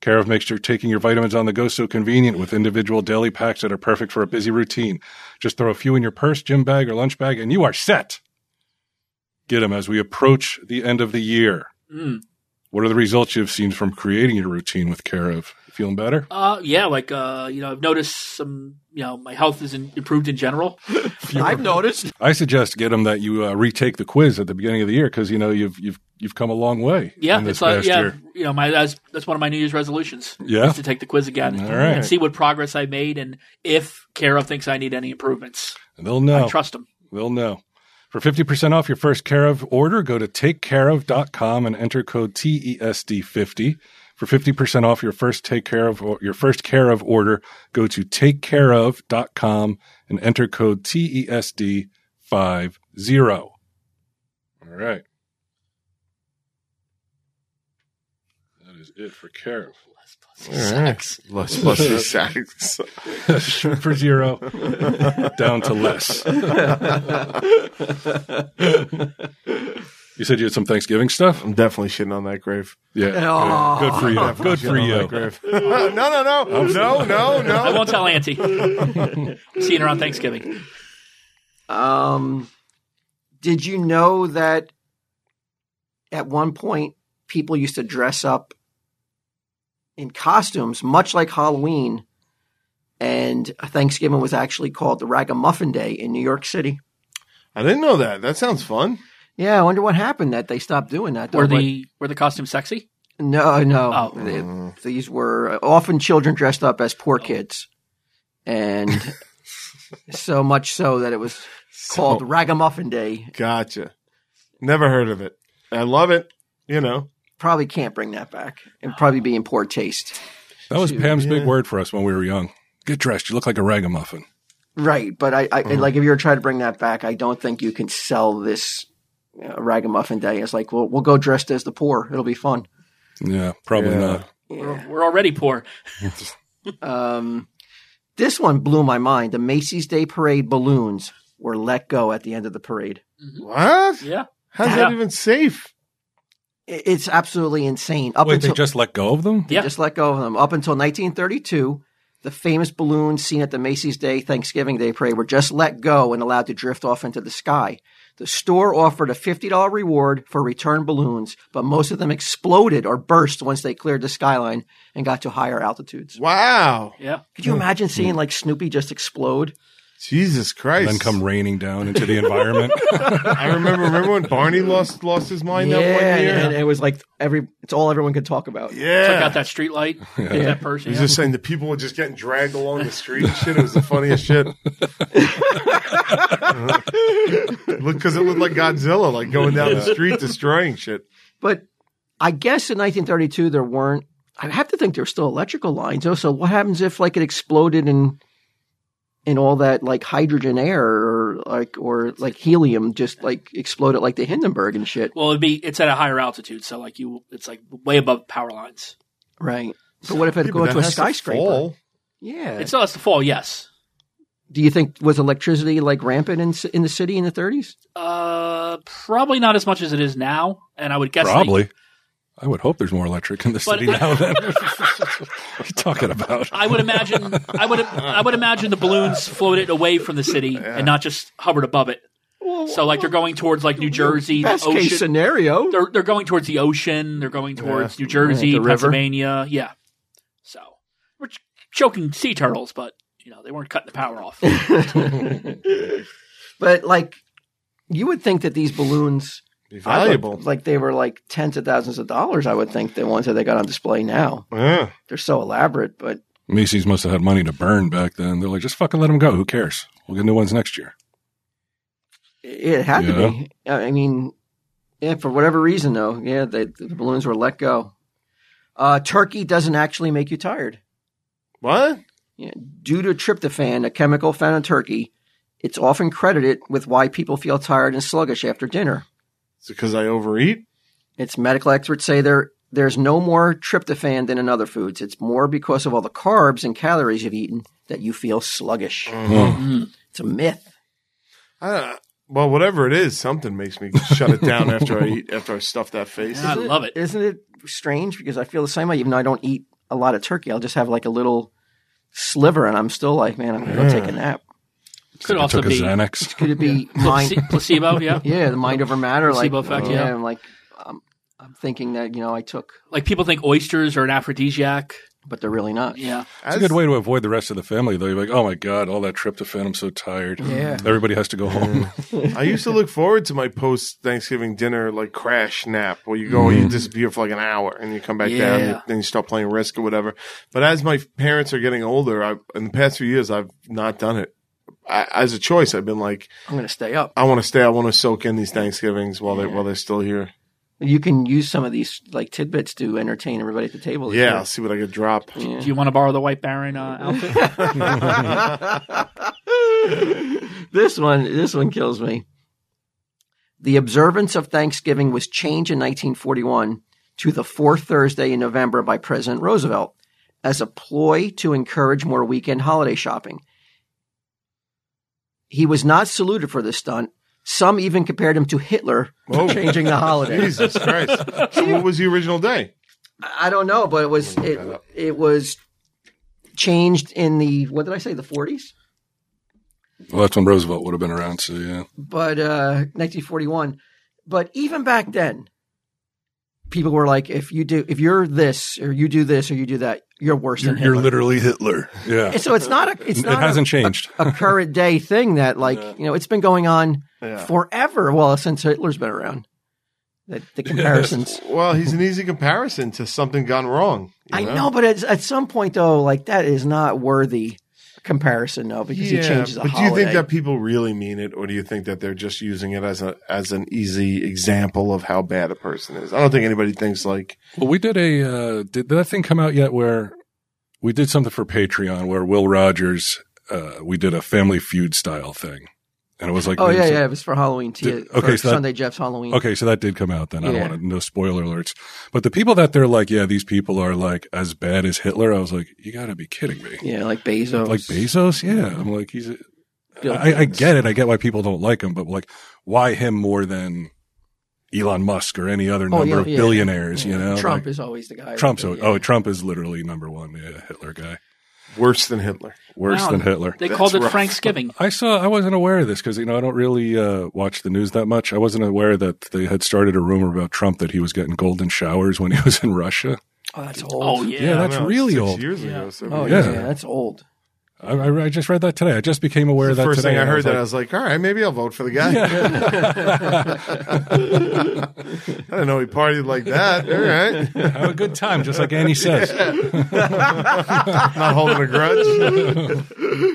[SPEAKER 3] Care of makes sure taking your vitamins on the go so convenient with individual daily packs that are perfect for a busy routine. Just throw a few in your purse, gym bag, or lunch bag, and you are set. Get them as we approach the end of the year.
[SPEAKER 5] Hmm.
[SPEAKER 3] What are the results you've seen from creating your routine with Care of? Feeling better?
[SPEAKER 5] Uh, yeah, like uh, you know, I've noticed some. You know, my health is in, improved in general.
[SPEAKER 2] I've noticed.
[SPEAKER 3] I suggest get them that you uh, retake the quiz at the beginning of the year because you know you've you've you've come a long way.
[SPEAKER 5] Yeah,
[SPEAKER 3] in this
[SPEAKER 5] it's like
[SPEAKER 3] past
[SPEAKER 5] yeah,
[SPEAKER 3] year.
[SPEAKER 5] you know, my that's that's one of my New Year's resolutions.
[SPEAKER 3] Yeah.
[SPEAKER 5] is to take the quiz again
[SPEAKER 3] All right.
[SPEAKER 5] and see what progress I made and if Kara thinks I need any improvements.
[SPEAKER 3] And they'll know.
[SPEAKER 5] I trust him.
[SPEAKER 3] They'll know. For 50% off your first Care of order, go to takecareof.com and enter code E TESD50. For 50% off your first take care of or your first care of order, go to takecareof.com and enter code E TESD50. All right. That is it for care of.
[SPEAKER 1] Sex. Less plus the sex.
[SPEAKER 3] Shoot for zero, down to less. you said you had some Thanksgiving stuff?
[SPEAKER 1] I'm definitely shitting on that grave.
[SPEAKER 3] Yeah.
[SPEAKER 2] Oh.
[SPEAKER 3] Good for you. Good for
[SPEAKER 1] Shitting on that
[SPEAKER 3] you.
[SPEAKER 1] grave. no, no, no, no, no,
[SPEAKER 5] I
[SPEAKER 1] no.
[SPEAKER 5] won't tell Auntie. Seeing her on Thanksgiving.
[SPEAKER 2] Um, did you know that at one point people used to dress up in costumes, much like Halloween, and Thanksgiving was actually called the Ragamuffin Day in New York City.
[SPEAKER 1] I didn't know that. That sounds fun.
[SPEAKER 2] Yeah, I wonder what happened that they stopped doing that. Though,
[SPEAKER 5] Were
[SPEAKER 2] but-
[SPEAKER 5] the were the costumes sexy?
[SPEAKER 2] no, no,
[SPEAKER 5] Oh.
[SPEAKER 2] They- these were often children dressed up as poor kids, and so much so that it was called Ragamuffin Day.
[SPEAKER 1] Gotcha. Never heard of it. I love it. You know.
[SPEAKER 2] Probably can't bring that back, and probably be in poor taste.
[SPEAKER 3] That was Pam's big
[SPEAKER 1] Yeah.
[SPEAKER 3] word for us when we were young. Get dressed. You look like a ragamuffin.
[SPEAKER 2] Right, but I,
[SPEAKER 5] Mm-hmm.
[SPEAKER 2] I like if you were trying to bring that back, I don't think you can sell this uh, ragamuffin day. It's like, well, we'll go dressed as the poor. It'll be fun.
[SPEAKER 3] Yeah, probably
[SPEAKER 1] Yeah.
[SPEAKER 3] not.
[SPEAKER 5] We're, we're already poor.
[SPEAKER 2] Um, this one blew my mind. The Macy's Day Parade balloons were let go at the end of the parade.
[SPEAKER 1] What?
[SPEAKER 5] Yeah.
[SPEAKER 1] How's
[SPEAKER 5] Yeah.
[SPEAKER 1] that even safe?
[SPEAKER 2] i- it's absolutely insane. Up
[SPEAKER 3] Wait,
[SPEAKER 2] until
[SPEAKER 3] they just let go of them?
[SPEAKER 2] they
[SPEAKER 5] Yeah.
[SPEAKER 2] just let go of them. Up until 1932, the famous balloons seen at the Macy's Day Thanksgiving Day parade were just let go and allowed to drift off into the sky. The store offered a $50 reward for return balloons, but most of them exploded or burst once they cleared the skyline and got to higher altitudes.
[SPEAKER 1] Wow.
[SPEAKER 5] Yeah.
[SPEAKER 2] Could you imagine seeing like Snoopy just explode?
[SPEAKER 1] Jesus Christ.
[SPEAKER 3] And then come raining down into the environment.
[SPEAKER 1] I remember remember when Barney lost lost his mind that one
[SPEAKER 2] and,
[SPEAKER 1] year?
[SPEAKER 2] and it was like every it's all everyone could talk about.
[SPEAKER 1] yeah.
[SPEAKER 5] Took out that street light. That person.
[SPEAKER 1] He's
[SPEAKER 5] yeah.
[SPEAKER 1] just saying the people were just getting dragged along the street and shit. It was the funniest shit. Look, because it looked like Godzilla, like going down the street destroying shit.
[SPEAKER 2] But I guess in 1932 there weren't. I have to think there were still electrical lines. though. So what happens if like it exploded in in all that like hydrogen air or like or like helium just like exploded like the Hindenburg and shit?
[SPEAKER 5] Well, it'd be it's at a higher altitude, so like you, it's like way above power lines.
[SPEAKER 2] Right. But what if it
[SPEAKER 1] Yeah,
[SPEAKER 2] go
[SPEAKER 1] but
[SPEAKER 2] into a
[SPEAKER 1] that has to
[SPEAKER 2] skyscraper?
[SPEAKER 1] fall.
[SPEAKER 2] Yeah.
[SPEAKER 5] It still has to fall. Yes.
[SPEAKER 2] Do you think was electricity like rampant in ci- in the city in the 30s?
[SPEAKER 5] Uh, probably not as much as it is now, and I would guess they-
[SPEAKER 3] Probably. I would hope there's more electric in the
[SPEAKER 5] But-
[SPEAKER 3] city now than what are you talking about.
[SPEAKER 5] I would imagine. I would. I would imagine the balloons floated away from the city and not just hovered above it. so like they're going towards like New Jersey, the
[SPEAKER 2] Best case
[SPEAKER 5] ocean.
[SPEAKER 2] scenario.
[SPEAKER 5] They're they're going towards the ocean. They're going towards New Jersey,
[SPEAKER 2] the river.
[SPEAKER 5] Pennsylvania. Yeah. So we're ch- choking sea turtles, but you know they weren't cutting the power off.
[SPEAKER 2] But like you would think that these balloons
[SPEAKER 1] Be
[SPEAKER 2] I looked
[SPEAKER 1] valuable.
[SPEAKER 2] like they were like tens of thousands of dollars, I would think, the ones that they got on display now.
[SPEAKER 1] Yeah.
[SPEAKER 2] They're so elaborate, but
[SPEAKER 3] Macy's must have had money to burn back then. They're like, just fucking let them go. Who cares? We'll get new ones next year.
[SPEAKER 2] it had
[SPEAKER 3] Yeah.
[SPEAKER 2] to be. I I mean, yeah, for whatever reason, though, yeah, they, the balloons were let go. Uh, turkey doesn't actually make you tired.
[SPEAKER 1] What?
[SPEAKER 2] Yeah, due to tryptophan, a chemical found in turkey, it's often credited with why people feel tired and sluggish after dinner.
[SPEAKER 1] Is it because I overeat?
[SPEAKER 2] It's medical experts say there there's no more tryptophan than in other foods. It's more because of all the carbs and calories you've eaten that you feel sluggish. Mm-hmm. It's a myth.
[SPEAKER 1] I don't know. Well, whatever it is, something makes me shut it down after I eat after I stuff that face.
[SPEAKER 5] I love it.
[SPEAKER 2] Isn't it strange? Because I feel the same way, even though I don't eat a lot of turkey. I'll just have like a little sliver, and I'm still like, man, I'm gonna go take a nap.
[SPEAKER 5] Could
[SPEAKER 3] I
[SPEAKER 5] also
[SPEAKER 3] took a
[SPEAKER 5] be
[SPEAKER 3] Xanax.
[SPEAKER 2] Could it be mind?
[SPEAKER 5] place- placebo. Yeah.
[SPEAKER 2] Yeah, the mind over matter,
[SPEAKER 5] Placebo
[SPEAKER 2] like
[SPEAKER 5] effect,
[SPEAKER 2] yeah,
[SPEAKER 5] yeah.
[SPEAKER 2] I'm like, I'm, I'm thinking that you know I took,
[SPEAKER 5] Like people think oysters are an aphrodisiac.
[SPEAKER 2] but they're really not.
[SPEAKER 5] Yeah.
[SPEAKER 3] It's a good way to avoid the rest of the family, though. You're like, oh my God, all that tryptophan. I'm so tired.
[SPEAKER 2] Yeah.
[SPEAKER 3] Everybody has to go home.
[SPEAKER 1] I used to look forward to my post Thanksgiving dinner like crash nap where you go,
[SPEAKER 2] Mm.
[SPEAKER 1] you disappear for like an hour and you come back down
[SPEAKER 5] Yeah.
[SPEAKER 1] and then you start playing Risk or whatever. But as my parents are getting older, I, in the past few years, I've not done it. I, as a choice, I've been like,
[SPEAKER 2] I'm gonna stay up.
[SPEAKER 1] I want to stay. I want to soak in these Thanksgivings while they while they're still here.
[SPEAKER 2] You can use some of these like tidbits to entertain everybody at the table. this
[SPEAKER 1] Yeah,
[SPEAKER 2] year.
[SPEAKER 1] I'll see what I could drop.
[SPEAKER 5] Do you want to borrow the White Baron uh, outfit?
[SPEAKER 2] this one this one kills me. The observance of Thanksgiving was changed in 1941 to the fourth Thursday in November by President Roosevelt as a ploy to encourage more weekend holiday shopping. He was not saluted for this stunt. Some even compared him to Hitler
[SPEAKER 1] Whoa.
[SPEAKER 2] for changing the holiday.
[SPEAKER 1] Jesus Christ! So what was the original day?
[SPEAKER 2] I don't know, but it was it it was changed in the what did I say the 40s?
[SPEAKER 3] well, that's when Roosevelt would have been around. So, yeah.
[SPEAKER 2] but uh, 1941. But even back then, people were like, if you do, if you're this or you do this or you do that, you're worse than Hitler.
[SPEAKER 3] literally Hitler. Yeah.
[SPEAKER 2] And so it's not a, it's
[SPEAKER 3] It
[SPEAKER 2] not
[SPEAKER 3] hasn't changed.
[SPEAKER 2] a, a current day thing that like you know it's been going on forever. Well, since Hitler's been around, the, the comparisons.
[SPEAKER 1] Well, he's an easy comparison to something gone wrong. you
[SPEAKER 2] I know, but it's, at some point though, like that is not worthy comparison though because he changes a
[SPEAKER 1] but do
[SPEAKER 2] holiday.
[SPEAKER 1] you think that people really mean it, or do you think that they're just using it as a as an easy example of how bad a person is? I don't think anybody thinks like
[SPEAKER 3] Well, we did a uh, did that thing come out yet? Where we did something for Patreon where Will Rogers uh, we did a Family Feud style thing, and it was like
[SPEAKER 2] Oh yeah, yeah, it was for Halloween. Tea,
[SPEAKER 3] Did- okay,
[SPEAKER 2] for
[SPEAKER 3] so that-
[SPEAKER 2] Sunday Jeff's Halloween.
[SPEAKER 3] Okay, so that did come out then. I don't
[SPEAKER 2] Yeah.
[SPEAKER 3] want to, no spoiler alerts. But the people that they're like, yeah, these people are like as bad as Hitler. I was like, you got to be kidding me.
[SPEAKER 2] Yeah, like Bezos.
[SPEAKER 3] Like Bezos? Yeah. I'm like, he's, a, I, I get it. I get why people don't like him, but like, why him more than Elon Musk or any other
[SPEAKER 2] Oh,
[SPEAKER 3] number
[SPEAKER 2] yeah,
[SPEAKER 3] of
[SPEAKER 2] yeah.
[SPEAKER 3] billionaires. You know,
[SPEAKER 2] Trump
[SPEAKER 3] Like,
[SPEAKER 2] is always the guy.
[SPEAKER 3] Trump's.
[SPEAKER 2] with the-
[SPEAKER 3] Oh, Trump is literally number one. Yeah, Hitler guy,
[SPEAKER 1] Worse than Hitler.
[SPEAKER 3] worse
[SPEAKER 5] Wow.
[SPEAKER 3] than Hitler.
[SPEAKER 5] They called it
[SPEAKER 1] rough.
[SPEAKER 5] Thanksgiving.
[SPEAKER 3] I saw. I wasn't aware of this because you know I don't really uh, watch the news that much. I wasn't aware that they had started a rumor about Trump that he was getting golden showers when he was in Russia.
[SPEAKER 2] oh, that's old.
[SPEAKER 5] Oh
[SPEAKER 3] Yeah,
[SPEAKER 5] yeah.
[SPEAKER 3] that's
[SPEAKER 1] No,
[SPEAKER 3] really
[SPEAKER 1] six
[SPEAKER 3] old.
[SPEAKER 1] years ago. so-
[SPEAKER 2] Oh,
[SPEAKER 3] Yeah.
[SPEAKER 2] yeah. that's old.
[SPEAKER 3] I, I, I just read that today. I just became aware of
[SPEAKER 1] the
[SPEAKER 3] that
[SPEAKER 1] first
[SPEAKER 3] today.
[SPEAKER 1] thing I
[SPEAKER 3] and
[SPEAKER 1] heard
[SPEAKER 3] was
[SPEAKER 1] that I
[SPEAKER 3] like,
[SPEAKER 1] was like, all right, maybe I'll vote for the guy. I didn't know he partied like that. All right,
[SPEAKER 3] have a good time, just like Annie says.
[SPEAKER 1] not holding a grudge.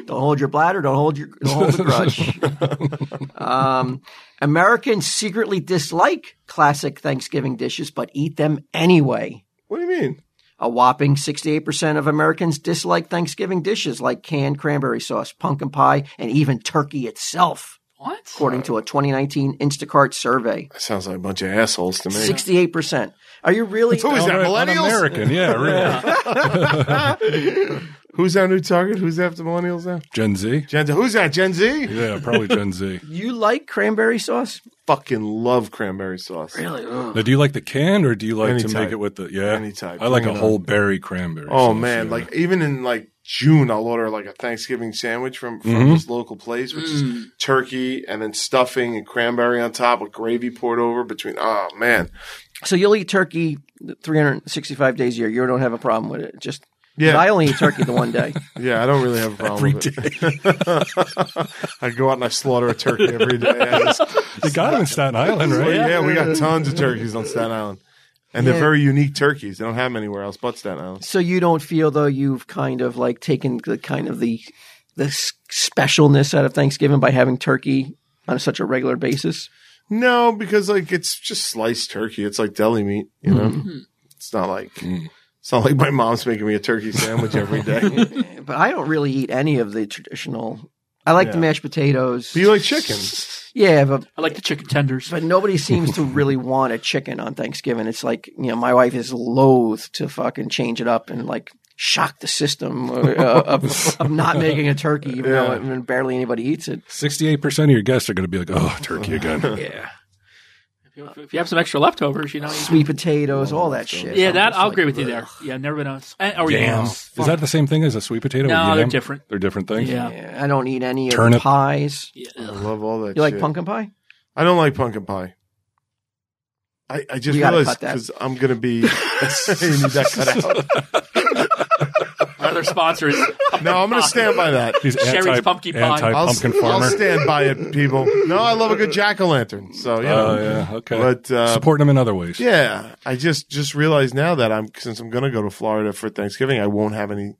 [SPEAKER 2] Don't hold your bladder. Don't hold your. Don't hold the grudge. um, Americans secretly dislike classic Thanksgiving dishes, but eat them anyway.
[SPEAKER 1] What do you mean?
[SPEAKER 2] A whopping 68% of Americans dislike Thanksgiving dishes like canned cranberry sauce, pumpkin pie, and even turkey itself,
[SPEAKER 5] What?
[SPEAKER 2] according to a 2019 Instacart survey.
[SPEAKER 1] That sounds like a bunch of assholes to me.
[SPEAKER 2] 68%. Are you really?
[SPEAKER 1] always- Who is that, millennials?
[SPEAKER 3] American, yeah, really.
[SPEAKER 1] Who's our new target? Who's after millennials now?
[SPEAKER 3] Gen Z.
[SPEAKER 1] Gen Z. Who's that? Gen Z.
[SPEAKER 3] Yeah, probably Gen Z.
[SPEAKER 2] uh, You like cranberry sauce?
[SPEAKER 1] Fucking love cranberry sauce.
[SPEAKER 2] Really? Ugh.
[SPEAKER 3] Now, do you like the canned or do you like
[SPEAKER 1] Any
[SPEAKER 3] to
[SPEAKER 1] type.
[SPEAKER 3] make it with the yeah?
[SPEAKER 1] Any type.
[SPEAKER 3] I like
[SPEAKER 1] Bring
[SPEAKER 3] a
[SPEAKER 1] it
[SPEAKER 3] whole berry cranberry.
[SPEAKER 1] Oh
[SPEAKER 3] sauce,
[SPEAKER 1] man,
[SPEAKER 3] yeah.
[SPEAKER 1] like even in like June, I'll order like a Thanksgiving sandwich from from this local place, which is turkey and then stuffing and cranberry on top with gravy poured over between. Oh man,
[SPEAKER 2] So you'll eat turkey 365 days a year. You don't have a problem with it. Just.
[SPEAKER 1] Yeah.
[SPEAKER 2] I only eat turkey the one day.
[SPEAKER 1] yeah, I don't really have a problem
[SPEAKER 3] every
[SPEAKER 1] with
[SPEAKER 3] day.
[SPEAKER 1] it. I go out and I slaughter a turkey every day. I just-
[SPEAKER 3] they got them in Staten Island,
[SPEAKER 1] yeah,
[SPEAKER 3] right?
[SPEAKER 1] we got tons of turkeys on Staten Island, and they're
[SPEAKER 2] Yeah.
[SPEAKER 1] very unique turkeys. They don't have them anywhere else but Staten Island.
[SPEAKER 2] so you don't feel though you've kind of like taken the kind of the the s- specialness out of Thanksgiving by having turkey on such a regular basis.
[SPEAKER 1] No, because like it's just sliced turkey. It's like deli meat, you know.
[SPEAKER 2] Mm-hmm.
[SPEAKER 1] It's not like
[SPEAKER 3] Mm.
[SPEAKER 1] it's not like my mom's making me a turkey sandwich every day.
[SPEAKER 2] But I don't really eat any of the traditional. I like the
[SPEAKER 1] Yeah.
[SPEAKER 2] mashed potatoes.
[SPEAKER 1] Do you like chicken?
[SPEAKER 2] yeah, but
[SPEAKER 5] I like the chicken tenders.
[SPEAKER 2] but nobody seems to really want a chicken on Thanksgiving. It's like you know, my wife is loath to fucking change it up and like shock the system uh, of, of not making a turkey, even though I mean, barely anybody eats it.
[SPEAKER 3] Sixty-eight percent of your guests are going to be like, "Oh, turkey again."
[SPEAKER 2] Yeah,
[SPEAKER 5] If you have some extra leftovers, you know. you-
[SPEAKER 2] sweet potatoes, all that shit.
[SPEAKER 5] Yeah,
[SPEAKER 2] I'm
[SPEAKER 5] that
[SPEAKER 2] just
[SPEAKER 5] I'll
[SPEAKER 2] like,
[SPEAKER 5] agree with you
[SPEAKER 2] ugh.
[SPEAKER 5] there. Yeah, never been on. and- Or
[SPEAKER 3] Damn.
[SPEAKER 5] yams.
[SPEAKER 3] Is that the same thing as a sweet potato?
[SPEAKER 5] No, they're
[SPEAKER 3] Yam?
[SPEAKER 5] different.
[SPEAKER 3] They're different things.
[SPEAKER 5] Yeah.
[SPEAKER 2] Yeah, I don't eat any of the
[SPEAKER 3] Turnip.
[SPEAKER 2] pies.
[SPEAKER 5] Yeah,
[SPEAKER 1] I
[SPEAKER 5] ugh.
[SPEAKER 1] love all that.
[SPEAKER 2] You like
[SPEAKER 1] shit.
[SPEAKER 2] pumpkin pie?
[SPEAKER 1] I don't like pumpkin pie. I, I just
[SPEAKER 2] We gotta
[SPEAKER 1] realized
[SPEAKER 2] cut that.
[SPEAKER 1] because I'm gonna be. you need that cut out.
[SPEAKER 5] Our other sponsor is
[SPEAKER 1] No, I'm gonna stand by that.
[SPEAKER 3] He's
[SPEAKER 5] Sherry's
[SPEAKER 3] anti,
[SPEAKER 5] pumpkin pie.
[SPEAKER 1] I'll,
[SPEAKER 3] anti-pumpkin
[SPEAKER 1] I'll
[SPEAKER 3] farmer.
[SPEAKER 1] stand by it, people. No, I love a good jack o' lantern. So you know,
[SPEAKER 3] Oh, yeah, okay.
[SPEAKER 1] But, uh,
[SPEAKER 3] Supporting them in other ways.
[SPEAKER 1] yeah, I just just realized now that I'm since I'm gonna go to Florida for Thanksgiving, I won't have any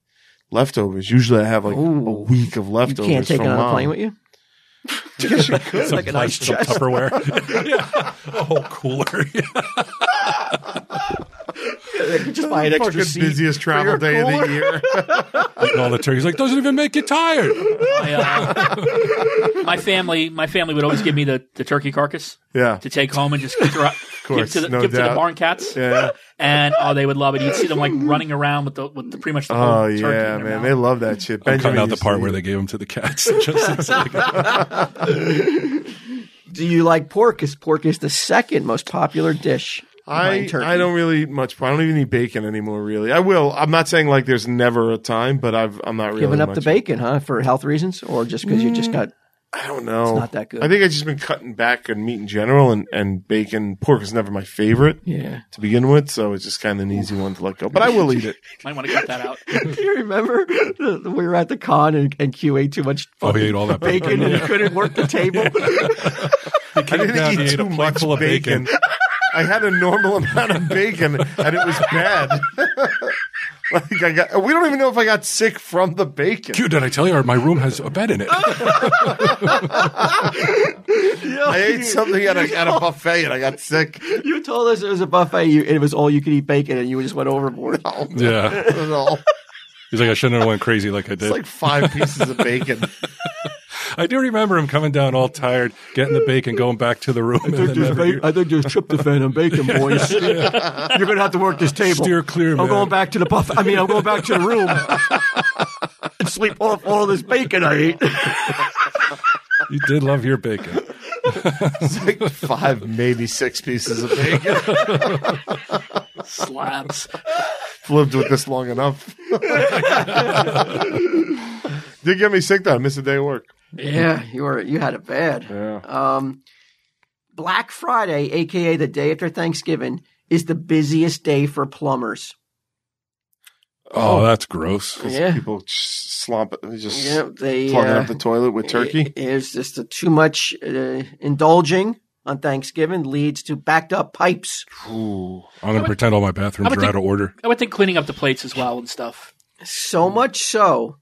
[SPEAKER 1] leftovers. Usually, I have like a
[SPEAKER 2] Ooh.
[SPEAKER 1] week of
[SPEAKER 2] You
[SPEAKER 1] leftovers.
[SPEAKER 2] can't take it
[SPEAKER 1] from
[SPEAKER 2] on a
[SPEAKER 1] mom.
[SPEAKER 2] plane with you.
[SPEAKER 3] Some,
[SPEAKER 2] like a nice
[SPEAKER 3] plastic-
[SPEAKER 2] chest.
[SPEAKER 3] Tupperware. yeah. A whole cooler. Yeah.
[SPEAKER 2] Just buy an extra
[SPEAKER 1] Fucking
[SPEAKER 2] seat.
[SPEAKER 1] busiest travel
[SPEAKER 2] your
[SPEAKER 1] day of
[SPEAKER 2] cooler.
[SPEAKER 1] the year.
[SPEAKER 3] Eating all the turkeys. Like, doesn't even make you tired.
[SPEAKER 5] my, uh, my family. My family would always give me the, the turkey carcass
[SPEAKER 1] yeah,
[SPEAKER 5] to take home and just give, thro-
[SPEAKER 1] course,
[SPEAKER 5] give to the,
[SPEAKER 1] no
[SPEAKER 5] give to the
[SPEAKER 1] doubt.
[SPEAKER 5] barn cats.
[SPEAKER 1] yeah.
[SPEAKER 5] And oh, they would love it. You'd see them like running around with the with the, pretty much the whole
[SPEAKER 1] Oh
[SPEAKER 5] turkey. in
[SPEAKER 1] yeah,
[SPEAKER 5] their
[SPEAKER 1] man,
[SPEAKER 5] mouth.
[SPEAKER 1] they love that shit.
[SPEAKER 3] I'm cutting
[SPEAKER 1] Benjamin
[SPEAKER 3] out the
[SPEAKER 1] used to
[SPEAKER 3] part
[SPEAKER 1] eat
[SPEAKER 3] where
[SPEAKER 1] it.
[SPEAKER 3] they gave them to the cats. Just-
[SPEAKER 2] Do you like pork? Because pork is the second most popular dish.
[SPEAKER 1] I,
[SPEAKER 2] behind turkey.
[SPEAKER 1] I don't really eat much. I don't even eat bacon anymore. Really, I will. I'm not saying like there's never a time, but I've I'm not really
[SPEAKER 2] giving up the
[SPEAKER 1] much-
[SPEAKER 2] bacon, huh? For health reasons, or just because you just got
[SPEAKER 1] I don't know. It's
[SPEAKER 2] not that good.
[SPEAKER 1] I think I've just been cutting back on meat in general, and and bacon pork is never my favorite
[SPEAKER 2] yeah.
[SPEAKER 1] to begin with, so it's just kind of an easy one to let go. But I will eat it.
[SPEAKER 5] Might want to cut that out.
[SPEAKER 2] Do you remember the, we were at the con and, and Q ate too much
[SPEAKER 3] oh, he ate all that
[SPEAKER 2] bacon and he couldn't work the table?
[SPEAKER 1] I didn't
[SPEAKER 3] down, he
[SPEAKER 1] eat
[SPEAKER 3] ate a
[SPEAKER 1] too
[SPEAKER 3] plate
[SPEAKER 1] much
[SPEAKER 3] full of
[SPEAKER 1] bacon. I had a normal amount of bacon, and it was bad. like I got, we don't even know if I got sick from the bacon.
[SPEAKER 3] Dude, did I tell you my room has a bed in it?
[SPEAKER 1] I ate something at a, at a buffet, and I got sick.
[SPEAKER 2] you told us it was a buffet. You, it was all you could eat bacon, and you just went overboard.
[SPEAKER 3] yeah.
[SPEAKER 1] At all.
[SPEAKER 3] He's like, I shouldn't have went crazy like I did.
[SPEAKER 1] It's like five pieces of bacon.
[SPEAKER 3] I do remember him coming down all tired, getting the bacon, going back to the room, and then never hear-
[SPEAKER 2] I think there's tryptophan and bacon, boys. You're gonna have to work this table.
[SPEAKER 3] Steer clear,
[SPEAKER 2] I'm
[SPEAKER 3] man.
[SPEAKER 2] going back to the buff. I mean, I'm going back to the room and sleep off all this bacon I ate.
[SPEAKER 3] you did love your bacon.
[SPEAKER 1] It's like five, maybe six pieces of bacon.
[SPEAKER 5] Slaps.
[SPEAKER 1] I've lived with this long enough. Did get me sick though. I missed a day of work.
[SPEAKER 2] Yeah, you were you had it bad.
[SPEAKER 1] Yeah.
[SPEAKER 2] Um, Black Friday, aka the day after Thanksgiving, is the busiest day for plumbers.
[SPEAKER 3] Oh, that's gross.
[SPEAKER 2] Yeah.
[SPEAKER 1] People just slump, just
[SPEAKER 2] Yeah, they
[SPEAKER 1] plugging
[SPEAKER 2] uh,
[SPEAKER 1] up the toilet with turkey.
[SPEAKER 2] i- Is just a too much uh, indulging on Thanksgiving leads to backed up pipes.
[SPEAKER 1] Ooh.
[SPEAKER 3] I'm going to pretend all my bathrooms
[SPEAKER 5] I would
[SPEAKER 3] are out of order.
[SPEAKER 5] I would think cleaning up the plates as well and stuff.
[SPEAKER 1] Mm.
[SPEAKER 2] So much so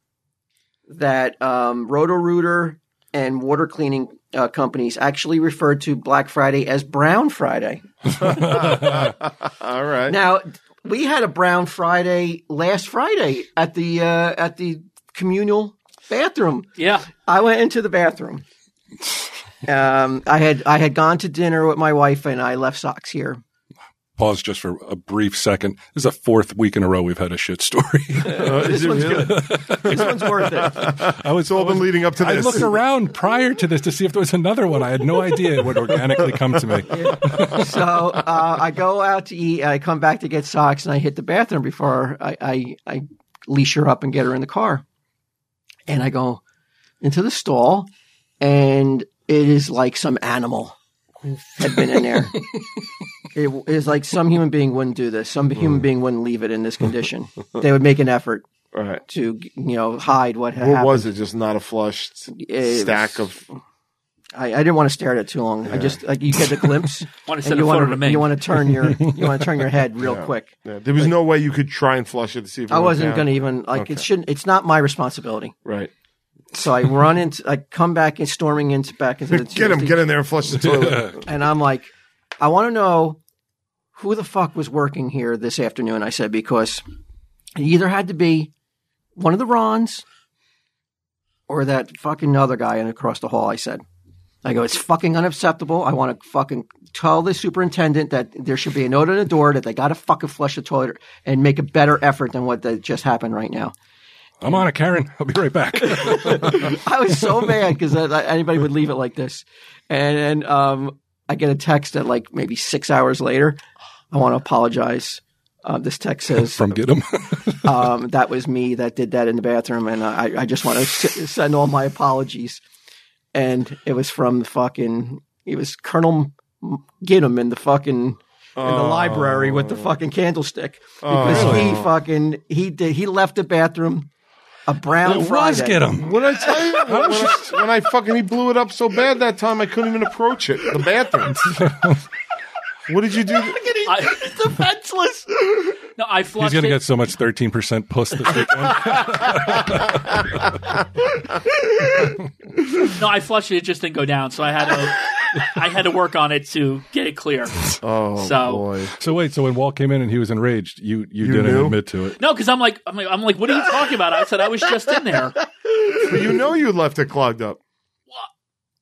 [SPEAKER 2] that um, Roto-Rooter and water cleaning uh, companies actually refer to Black Friday as Brown Friday.
[SPEAKER 1] All right.
[SPEAKER 2] Now we had a Brown Friday last Friday at the uh, at the communal bathroom.
[SPEAKER 5] Yeah.
[SPEAKER 2] I went into the bathroom. Um, I had I had gone to dinner with my wife and I left socks here.
[SPEAKER 3] Pause just for a brief second. This is the fourth week in a row we've had a shit story.
[SPEAKER 1] Uh, is it really?
[SPEAKER 2] This one's worth it.
[SPEAKER 3] I was
[SPEAKER 1] It's all been leading up to
[SPEAKER 3] I
[SPEAKER 1] this.
[SPEAKER 3] looked around prior to this to see if there was another one. I had no idea it would organically come to me.
[SPEAKER 2] So uh, I go out to eat. I come back to get socks and I hit the bathroom before I, I I leash her up and get her in the car. And I go into the stall, and it is like some animal had been in there. It is like some human being wouldn't do this. Some
[SPEAKER 1] Hmm.
[SPEAKER 2] human being wouldn't leave it in this condition. They would make an effort
[SPEAKER 1] All right.
[SPEAKER 2] to you know hide what had
[SPEAKER 1] What
[SPEAKER 2] happened.
[SPEAKER 1] was it? Just not a flushed
[SPEAKER 2] was-
[SPEAKER 1] stack of.
[SPEAKER 2] I, I didn't want to stare at it too long. I just like you get a glimpse.
[SPEAKER 5] Want to
[SPEAKER 2] and
[SPEAKER 5] send a
[SPEAKER 2] you
[SPEAKER 5] photo
[SPEAKER 2] want
[SPEAKER 5] to me.
[SPEAKER 2] you want to turn your you want to turn your head real quick.
[SPEAKER 1] Yeah, there was no way you could try and flush it to see if it
[SPEAKER 2] I wasn't going
[SPEAKER 1] to.
[SPEAKER 2] to even like it shouldn't. It's not my responsibility.
[SPEAKER 1] Right.
[SPEAKER 2] So I run into I come back and storming into back into the
[SPEAKER 1] Get him. Get in there and flush the toilet.
[SPEAKER 2] and I'm like, I want to know who the fuck was working here this afternoon. I said because it either had to be one of the Rons or that fucking other guy in across the hall. I said, I go, it's fucking unacceptable. I want to fucking tell the superintendent that there should be a note on the door that they got to fucking flush the toilet and make a better effort than what that just happened right now.
[SPEAKER 3] I'm on it, Karen. I'll be right back.
[SPEAKER 2] I was so mad because anybody would leave it like this. And, and um, I get a text at like maybe six hours later. I want to apologize. Uh, this text says
[SPEAKER 3] From Get 'em.
[SPEAKER 2] um, that was me that did that in the bathroom, and I, I just want to s- send all my apologies. And it was from the fucking. It was Colonel M- Ginnam in the fucking in the library with the fucking candlestick because he fucking he did he left the bathroom a brown
[SPEAKER 3] It was
[SPEAKER 2] Friday.
[SPEAKER 3] Get 'em.
[SPEAKER 1] What did I tell you? When, I, when I fucking he blew it up so bad that time I couldn't even approach it. The bathroom. what did you do?
[SPEAKER 5] I,
[SPEAKER 2] defenseless.
[SPEAKER 5] no, I
[SPEAKER 3] He's
[SPEAKER 5] flushed
[SPEAKER 3] going to
[SPEAKER 5] it.
[SPEAKER 3] get so much 13% puss this weekend.
[SPEAKER 5] No, I flushed it. It just didn't go down, so I had to. I had to work on it to get it clear.
[SPEAKER 1] Oh
[SPEAKER 5] So-
[SPEAKER 1] boy.
[SPEAKER 3] So wait, so when Walt came in and he was enraged, you, you,
[SPEAKER 1] You
[SPEAKER 3] didn't
[SPEAKER 1] knew?
[SPEAKER 3] admit to it.
[SPEAKER 5] No, because I'm like, I'm like, I'm like, what are you talking about? I said I was just in there.
[SPEAKER 1] But you know you left it clogged up.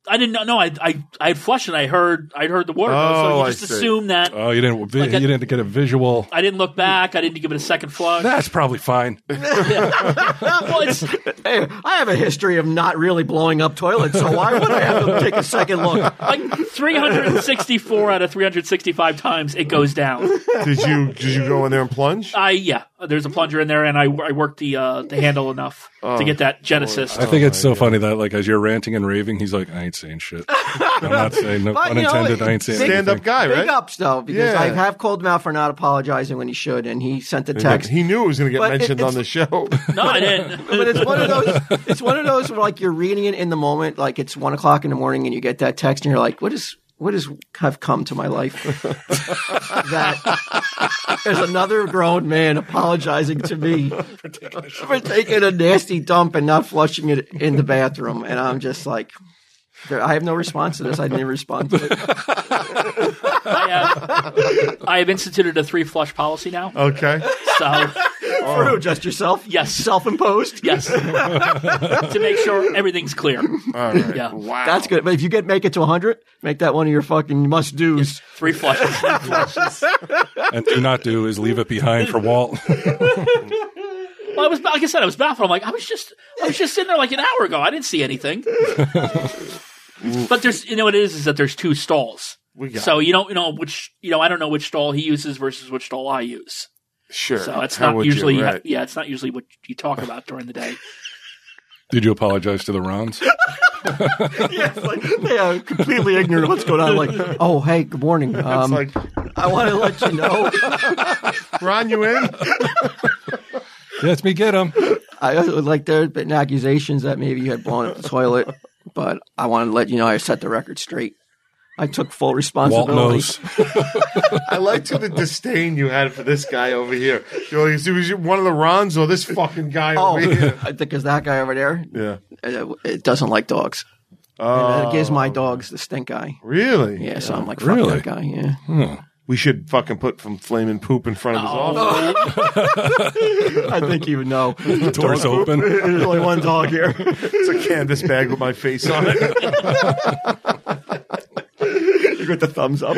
[SPEAKER 5] I didn't know. No, I, I, I had flushed it. I heard, I heard the word. so
[SPEAKER 1] Oh,
[SPEAKER 5] you just
[SPEAKER 1] I see.
[SPEAKER 5] assume that
[SPEAKER 3] Oh, you didn't, vi-
[SPEAKER 5] Like a-
[SPEAKER 3] you didn't get a visual.
[SPEAKER 5] I didn't look back. I didn't give it a second flush.
[SPEAKER 3] That's probably fine.
[SPEAKER 5] well, it's,
[SPEAKER 2] Hey, I have a history of not really blowing up toilets, so why would I have to take a second look?
[SPEAKER 5] like 364 out of 365 times it goes down.
[SPEAKER 1] Did you did you go in there and plunge?
[SPEAKER 5] I yeah, there's a plunger in there, and I I worked the uh, the handle enough
[SPEAKER 1] Oh.
[SPEAKER 5] to get that Genesis.
[SPEAKER 3] I think it's so funny that, like, as you're ranting and raving, he's like, I ain't saying shit. I'm not saying, no
[SPEAKER 2] But,
[SPEAKER 3] pun
[SPEAKER 2] you know,
[SPEAKER 3] intended, I ain't saying
[SPEAKER 1] Stand up
[SPEAKER 3] anything.
[SPEAKER 1] guy,
[SPEAKER 2] Big
[SPEAKER 1] right?
[SPEAKER 2] ups though, because
[SPEAKER 1] Yeah.
[SPEAKER 2] I have called him out for not apologizing when he should, and he sent the text.
[SPEAKER 1] He knew it was going to get
[SPEAKER 2] But it-
[SPEAKER 1] mentioned on the show.
[SPEAKER 5] No, I didn't.
[SPEAKER 2] but it's one of those. It's one of those where like you're reading it in the moment, like it's one o'clock in the morning, and you get that text, and you're like, "What is? What is have come to my life? that there's another grown man apologizing to me for taking a nasty dump and not flushing it in the bathroom, and I'm just like, there, I have no response to this. I didn't respond to it.
[SPEAKER 5] I have, I have instituted a three flush policy now.
[SPEAKER 1] Okay.
[SPEAKER 5] So
[SPEAKER 2] For who? Just yourself?
[SPEAKER 5] Oh. Yes.
[SPEAKER 2] self-imposed.
[SPEAKER 5] yes, to make sure everything's clear.
[SPEAKER 1] All right.
[SPEAKER 5] Yeah.
[SPEAKER 1] Wow.
[SPEAKER 2] That's good, but if you get make it to 100, make that one of your fucking must dos.
[SPEAKER 5] Three flushes.
[SPEAKER 3] And do not do is leave it behind for Walt.
[SPEAKER 5] Well, I was like I said, I was baffled. I'm like, I was just, I was just sitting there like an hour ago. I didn't see anything. But there's you know what it is is that there's two stalls.
[SPEAKER 1] We got
[SPEAKER 5] So you don't you know which you know I don't know which stall he uses versus which stall I use.
[SPEAKER 1] sure.
[SPEAKER 5] So it's
[SPEAKER 1] How
[SPEAKER 5] not
[SPEAKER 1] would you
[SPEAKER 5] usually
[SPEAKER 1] write?
[SPEAKER 5] yeah it's not usually what you talk about during the day.
[SPEAKER 3] Did you apologize to the Rons?
[SPEAKER 2] yeah, it's like, yeah, I'm completely ignorant of what's going on. Like, oh, hey, good morning. Um,
[SPEAKER 1] It's
[SPEAKER 2] I want to let you know.
[SPEAKER 1] like Ron, you in?
[SPEAKER 3] Yes, me get him.
[SPEAKER 2] I uh, like there's been accusations that maybe you had blown up the toilet, but I want to let you know I set the record straight. I took full
[SPEAKER 3] Walt
[SPEAKER 2] responsibility.
[SPEAKER 3] knows.
[SPEAKER 1] I liked the disdain you had for this guy over here. You're like, is he one of the Rons or this fucking guy
[SPEAKER 2] Oh,
[SPEAKER 1] over here?
[SPEAKER 2] I think it's that guy over there.
[SPEAKER 1] Yeah.
[SPEAKER 2] uh, It doesn't like dogs. And
[SPEAKER 1] Oh,
[SPEAKER 2] it gives my dogs the stink eye.
[SPEAKER 1] really?
[SPEAKER 2] Yeah, so I'm like, fuck
[SPEAKER 3] Really?
[SPEAKER 2] that guy. Yeah.
[SPEAKER 1] We should fucking put some flaming poop in front of his office.
[SPEAKER 2] I think you would know. There's
[SPEAKER 3] Doors open.
[SPEAKER 2] only one dog here.
[SPEAKER 1] It's a canvas bag with my face on it.
[SPEAKER 2] you got the thumbs up.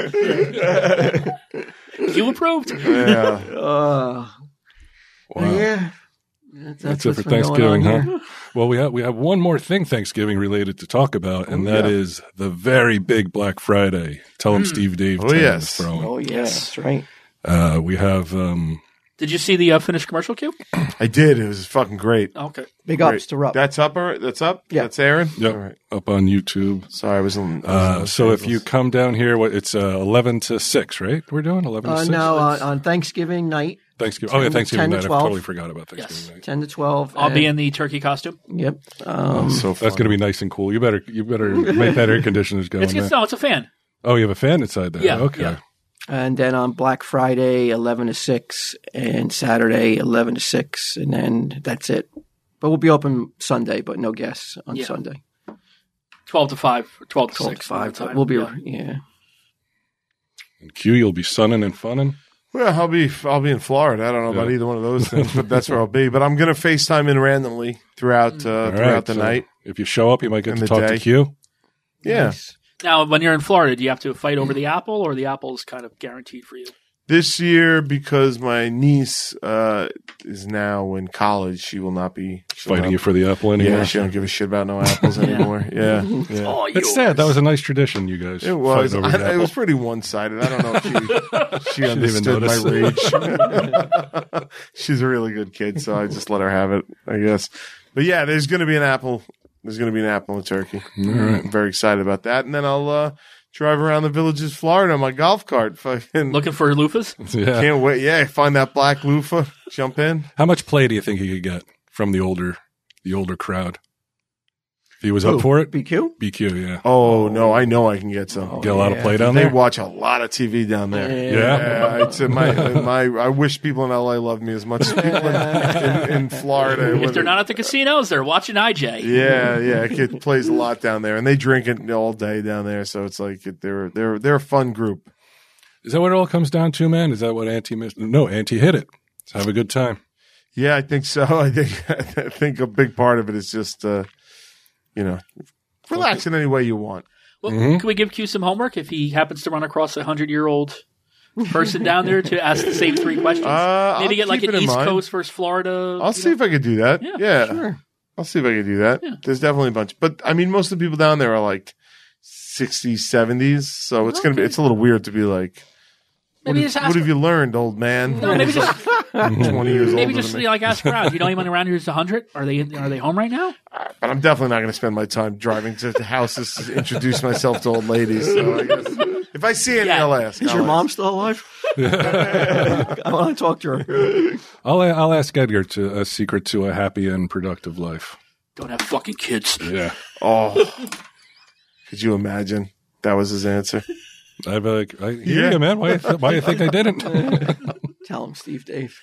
[SPEAKER 5] You approved.
[SPEAKER 1] Yeah.
[SPEAKER 2] Uh,
[SPEAKER 3] Wow.
[SPEAKER 2] Yeah. That's,
[SPEAKER 3] That's,
[SPEAKER 2] what's
[SPEAKER 3] it for
[SPEAKER 2] been going
[SPEAKER 3] Thanksgiving,
[SPEAKER 2] on
[SPEAKER 3] huh? Well, we have we have one more thing Thanksgiving related to talk about, and that
[SPEAKER 1] yeah.
[SPEAKER 3] is the very big Black Friday. Tell him Steve Dave.
[SPEAKER 1] Oh,
[SPEAKER 3] time is
[SPEAKER 1] yes.
[SPEAKER 3] throwing.
[SPEAKER 2] Oh, yeah, that's right.
[SPEAKER 3] Uh, we have um,
[SPEAKER 5] Did you see the uh, finished commercial cue?
[SPEAKER 1] I did. It was fucking great.
[SPEAKER 5] Okay.
[SPEAKER 2] Big
[SPEAKER 1] Great.
[SPEAKER 2] ups to Rupp.
[SPEAKER 1] That's up. all right? That's up.
[SPEAKER 2] Yeah.
[SPEAKER 1] That's Aaron.
[SPEAKER 3] yep,
[SPEAKER 1] All right.
[SPEAKER 3] up on YouTube.
[SPEAKER 1] Sorry, I was in. I was in
[SPEAKER 3] Uh,
[SPEAKER 1] Los
[SPEAKER 3] so if you
[SPEAKER 1] Angeles.
[SPEAKER 3] come down here, what it's uh, eleven to six, right? We're doing eleven to
[SPEAKER 2] uh,
[SPEAKER 3] six.
[SPEAKER 2] no, on, on Thanksgiving night,
[SPEAKER 3] Thanksgiving. Oh yeah,
[SPEAKER 2] 10 10
[SPEAKER 3] Thanksgiving
[SPEAKER 2] to
[SPEAKER 3] night. I
[SPEAKER 2] 12.
[SPEAKER 3] totally forgot about Thanksgiving night.
[SPEAKER 2] 10 to 12.
[SPEAKER 5] I'll
[SPEAKER 2] and-
[SPEAKER 5] be in the turkey costume.
[SPEAKER 2] Yep. Um,
[SPEAKER 1] so
[SPEAKER 3] That's going to be nice and cool. You better you better make that air conditioner's go.
[SPEAKER 5] It's,
[SPEAKER 3] in
[SPEAKER 5] it's
[SPEAKER 3] there.
[SPEAKER 5] no, it's a fan.
[SPEAKER 3] Oh, you have a fan inside there.
[SPEAKER 5] Yeah,
[SPEAKER 3] okay.
[SPEAKER 5] yeah.
[SPEAKER 2] and then on Black Friday, 11 to 6, and Saturday, 11 to 6, and then that's it. But we'll be open Sunday, but no guests on
[SPEAKER 5] Yeah.
[SPEAKER 2] Sunday.
[SPEAKER 5] Twelve to five, or twelve to
[SPEAKER 2] 12
[SPEAKER 5] six.
[SPEAKER 2] to 5.
[SPEAKER 5] whatever time.
[SPEAKER 2] We'll be,
[SPEAKER 5] Yeah.
[SPEAKER 2] yeah. yeah.
[SPEAKER 3] And Q, you'll be sunning and funning.
[SPEAKER 1] Well, I'll be I'll be in Florida. I don't know about
[SPEAKER 3] Yeah.
[SPEAKER 1] either one of those things, but that's where I'll be. But I'm going to FaceTime in randomly throughout uh,
[SPEAKER 3] All
[SPEAKER 1] throughout
[SPEAKER 3] right,
[SPEAKER 1] the
[SPEAKER 3] so
[SPEAKER 1] night.
[SPEAKER 3] If you show up, you might get
[SPEAKER 1] And
[SPEAKER 3] to
[SPEAKER 1] the
[SPEAKER 3] talk
[SPEAKER 1] day.
[SPEAKER 3] to Q.
[SPEAKER 1] Yeah.
[SPEAKER 2] Nice.
[SPEAKER 5] Now, when you're in Florida, do you have to fight over the apple, or the apple is kind of guaranteed for you?
[SPEAKER 1] This year, because my niece uh, is now in college, she will not be she'll
[SPEAKER 3] Fighting
[SPEAKER 1] not-
[SPEAKER 3] you for the apple anyway.
[SPEAKER 1] Yeah, she don't give a shit about no apples anymore. Yeah, yeah.
[SPEAKER 5] Oh,
[SPEAKER 3] It's sad. That was a nice tradition, you guys.
[SPEAKER 1] It was.
[SPEAKER 3] Fighting
[SPEAKER 1] I,
[SPEAKER 3] over the
[SPEAKER 1] it
[SPEAKER 3] apple.
[SPEAKER 1] was pretty one sided. I don't know if she, she understood my rage.
[SPEAKER 3] notice.
[SPEAKER 1] She's a really good kid, so I just let her have it, I guess. But yeah, there's going to be an apple. There's going to be an apple and turkey.
[SPEAKER 3] All right.
[SPEAKER 1] I'm very excited about that. And then I'll uh, drive around the villages, of Florida, on my golf cart. Fucking
[SPEAKER 5] Looking for loofahs?
[SPEAKER 3] Yeah.
[SPEAKER 1] can't wait. Yeah, find that black loofah, jump in.
[SPEAKER 3] How much play do you think he could get from the older, the older crowd? If he was up for it,
[SPEAKER 2] BQ?
[SPEAKER 3] BQ. Yeah,
[SPEAKER 1] Oh no, I know I can get some.
[SPEAKER 3] get a lot of play down
[SPEAKER 1] Oh, they
[SPEAKER 3] there.
[SPEAKER 1] watch a lot of TV down there.
[SPEAKER 3] Yeah.
[SPEAKER 1] Yeah, it's in my, in my. I wish people in LA loved me as much as people in, in, in Florida.
[SPEAKER 5] If they're not at the casinos, they're watching IJ.
[SPEAKER 1] yeah, yeah, it get- plays a lot down there, and they drink it all day down there. So it's like it- they're they're they're a fun group.
[SPEAKER 3] Is that what it all comes down to, man? Is that what anti missed? No, anti hit it. Let's have a good time.
[SPEAKER 1] Yeah, I think so. I think I think a big part of it is just uh, you know relax in any way you want.
[SPEAKER 5] Well,
[SPEAKER 1] Mm-hmm.
[SPEAKER 5] Can we give Q some homework if he happens to run across a hundred-year-old person down there to ask the same three questions?
[SPEAKER 1] Uh, I'll
[SPEAKER 5] Maybe get like
[SPEAKER 1] keep
[SPEAKER 5] an
[SPEAKER 1] it in
[SPEAKER 5] East
[SPEAKER 1] mind.
[SPEAKER 5] Coast versus Florida.
[SPEAKER 1] I'll see if I could do that.
[SPEAKER 5] Yeah,
[SPEAKER 1] Yeah, I'll see if I could do that.
[SPEAKER 5] Yeah.
[SPEAKER 1] There's definitely a bunch, but I mean, most of the people down there are like 60s, 70s, so it's gonna be
[SPEAKER 5] Okay.
[SPEAKER 1] it's a little weird to be like,
[SPEAKER 5] Maybe
[SPEAKER 1] what,
[SPEAKER 5] just
[SPEAKER 1] have,
[SPEAKER 5] ask.
[SPEAKER 1] what have you learned, old man?
[SPEAKER 5] no, maybe just
[SPEAKER 1] Twenty years old.
[SPEAKER 5] maybe just you know, like ask around. You know anyone around who's hundred? Are they are they home right now?
[SPEAKER 1] but I'm definitely not going to spend my time driving to the houses to introduce myself to old ladies. So I guess if I see any,
[SPEAKER 5] Yeah.
[SPEAKER 1] I'll ask.
[SPEAKER 2] Is
[SPEAKER 1] I'll
[SPEAKER 2] your
[SPEAKER 1] ask.
[SPEAKER 2] mom still alive? I want to talk to her.
[SPEAKER 3] I'll I'll ask Edgar to a secret to a happy and productive life.
[SPEAKER 5] Don't have fucking kids.
[SPEAKER 3] Yeah,
[SPEAKER 1] Oh, could you imagine? That was his answer.
[SPEAKER 3] I've like I hear
[SPEAKER 1] Yeah.
[SPEAKER 3] you, man. Why you th- why you think I didn't?
[SPEAKER 2] Tell him, Steve Dave.